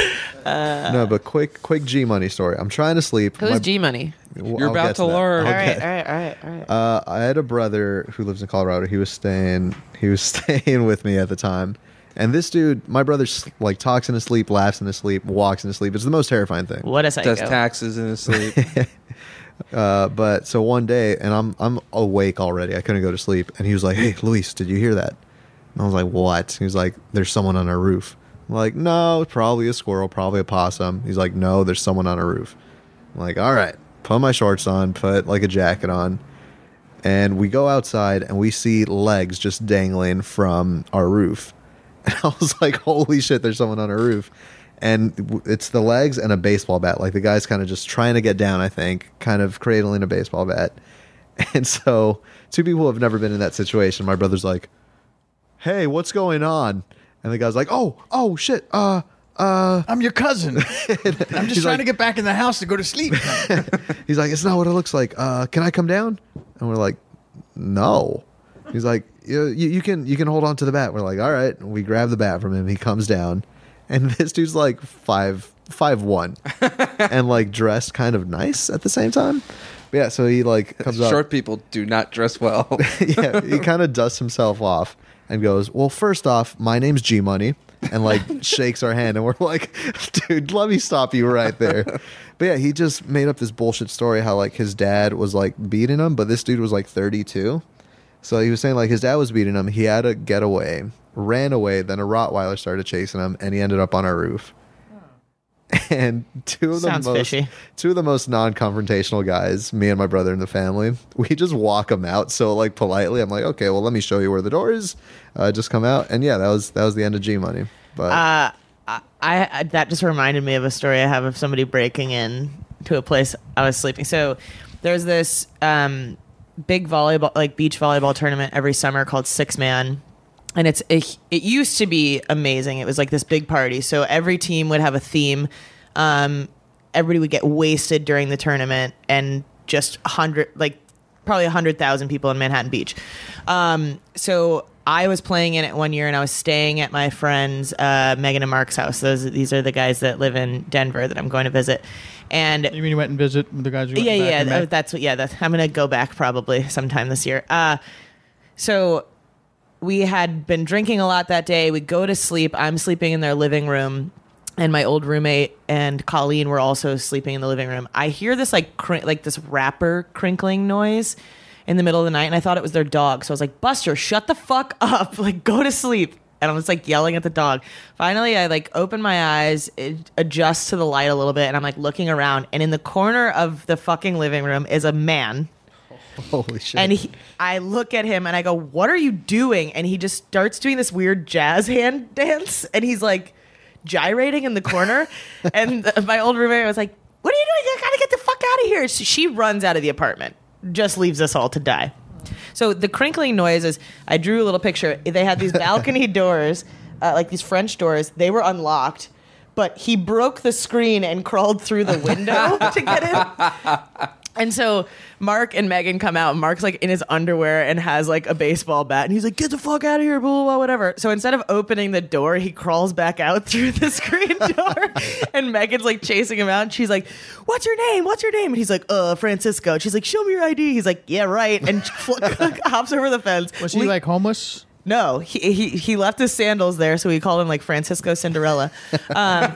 B: dun.
I: no, but quick, quick G Money story. I'm trying to sleep.
F: Uh, Who's
I: My-
F: G Money?
I: Well,
C: You're
I: I'll
C: about
I: get
C: to
I: that.
C: learn.
I: I'll
F: All right,
I: get-
F: all right, all right, all right.
I: Uh, I had a brother who lives in Colorado. He was staying. He was staying with me at the time. And this dude, my brother, s- like talks in his sleep, laughs in his sleep, walks in his sleep. It's the most terrifying thing.
F: What a
C: Does taxes in his sleep.
I: Uh, but so one day, and I'm I'm awake already. I couldn't go to sleep, and he was like, "Hey, Luis, did you hear that?" And I was like, "What?" He was like, "There's someone on our roof." I'm like, "No, it's probably a squirrel, probably a possum." He's like, "No, there's someone on our roof." I'm like, "All right, put my shorts on, put like a jacket on." And we go outside and we see legs just dangling from our roof. And I was like, holy shit, there's someone on our roof. And w- it's the legs and a baseball bat. Like the guy's kind of just trying to get down, I think, kind of cradling a baseball bat. And so two people have never been in that situation. My brother's like, hey, what's going on? And the guy's like, oh, oh shit, uh, uh,
B: I'm your cousin. I'm just
I: He's
B: trying
I: like-
B: to get back in the house to go to sleep.
I: He's like, it's not what it looks like. Uh, can I come down? And we're like, no. He's like, you, you, you can you can hold on to the bat. We're like, all right. We grab the bat from him. He comes down, and this dude's like five five one, and like dressed kind of nice at the same time. But yeah, so he like comes up.
C: Short people do not dress well.
I: yeah, he kind of dusts himself off and goes, "Well, first off, my name's G Money," and like shakes our hand, and we're like, "Dude, let me stop you right there." But yeah, he just made up this bullshit story how like his dad was like beating him, but this dude was like 32, so he was saying like his dad was beating him. He had a getaway, ran away, then a Rottweiler started chasing him, and he ended up on our roof. And two of the
F: Sounds
I: most
F: fishy.
I: two of the most non-confrontational guys, me and my brother in the family, we just walk them out. So like politely, I'm like, okay, well, let me show you where the door is. Uh, just come out, and yeah, that was that was the end of G Money. But
F: Uh, I, I that just reminded me of a story I have of somebody breaking in to a place I was sleeping. So there's this um, big volleyball, like beach volleyball tournament every summer called Six Man, and it's a, it used to be amazing. It was like this big party, so every team would have a theme. Um, everybody would get wasted during the tournament, and just a hundred like probably 100,000 people in Manhattan Beach. Um, so I was playing in it one year and I was staying at my friends uh, Megan and Mark's house. Those These are the guys that live in Denver that I'm going to visit. And
B: you mean you went and visit the guys? You went
F: yeah,
B: back
F: yeah, uh,
B: and met?
F: th- that's what. Yeah, that's, I'm gonna go back probably sometime this year. Uh, so we had been drinking a lot that day. We go to sleep. I'm sleeping in their living room, and my old roommate and Colleen were also sleeping in the living room. I hear this like cr- like this wrapper crinkling noise in the middle of the night, and I thought it was their dog. So I was like, Buster, shut the fuck up! Like, go to sleep. And I'm just like yelling at the dog. Finally, I like open my eyes, it adjust to the light a little bit, and I'm like looking around. And in the corner of the fucking living room is a man.
I: holy shit!
F: And he, I look at him and I go, "What are you doing?" And he just starts doing this weird jazz hand dance, and he's like gyrating in the corner. and th- my old roommate was like, "What are you doing? You gotta get the fuck out of here!" So she runs out of the apartment, just leaves us all to die. So the crinkling noises. I drew a little picture. They had these balcony doors, uh, like these French doors. They were unlocked. But he broke the screen and crawled through the window to get in. And so Mark and Megan come out. and Mark's like in his underwear and has like a baseball bat, and he's like, "Get the fuck out of here!" Blah blah, blah whatever. So instead of opening the door, he crawls back out through the screen door, and Megan's like chasing him out. And she's like, "What's your name? What's your name?" And he's like, "Uh, Francisco." And she's like, "Show me your ID." He's like, "Yeah, right." And fl- hops over the fence.
B: Was he
F: Le-
B: like homeless?
F: no, he, he he left his sandals there, so we called him like Francisco Cinderella. Um,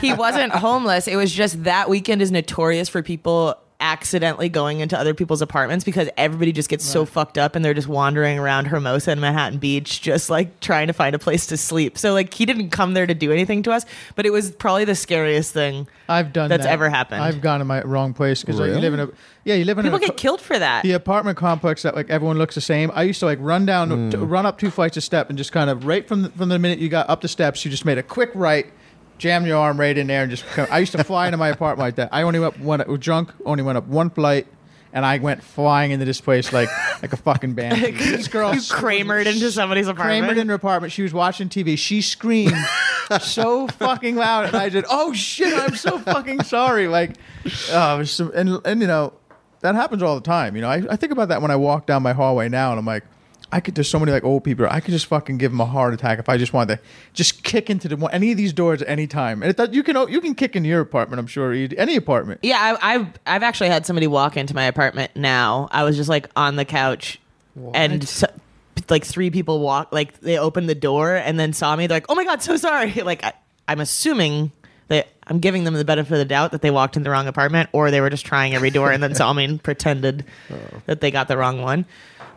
F: he wasn't homeless. It was just that weekend is notorious for people accidentally going into other people's apartments because everybody just gets so fucked up and they're just wandering around Hermosa and Manhattan Beach, just like trying to find a place to sleep. So like he didn't come there to do anything to us, but it was probably the scariest thing
B: I've done
F: that's
B: that.
F: ever happened.
B: I've gone to my wrong place because like, you live in a yeah, you live in
F: people
B: a,
F: get killed for that.
B: the apartment complex that like everyone looks the same. I used to like run down, t- run up two flights of step, and just kind of right from the, from the minute you got up the steps, you just made a quick right, jammed your arm right in there, and just. Come, I used to fly into my apartment like that. I only went one. I was drunk, only went up one flight, and I went flying into this place like like a fucking banshee. this girl
F: you Kramered into somebody's apartment.
B: Kramered in her apartment. She was watching TV. She screamed so fucking loud, and I said, "Oh shit! I'm so fucking sorry." Like, uh, it was some- and and you know that happens all the time. You know, I, I think about that when I walk down my hallway now, and I'm like. I could. There's so many like old people. I could just fucking give them a heart attack if I just wanted to, just kick into the one, any of these doors at any time. And it, does- you can you can kick into your apartment. I'm sure Ed, any apartment.
F: Yeah, I, I've I've actually had somebody walk into my apartment now. I was just like on the couch, and so, like three people walk, like they opened the door and then saw me. They're like, "Oh my god, so sorry!" Like I, I'm assuming that I'm giving them the benefit of the doubt that they walked in the wrong apartment, or they were just trying every door and then saw me and pretended that they got the wrong one.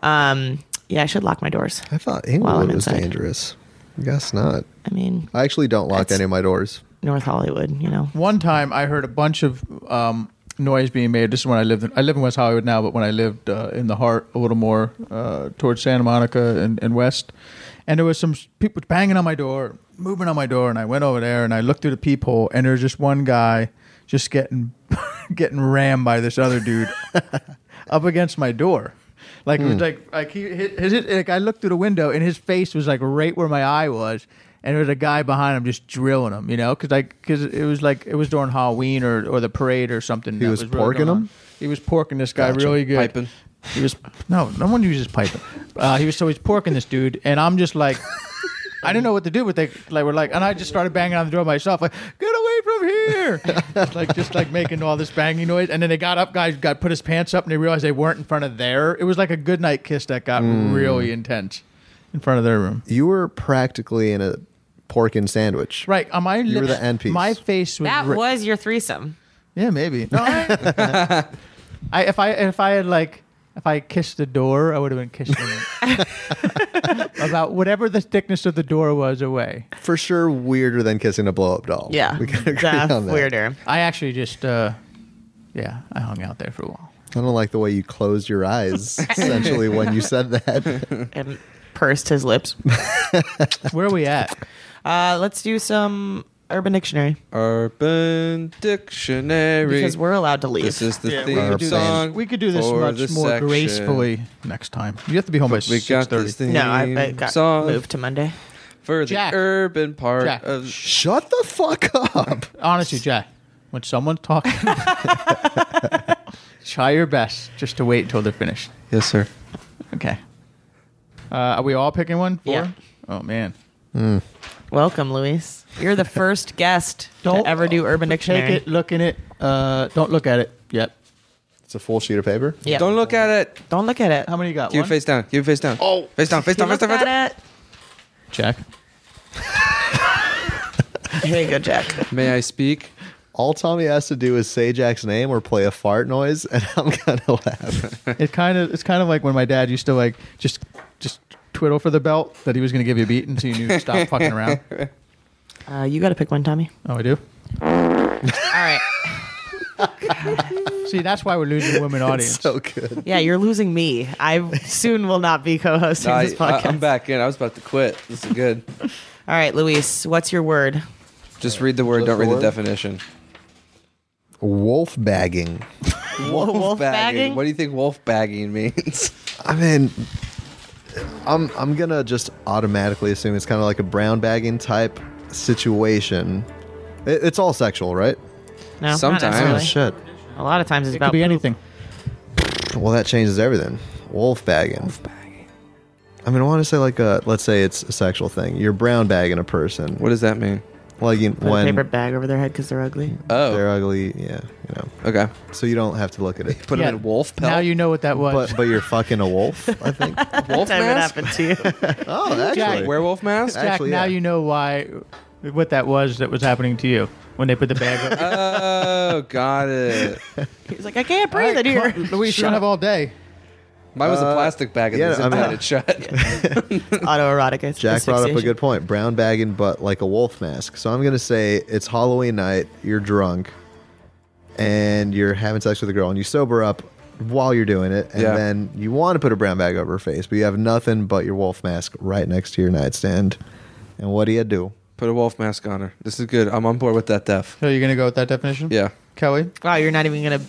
F: Um, yeah, I should lock my doors.
I: I thought Englewood was dangerous. I guess not.
F: I mean,
I: I actually don't lock any of my doors.
F: North Hollywood, you know.
B: One time I heard a bunch of um, noise being made. This is when I lived. In, I live in West Hollywood now, but when I lived uh, in the heart a little more uh, towards Santa Monica and, and West, and there was some s- people banging on my door, moving on my door, and I went over there and I looked through the peephole, and there's just one guy just getting getting rammed by this other dude up against my door. Like it was
I: Hmm.
B: like like he hit, his, like I looked through the window and his face was like right where my eye was, and there was a guy behind him just drilling him, you know, because like because it was like it was during Halloween or, or the parade or something.
I: He
B: that
I: was
B: really
I: porking
B: going on.
I: him?
B: He was porking this guy
I: Gotcha.
B: really good.
I: Piping.
B: He was no no one uses piping. Uh, he was so he's porking this dude, and I'm just like. I didn't know what to do, but they like were like, and I just started banging on the door myself, like, "Get away from here!" like just like making all this banging noise. And then they got up, guys got put his pants up, and they realized they weren't in front of their. It was like a goodnight kiss that got
I: Mm.
B: really intense in front of their room.
I: You were practically in a pork and sandwich.
B: Right on my
I: You were
B: lips,
I: the end piece.
B: My face was
F: That
B: ri-
F: was your threesome.
B: yeah, maybe. No, I, I if I if I had like if I kissed the door, I would have been kissing it about whatever the thickness of the door was away.
I: For sure, weirder than kissing a blow up doll. we can agree on that.
B: I actually just, uh, yeah, I hung out there for a while.
I: I don't like the way you closed your eyes essentially when you said that.
F: And pursed his lips.
B: Where are we at?
F: Uh, let's do some Urban Dictionary.
C: Urban Dictionary.
F: Because we're allowed to leave.
C: This is the
B: Yeah, we
C: theme
B: could do this-
C: song.
B: we could do this
C: for
B: much
C: this
B: more
C: section.
B: gracefully next time. You have to be home by
C: But we got this
B: 6:30.
C: theme
F: No, I- I got
C: song
F: moved to Monday.
C: For the
B: Jack.
C: urban part
B: Jack.
C: of
I: Shut the fuck up.
B: Honestly, Jack, when someone's talking, try your best just to wait until they're finished.
C: Yes, sir.
B: Okay. Uh, are we all picking one? Four? Yeah. Oh, man.
F: Welcome, Luis. You're the first guest to ever do Urban Dictionary.
B: Take it, look in it. Uh, don't look at it yet.
I: It's a full sheet of paper.
F: Yeah.
C: Don't look at it.
F: Don't look at it.
B: How many you got?
C: Keep it
B: One?
C: face down. Keep it face down.
B: Oh.
C: face down. Face
F: He
C: down. Face
F: looked
C: down. Face down.
F: at
B: Jack.
F: it. Here you go, Jack.
C: May I speak?
I: All Tommy has to do is say Jack's name or play a fart noise, and I'm gonna laugh.
B: It kind of it's kind of like when my dad used to like just just twiddle for the belt that he was going to give you a beat until you knew to stop fucking around.
F: Uh, you got to pick one, Tommy.
B: Oh, I do.
F: All right.
B: See, that's why we're losing the women audience.
I: so good.
F: Yeah, you're losing me. I soon will not be co-hosting
C: I,
F: this podcast.
C: am back in. I was about to quit. This is good.
F: All right, Luis, what's your word?
C: Just read the word. Don't
I: the
C: read the
I: word?
C: definition.
I: Wolf bagging.
C: Wolf,
F: bagging?
C: What do you think wolf bagging means?
I: I mean, I'm I'm gonna just automatically assume it's kind of like a brown bagging type situation. It, it's all sexual, right?
F: No, not
C: Sometimes.
I: Oh
F: necessarily.
I: shit.
F: A lot of times it's
B: It
F: about
B: could be anything.
I: Well, that changes everything. Wolf bagging. Wolf bagging. I mean, I want to say like a. Let's say it's a sexual thing. You're brown bagging a person.
C: What does that mean?
I: Like you,
F: put a paper
I: when
F: bag over their head because they're ugly.
C: Oh,
I: they're ugly. Yeah, you know.
C: okay.
I: So you don't have to look at it.
C: Put
B: Yeah.
C: him in wolf
B: Now
C: pelt.
B: you know what that was.
I: But but you're fucking a wolf. I think.
C: wolf
F: Time it
C: mask.
F: happened to you.
I: Oh, actually.
B: Jack,
C: Werewolf mask.
B: Jack,
I: actually,
B: now
I: yeah.
B: you know why what that was that was happening to you when they put the bag up.
C: oh, got it.
F: He's like, I can't breathe in here.
B: Luis, you don't have all day.
C: Mine was a
I: Uh,
C: plastic bag and
I: yeah,
C: the zip
I: I mean-
C: tied it shut.
F: Autoerotic. as-
I: Jack brought up a
F: asphyxiation.
I: good point. Brown bagging, but like a wolf mask. So I'm gonna say it's Halloween night. You're drunk, and you're having sex with a girl, and you sober up while you're doing it, and
C: Yeah.
I: then you want to put a brown bag over her face, but you have nothing but your wolf mask right next to your nightstand. And what do you do?
C: Put a wolf mask on her. This is good. I'm on board with that, Def.
B: So you're going to go with that definition?
C: Yeah.
B: Kelly?
F: Wow, you're not even gonna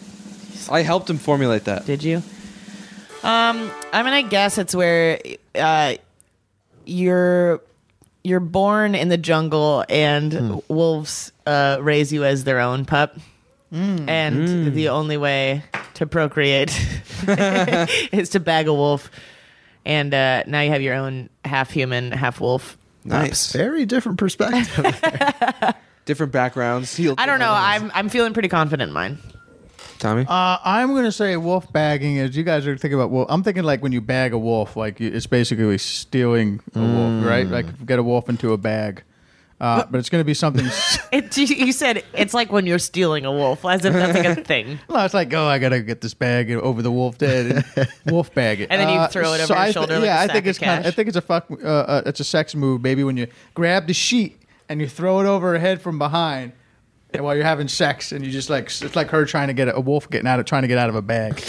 C: I helped him formulate that.
F: Did you? Um, I mean, I guess it's where uh, you're you're born in the jungle, and
I: Hmm.
F: wolves uh, raise you as their own pup.
A: Mm.
F: And
I: Hmm.
A: Mm.
F: the only way to procreate is to bag a wolf, and uh, now you have your own half human, half wolf.
C: Nice.
I: Very different perspective.
C: Different backgrounds. He'll-
F: I don't know. I'm I'm feeling pretty confident in mine.
C: Tommy?
B: Uh, I'm gonna say wolf bagging is. You guys are thinking about wolf. I'm thinking like when you bag a wolf, like you, it's basically stealing a
I: Mm.
B: wolf, right? Like get a wolf into a bag. Uh, but it's gonna be something. s-
F: It, you- you said it's like when you're stealing a wolf, as if that's like a thing.
B: no, it's like oh, I gotta get this bag over the wolf dead, and wolf bag it,
F: And then you
B: Uh,
F: throw it over
B: so
F: your
B: I thi-
F: shoulder like a
B: yeah, I
F: sack
B: think
F: of
B: it's kind. I
F: cash.
B: think it's a fuck. Uh, uh, it's a sex move, baby. When you grab the sheet and you throw it over her head from behind. And while you're having sex, and you just like it's like her trying to get a, a wolf getting out of trying to get out of a bag.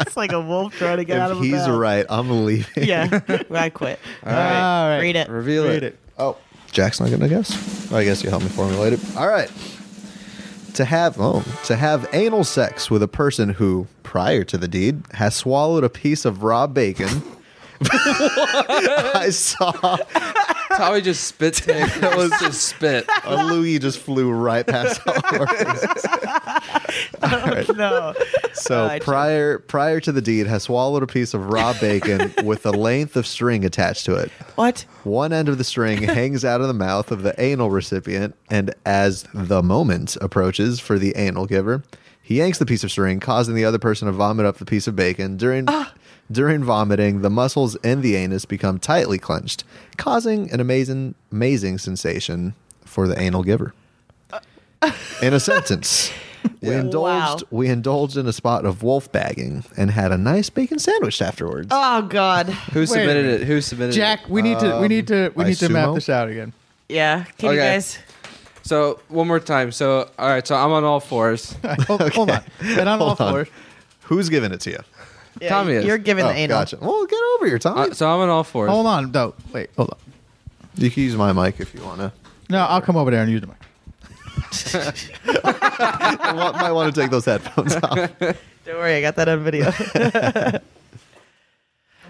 F: It's like a wolf trying to get out
I: if
F: of a
I: he's
F: bag.
I: right, I'm leaving.
F: Yeah, I quit.
I: All right. All right.
F: read it.
I: Reveal Read it. Oh, Jack's not gonna guess. I guess you helped me formulate it. All right. To have oh, to have anal sex with a person who, prior to the deed, has swallowed a piece of raw bacon. I saw
C: Tommy just spit. take. That was just spit.
I: a Louis just flew right past all our faces. All right.
F: No.
I: So prior prior to the deed, has swallowed a piece of raw bacon with a length of string attached to it.
F: What?
I: One end of the string hangs out of the mouth of the anal recipient, and as the moment approaches for the anal giver, he yanks the piece of string, causing the other person to vomit up the piece of bacon. During during vomiting, the muscles in the anus become tightly clenched, causing an amazing amazing sensation for the anal giver. In a sentence. We indulged. We indulged in a spot of wolf bagging and had a nice bacon sandwich afterwards.
F: Oh God.
C: Who submitted it? Who submitted it?
B: Jack, we need to we need to we
I: by
B: need to map
I: Sumo?
B: this out again.
F: Yeah. Can you
C: Okay.
F: guys?
C: So one more time. So all right. So I'm on all fours.
B: hold, hold on. And I'm all
C: Hold on.
B: for it.
I: Who's giving it to you?
F: Yeah,
C: Tommy is.
F: you're giving the Oh, anal. gotcha.
I: Well, get over here, Tommy.
C: Uh, so I'm on all fours.
B: Hold on, though. Wait, hold on.
I: You can use my mic if you want to.
B: No, I'll come over there and use the mic.
I: I wa- might want to take those headphones off.
F: Don't worry, I got that on video.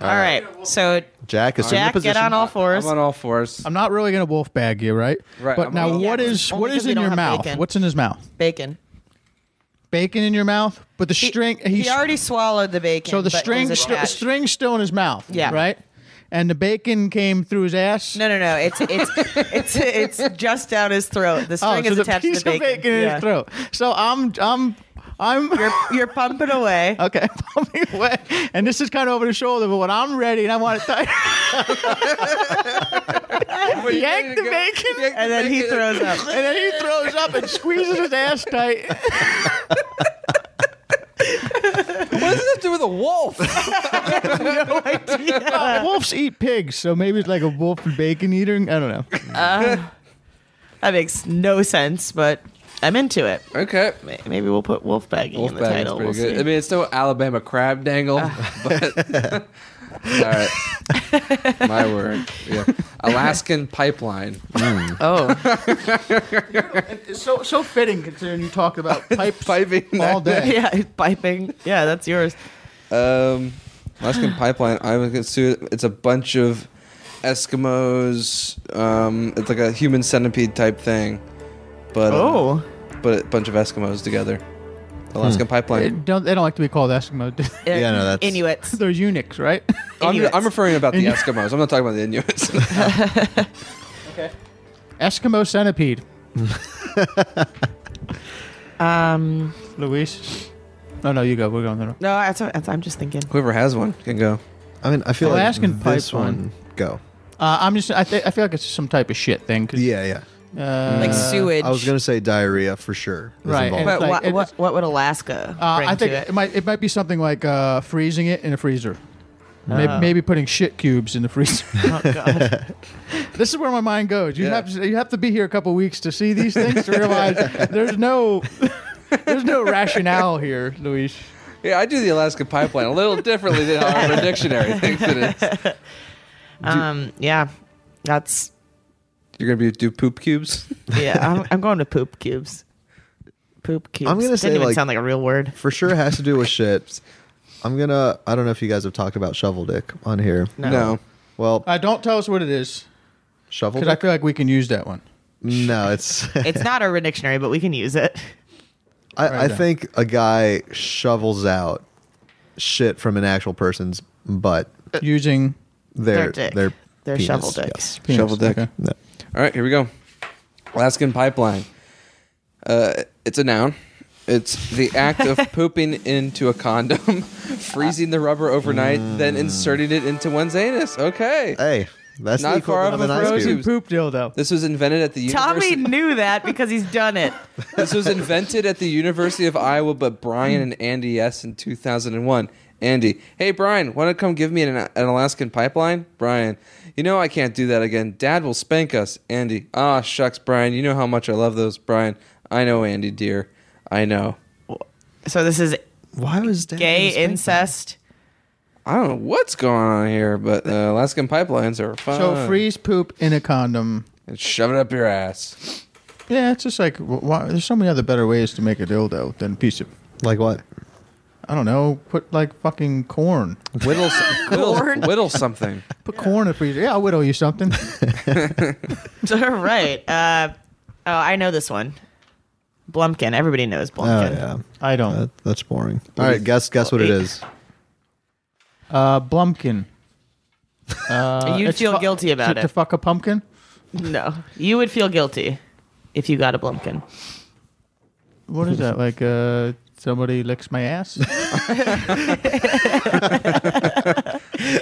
F: all right. So
I: Jack, assume
F: Jack,
I: the position.
F: get on all fours.
C: all fours.
B: I'm not really gonna wolf bag you, right?
F: Right,
B: But
F: I'm
B: now,
F: on-
B: what
F: Yeah,
B: is
F: only
B: what
F: 'cause
B: is
F: we
B: in
F: don't
B: your
F: have
B: mouth?
F: bacon.
B: What's in his mouth?
F: bacon.
B: Bacon in your mouth, but the string.
F: He,
B: He,
F: already swallowed the bacon.
B: so the
F: but it
B: string
F: was
B: st-
F: attached.
B: string's still in his mouth.
F: Yeah.
B: Right. And the bacon came through his ass.
F: No, no, no. It's it's it's it's just down his throat. The string
B: oh, so
F: is
B: the
F: attached
B: piece
F: to the bacon.
B: of bacon in
F: Yeah.
B: his throat. So I'm I'm I'm
F: You're, you're pumping away.
B: Okay, pumping away. And this is kind of over the shoulder, but when I'm ready and I want it tight. yank the bacon,
F: and then he throws up.
B: and then he throws up and squeezes his ass tight.
C: What does that do with a wolf?
B: no idea. wolves eat pigs, so maybe it's like a wolf and bacon eater. I don't know.
F: Uh, that makes no sense, but I'm into it.
C: Okay.
F: Maybe we'll put wolf bagging in the
C: Bag is
F: title.
C: pretty
F: We'll
C: good.
F: see.
C: I mean, it's no Alabama crab dangle, but all right. My word. Yeah. Alaskan pipeline.
F: Oh.
B: It's so so fitting considering you talk about pipes
C: piping
B: all day.
F: yeah, piping. Yeah, that's yours.
C: Um, Alaskan pipeline. I would consider it's a bunch of Eskimos. Um, it's like a human centipede type thing, but uh,
B: Oh.
C: but a bunch of Eskimos together. Alaskan
F: Hmm.
B: They
C: pipeline.
B: don't, they don't like to be called Eskimo. do they?
C: Yeah, no, that's-
F: Uh, Inuits.
B: They're eunuchs, right?
C: I'm, I'm referring about the
B: Inu-
C: Eskimos. I'm not talking about the Inuits.
B: Eskimo centipede.
F: um,
B: Luis. Oh, No, no, you go. We're going. No,
F: No, that's, that's, I'm just thinking.
C: Whoever has one can go.
I: I mean, I feel like
B: Alaskan
I: this
B: pipeline.
I: one. Go.
B: Uh, I'm just. I, th- I feel like it's some type of shit thing.
I: yeah,
B: yeah. Uh,
I: I was gonna say diarrhea for sure. is
B: Right,
I: involved.
B: and
F: But
B: it's like-
F: what,
B: it-
F: what, what would Alaska
B: Uh,
F: bring
B: I think
F: to it?
B: it. might. It might be something like uh, freezing it in a freezer. Maybe,
F: Oh.
B: maybe putting shit cubes in the freezer. this is where my mind goes. You
C: Yeah.
B: have to, you have to be here a couple weeks to see these things to realize there's no there's no rationale here, Luis.
C: Yeah, I do the Alaskan pipeline a little differently than how Urban Dictionary thinks it is.
F: um, yeah, that's
C: You're gonna be do poop cubes.
F: yeah. I'm, I'm going to poop cubes. poop cubes.
I: I'm gonna
F: Didn't
I: say
F: even
I: like
F: sound like a real word.
I: For sure, it has to do with shit. I'm gonna. I don't know if you guys have talked about shovel dick on here.
B: No. No.
I: Well,
B: Uh, don't tell us what it is.
I: shovel.
B: Because I
I: Dick?
B: feel like we can use that one.
I: No, it's.
F: it's not a dictionary, but we can use it.
I: I, I
F: Brenda.
I: think a guy shovels out shit from an actual person's butt
B: using
I: their
C: Their dick.
I: Their,
C: Their
I: penis.
C: shovel dick.
I: Yes.
C: Penis, Shovel dick. okay. All right, here we go. Alaskan pipeline. Uh, it's a noun. It's the act of pooping into a condom, freezing the rubber overnight, then inserting it into one's anus. Okay.
I: Hey, that's
C: not far off the
B: frozen
C: frozen
B: poop
C: poop.
B: dildo.
C: This was invented at the
F: Tommy
C: university.
F: knew that because he's done it.
C: this was invented at the University of Iowa by Brian and Andy S. in 2001. Andy, hey Brian, want to come give me an, an Alaskan pipeline? Brian, you know I can't do that again. Dad will spank us. Andy, ah shucks, Brian, you know how much I love those. Brian, I know, Andy dear, I know.
F: So this is
I: why was
F: gay incest.
C: I don't know what's going on here, but uh, Alaskan pipelines are fun.
L: Oh.
B: So freeze poop in a condom.
C: And shove it up your ass.
B: Yeah, it's just like wh- why, there's so many other better ways to make a dildo than a piece of.
I: Like what?
B: I don't know. Put like fucking corn.
C: Whittle, s- whittle, whittle something.
B: Put corn in the freezer. Yeah, I'll whittle you something.
F: All right. Uh, oh, I know this one. Blumpkin. Everybody knows Blumpkin.
I: yeah.
B: I don't.
I: That, that's boring. All right, guess guess what it is.
B: Uh, Blumpkin. Uh,
F: You'd
B: it's
F: feel
B: fu-
F: guilty about
B: to,
F: it.
B: To fuck a pumpkin?
F: No, you would feel guilty if you got a Blumpkin.
B: What is that? Like uh, somebody licks my ass?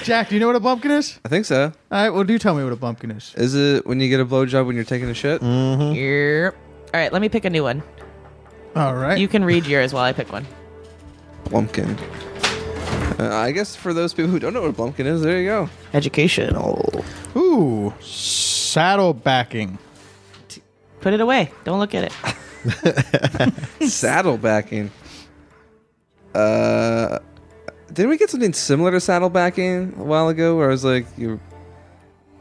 B: Jack, do you know what a pumpkin is?
C: I think so.
B: All right, well, do tell me what a pumpkin is.
C: Is it when you get a blowjob when you're taking a shit? Mm-hmm.
F: Yep. All right, let me pick a new one.
B: All right.
F: You can read yours while I pick one.
C: Blumpkin. Uh, I guess for those people who don't know what a Blumpkin is, there you go.
F: Educational.
B: Ooh, saddle backing.
F: Put it away. Don't look at it.
C: saddle backing. Uh, didn't we get something similar to saddle backing a while ago? Where I was like, you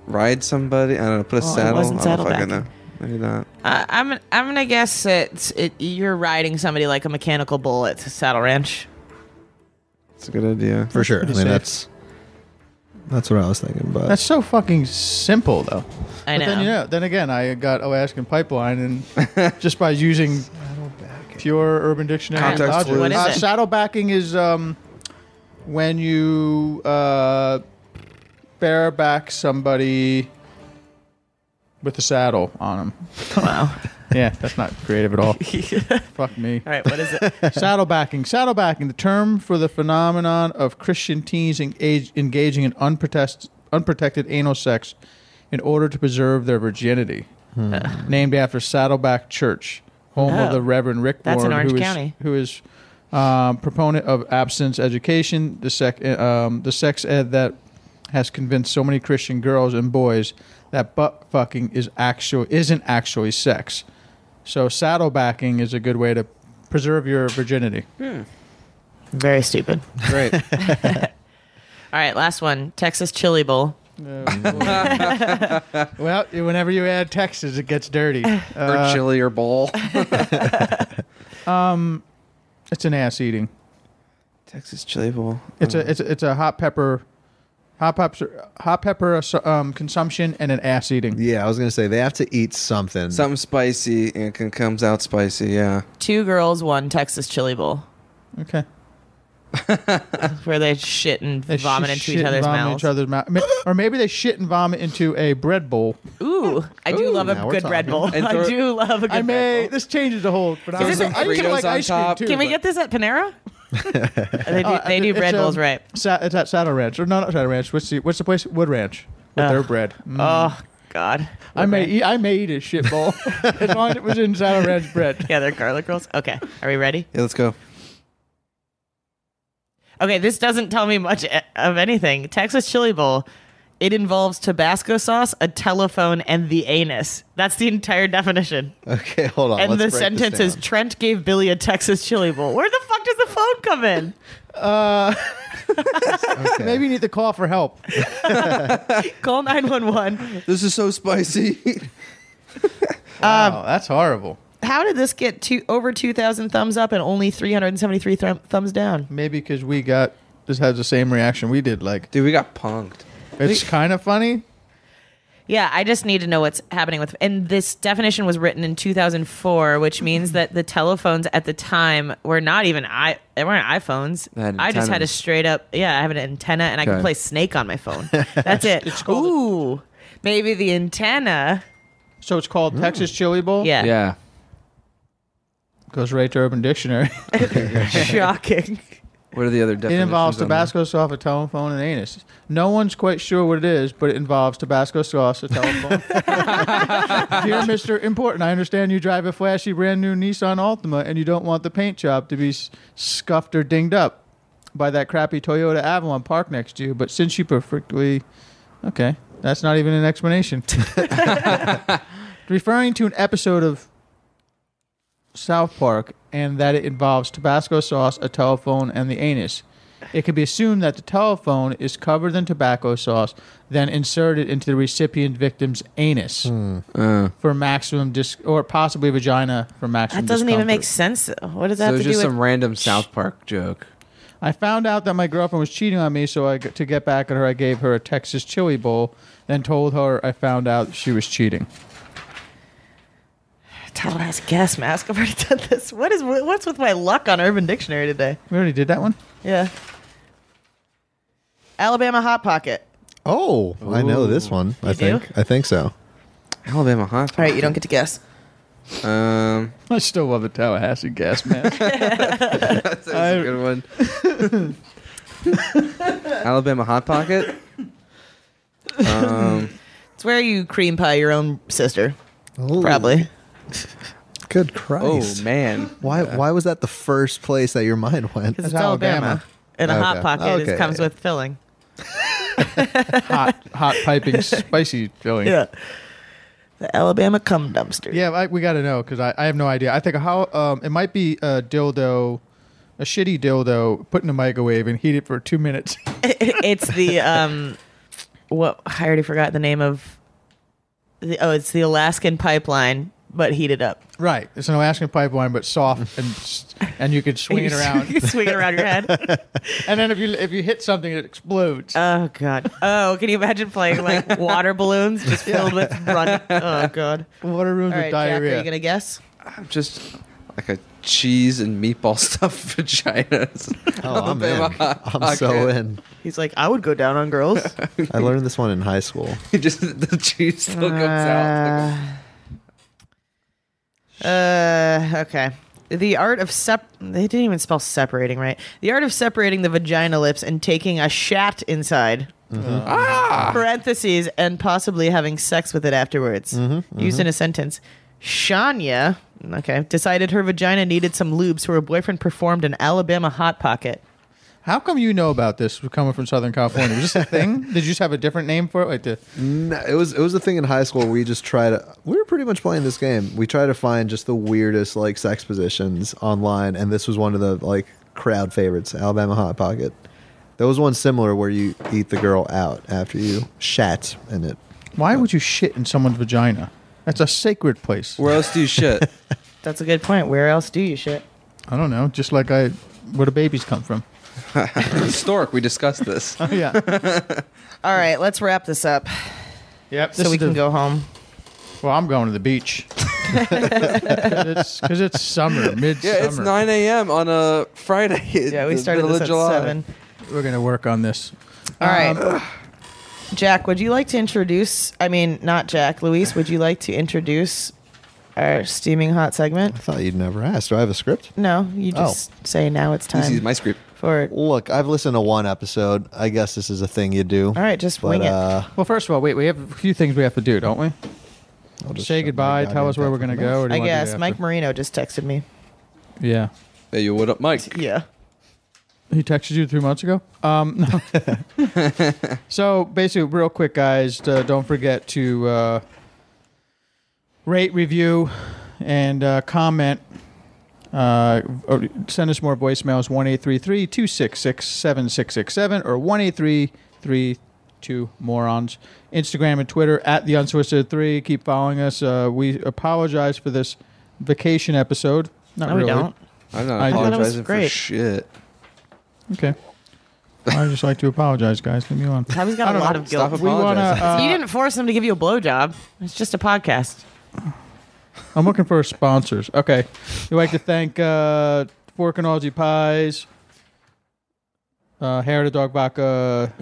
C: ride somebody. I don't know. Put a
F: Oh, it
C: saddle.
F: wasn't
C: I don't
F: saddle
C: fucking know. Maybe not.
F: Uh, I'm I'm gonna guess it's it, you're riding somebody like a mechanical bull at Saddle Ranch.
C: It's a good idea
I: for sure. I
B: Pretty
I: mean,
B: safe.
I: that's that's what I was thinking. But
B: That's so fucking simple, though.
F: I
B: But then,
F: know.
B: you know, then again, I got Alaskan Pipeline, and just by using pure Urban Dictionary
C: Context
B: and logic-
C: clues. What is
B: uh,
C: it?
B: saddlebacking is um, when you uh, bareback somebody with a saddle on them.
F: Wow.
B: yeah, that's not creative at all. Fuck me.
F: All right, what is it?
B: Saddlebacking. Saddlebacking, the term for the phenomenon of Christian teens engage, engaging in unprotest, unprotected anal sex in order to preserve their virginity. Named after Saddleback Church, home of
F: Oh.
B: the Reverend Rick
F: That's in
B: Warren, who
F: Orange
B: is
F: County.
B: who is um, proponent of abstinence education, the, sec, um, the sex ed that has convinced so many Christian girls and boys that butt fucking is actual isn't actually sex. So saddlebacking is a good way to preserve your virginity.
F: Very stupid.
C: Great.
F: All right, last one. Texas Chili Bowl.
B: well, whenever you add Texas, it gets dirty. Uh,
C: or chili or bowl.
B: um, it's an ass eating.
C: Texas chili bowl.
B: It's a it's a, it's a hot pepper, hot pepper, hot pepper um, consumption and an ass eating.
I: Yeah, I was gonna say they have to eat something.
C: Something spicy and can, comes out spicy. Yeah.
F: Two girls, one Texas Chili Bowl,
B: Okay.
F: where they shit and
B: They sh-
F: vomit into
B: shit
F: each
B: and
F: other's
B: vomit
F: mouths.
B: Each other's mouth. Ma- or maybe they shit and vomit into a bread bowl.
F: Ooh, I do love a
B: now we're
F: good bread
B: talking.
F: bowl.
B: And
F: I
B: throw-
F: do love a good
B: I
F: bread
B: may. This changes the whole. phenomenon.
F: Is this a-
B: I used to
F: Fritos
B: like
F: on
B: ice cream
F: top.
B: too.
F: Can we
B: but-
F: get this at Panera? they do,
B: Uh,
F: they do
B: it's,
F: bread bowls
B: um,
F: right.
B: Sa- it's at Saddle Ranch, or no, not Saddle Ranch. What's the what's the place? Wood Ranch with
F: Ugh.
B: their bread.
F: Oh God.
B: Mm. I may eat, I may eat a shit bowl as long as it was in Saddle Ranch bread.
F: Yeah, they're garlic rolls. Okay, are we ready?
C: Yeah, let's go.
F: Okay, this doesn't tell me much e- of anything. Texas Chili Bowl. It involves Tabasco sauce, a telephone, and the anus. That's the entire definition.
I: Okay, hold on.
F: and the
I: let's break this
F: sentence is
I: down.
F: Trent gave Billy a Texas Chili Bowl. Where the fuck does the phone come in?
B: Uh, Maybe you need to call for help.
F: Um, Call 911.
C: This is so spicy.
B: wow, that's horrible.
F: How How did this get to over 2,000 thumbs up and only 373 thrum- thumbs down?
B: Maybe because we got this has the same reaction we did. Like,
C: dude, we got punked.
B: It's kind of funny.
F: Yeah, I just need to know what's happening with. And this definition was written in 2004, which means that the telephones at the time were not even i they weren't iPhones.
C: They had
F: I just had a
C: antennas.
F: straight up yeah, I have an antenna and I can
C: Okay.
F: play Snake on my phone. That's it. Ooh, maybe the antenna.
B: So it's called Texas Chili Bowl.
F: Mm. Yeah.
C: Yeah.
B: Goes right to Urban Dictionary.
F: Shocking.
C: What are the other
B: It
C: definitions?
B: involves
C: on that?
B: Tabasco sauce, a telephone, and anus. No one's quite sure what it is, but it involves Tabasco sauce, a telephone. Dear Mr. Important, I understand you drive a flashy brand new Nissan Altima and you don't want the paint job to be s- scuffed or dinged up by that crappy Toyota Avalon parked next to you, but since you perfectly. Okay, that's not even an explanation. Referring to an episode of South Park and that it involves Tabasco sauce, a telephone, and the anus. It can be assumed that the telephone is covered in tobacco sauce, then inserted into the recipient victim's anus for maximum dis- or possibly vagina for maximum.
F: That doesn't even make
B: discomfort.
F: sense. though. What does that
C: So
F: have
C: it's
F: to
C: just
F: do
C: some
F: with?
C: random South Park joke.
B: I found out that my girlfriend was cheating on me, so I g- to get back at her, I gave her a Texas chili bowl, then told her I found out she was cheating.
F: Total ass gas mask. I've already done this. What is what's with my luck on Urban Dictionary today?
B: We already did that one.
F: Yeah. Alabama hot pocket.
I: Oh, I know this one. I
F: You do?
I: think. I think so.
C: Alabama hot.
F: All right, you don't get to guess.
C: Um,
B: I still love a Tallahassee gas mask.
C: That's a good one.
B: Uh,
C: Alabama hot pocket. Um,
F: It's where you cream pie your own sister. Probably.
I: Good Christ.
C: Oh man.
I: Why why was that the first place that your mind went?
F: Because it's Alabama. And a hot
I: Okay.
F: pocket is-
I: Okay.
F: comes with filling.
B: hot, hot piping, spicy filling.
F: Yeah. The Alabama cum dumpster.
B: Yeah, I, we got to know because I, I have no idea. I think how um, it might be a dildo, a shitty dildo, put in the microwave and heat it for two minutes.
F: it's the um what I already forgot the name of the oh, it's the Alaskan pipeline, but heated up.
B: right, it's an Alaskan pipeline, but soft and s- and you could swing it around.
F: You swing it around your head.
B: And then if you if you hit something, it explodes.
F: Oh god. Oh, can you imagine playing like water balloons just filled with run oh god.
B: Water rooms
F: All right, Jack,
B: with diarrhea.
F: are you gonna guess?
C: I'm just like a cheese and meatball stuffed vagina.
I: Oh, I'm in.
C: Alabama hot
I: I'm so
C: pocket.
I: in.
F: He's like, I would go down on girls.
I: I learned this one in high school.
C: just the cheese still comes out.
F: Ah. Uh, okay. The art of sep they didn't even spell separating right. The art of separating the vagina lips and taking a shat inside.
B: Mm-hmm.
F: Parentheses and possibly having sex with it afterwards.
B: Mm-hmm,
F: Used in a sentence. Shania, okay, decided her vagina needed some lube, so her boyfriend performed an Alabama hot pocket.
B: How come you know about this? We're coming from Southern California. Was this a thing? Did you just have a different name for it? Like the
I: No, it was it was a thing in high school. We just try to. We were pretty much playing this game. We try to find just the weirdest like sex positions online, and this was one of the like crowd favorites. Alabama Hot Pocket. There was one similar where you eat the girl out after you shat in it.
B: why would you shit in someone's vagina? That's a sacred place.
C: Where else do you shit?
F: That's a good point. Where else do you shit?
B: I don't know. Just like I, where do babies come from?
C: Stork. We discussed this.
B: Oh yeah.
F: All right, let's wrap this up
B: Yep.
F: so we can go home.
B: Well, I'm going to the beach. Because it's, 'cause it's summer, midsummer.
C: Yeah, it's 9 a.m. on a Friday.
F: Yeah, we started this at seven.
B: We're going to work on this.
F: All right.
B: Um,
F: Jack, would you like to introduce? I mean, not Jack, Luis, would you like to introduce our steaming hot segment?
I: I thought you'd never ask. Do I have a script?
F: No, you
I: Oh.
F: just say now it's
C: This is
F: time
C: my script.
F: for it.
I: Look, I've listened to one episode. I guess this is a thing you do.
F: All right, just wing it.
I: uh,
B: well, first of all, wait, we have a few things we have to do, don't we?
I: I'll just
B: Say
I: shut my
B: goodbye, tell
I: goddamn
B: us where we're going to
I: phone
B: go. Or do
F: I
B: you wanna do
F: guess
B: that
F: Mike
B: after?
F: Marino just texted me.
B: Yeah.
C: Hey, you what up, Mike?
F: Yeah.
B: He texted you three months ago. Um, no. so basically, real quick, guys, uh, don't forget to uh, rate, review, and uh, comment. Uh, or send us more voicemails 1833 266 7667 or 1833 two morons. Instagram and Twitter at the unsolicited three. Keep following us. Uh, we apologize for this vacation episode. Not
F: No, we
B: really.
F: don't.
L: I'm
B: I
L: not
B: do.
L: apologizing for shit.
B: Okay. I just like to apologize, guys. Leave me on.
F: Tommy's got a lot of guilt.
B: We wanna, uh,
F: you didn't force him to give you a blowjob. It's just a podcast.
B: I'm looking for sponsors. Okay. We'd like to thank uh, Forkinology Pies, uh, Hair to Dog Vodka.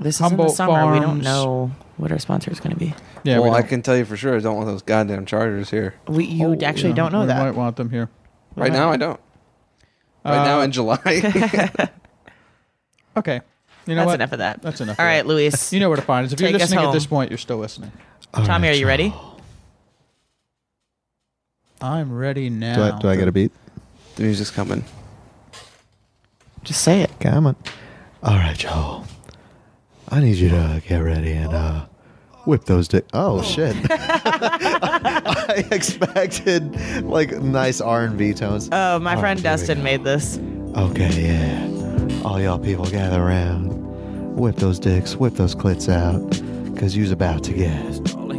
F: This is in the
B: Humboldt
F: summer. We don't
B: Farms.
F: know what our sponsor is going to be.
B: Yeah, we
L: well, I
B: don't.
L: can tell you for sure. I don't want those goddamn chargers here.
F: We, you actually
B: yeah,
F: don't know
B: we
F: that.
B: might want them here.
F: We
L: right
F: might-
L: now, I don't. Right
F: Uh,
L: now in July.
B: Okay. You know
F: That's
B: what?
F: enough of that.
B: That's enough.
F: All
B: of
F: right,
B: that.
F: Luis.
B: You know where to find us. If you're
F: take us
B: listening at this
F: home.
B: point, you're still listening.
F: Tommy, are you ready?
B: I'm ready now.
I: Do I, do I get a beat?
L: The music's coming.
F: Just say it.
I: Come on. All right, y'all. I need you to get ready and uh, whip those dick. Oh shit! I expected like nice R and B tones.
F: Oh, my
I: All
F: friend
I: right, here we
F: Dustin made this.
I: Okay, yeah. All y'all people gather around. Whip those dicks, whip those clits out, because you's about to get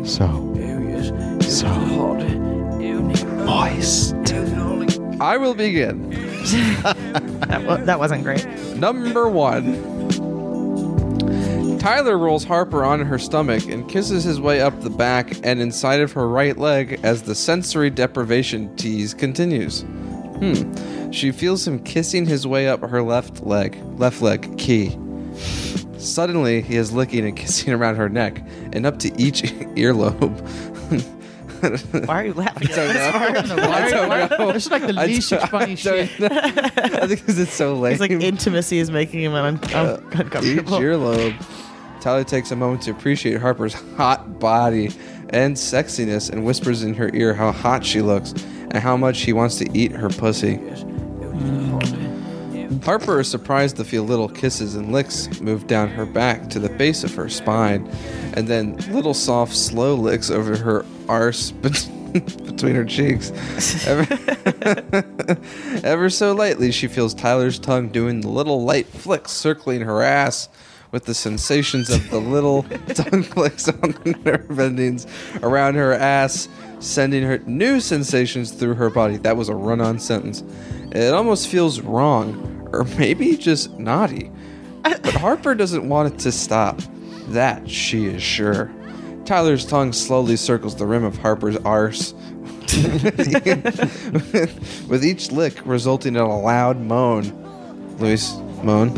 I: so, so moist.
L: I will begin. that,
F: that wasn't great.
L: Number one. Tyler rolls Harper on her stomach and kisses his way up the back and inside of her right leg as the sensory deprivation tease continues. Hmm. She feels him kissing his way up her left leg. Left leg key. Suddenly, he is licking and kissing around her neck and up to each earlobe.
F: Why are you laughing?
L: I don't know.
F: Why
L: I
F: are you
L: don't
F: laughing?
L: know.
F: This is like the
L: I
F: least
L: don't-
F: funny
L: I don't
F: shit.
L: know. I think because it's so lame.
F: It's like intimacy is making him un-
L: Uh,
F: un- uncomfortable.
L: Each earlobe. Tyler takes a moment to appreciate Harper's hot body and sexiness and whispers in her ear how hot she looks and how much he wants to eat her pussy. Harper is surprised to feel little kisses and licks move down her back to the base of her spine, and then little soft, slow licks over her arse bet- between her cheeks. Ever, ever so lightly, she feels Tyler's tongue doing the little light flicks circling her ass. With the sensations of the little tongue flicks on the nerve endings around her ass, sending her new sensations through her body. That was a run on sentence. It almost feels wrong, or maybe just naughty. But Harper doesn't want it to stop. That she is sure. Tyler's tongue slowly circles the rim of Harper's arse. With each lick resulting in a loud moan. Luis, moan.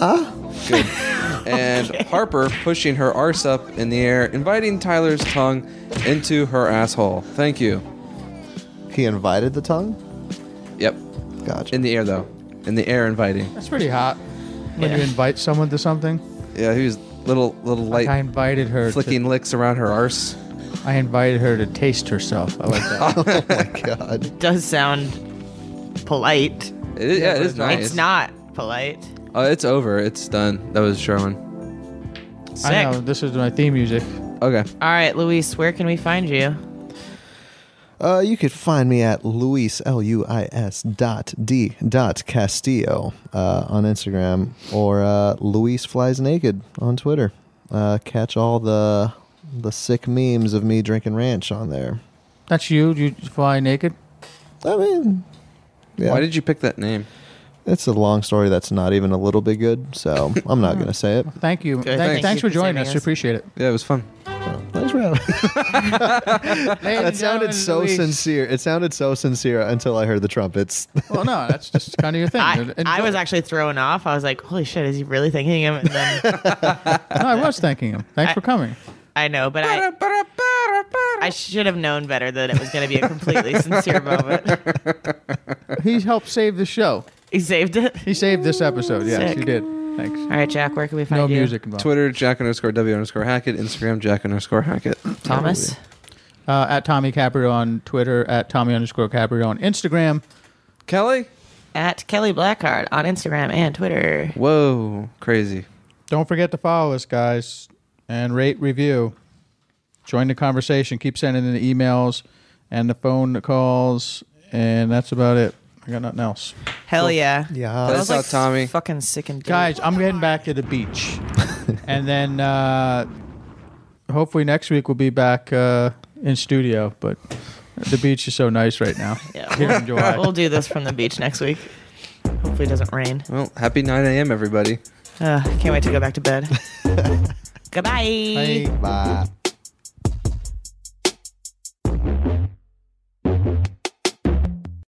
I: Ah.
L: Good. And Harper pushing her arse up in the air, inviting Tyler's tongue into her asshole. Thank you.
I: He invited the tongue.
L: Yep.
I: Gotcha.
L: In the air though. In the air inviting.
B: That's pretty hot. When you
L: Yeah.
B: invite someone to something,
L: Yeah, he was little little light
B: I invited her to-
L: flicking licks around her arse.
B: I invited her to taste herself. I like that.
I: Oh my god.
F: does sound polite.
L: It is- yeah, it is nice.
F: It's not polite.
L: Oh, it's over. It's done. That was Sherman.
F: Sick.
B: I know this is my theme music.
L: Okay.
F: All right, Luis, where can we find you?
I: Uh, you could find me at Luis L U I S dot D dot Castillo uh, on Instagram or uh, Luis Flies Naked on Twitter. Uh, catch all the the sick memes of me drinking ranch on there.
B: That's you. You fly naked.
I: I mean, yeah.
L: Why did you pick that name?
I: It's a long story that's not even a little bit good, so I'm not gonna say it.
B: Thank you. Thank-
F: thank
B: thanks,
F: you
B: for
F: for
B: joining
F: saving
B: us.
F: us.
B: We appreciate it.
L: Yeah, it was fun.
I: Thanks for having.
B: that
I: That sounded so sincere. It sounded so sincere until I heard the trumpets.
B: Well, no, that's just kind of your thing.
F: I,
B: Enjoy
F: I was
B: it.
F: actually thrown off. I was like, holy shit, is he really thanking him? And then
B: No, I was thanking him. Thanks for coming.
F: I know, but I, I should have known better that it was going to be a completely sincere moment.
B: He helped save the show.
F: He saved it.
B: He saved this episode. Yes,
F: Sick.
B: he did. Thanks.
F: All right, Jack, where can we find
B: No
F: you?
B: music involved.
L: Twitter, Jack underscore W underscore Hackett. Instagram, Jack underscore Hackett.
F: Thomas?
B: Uh, at Tommy Caprio on Twitter. At Tommy underscore Caprio on Instagram.
L: Kelly.
F: At Kelly Blackheart on Instagram and Twitter.
L: Whoa, crazy.
B: Don't forget to follow us, guys, and rate, review, join the conversation. Keep sending in the emails and the phone calls, and that's about it. I got nothing else.
F: Hell yeah.
I: Yeah.
F: That
L: Play
F: was
L: us out,
F: like
L: Tommy.
F: fucking sick and dead.
B: Guys, I'm heading back to the beach, and then uh, hopefully next week we'll be back uh, in studio, but the beach is so nice right now.
F: Yeah,
B: Here in
F: we'll-
B: July.
F: we'll do this from the beach next week. Hopefully, it doesn't rain.
C: Well, happy 9 a.m., everybody.
F: Uh, can't wait to go back to bed. Goodbye.
C: Bye.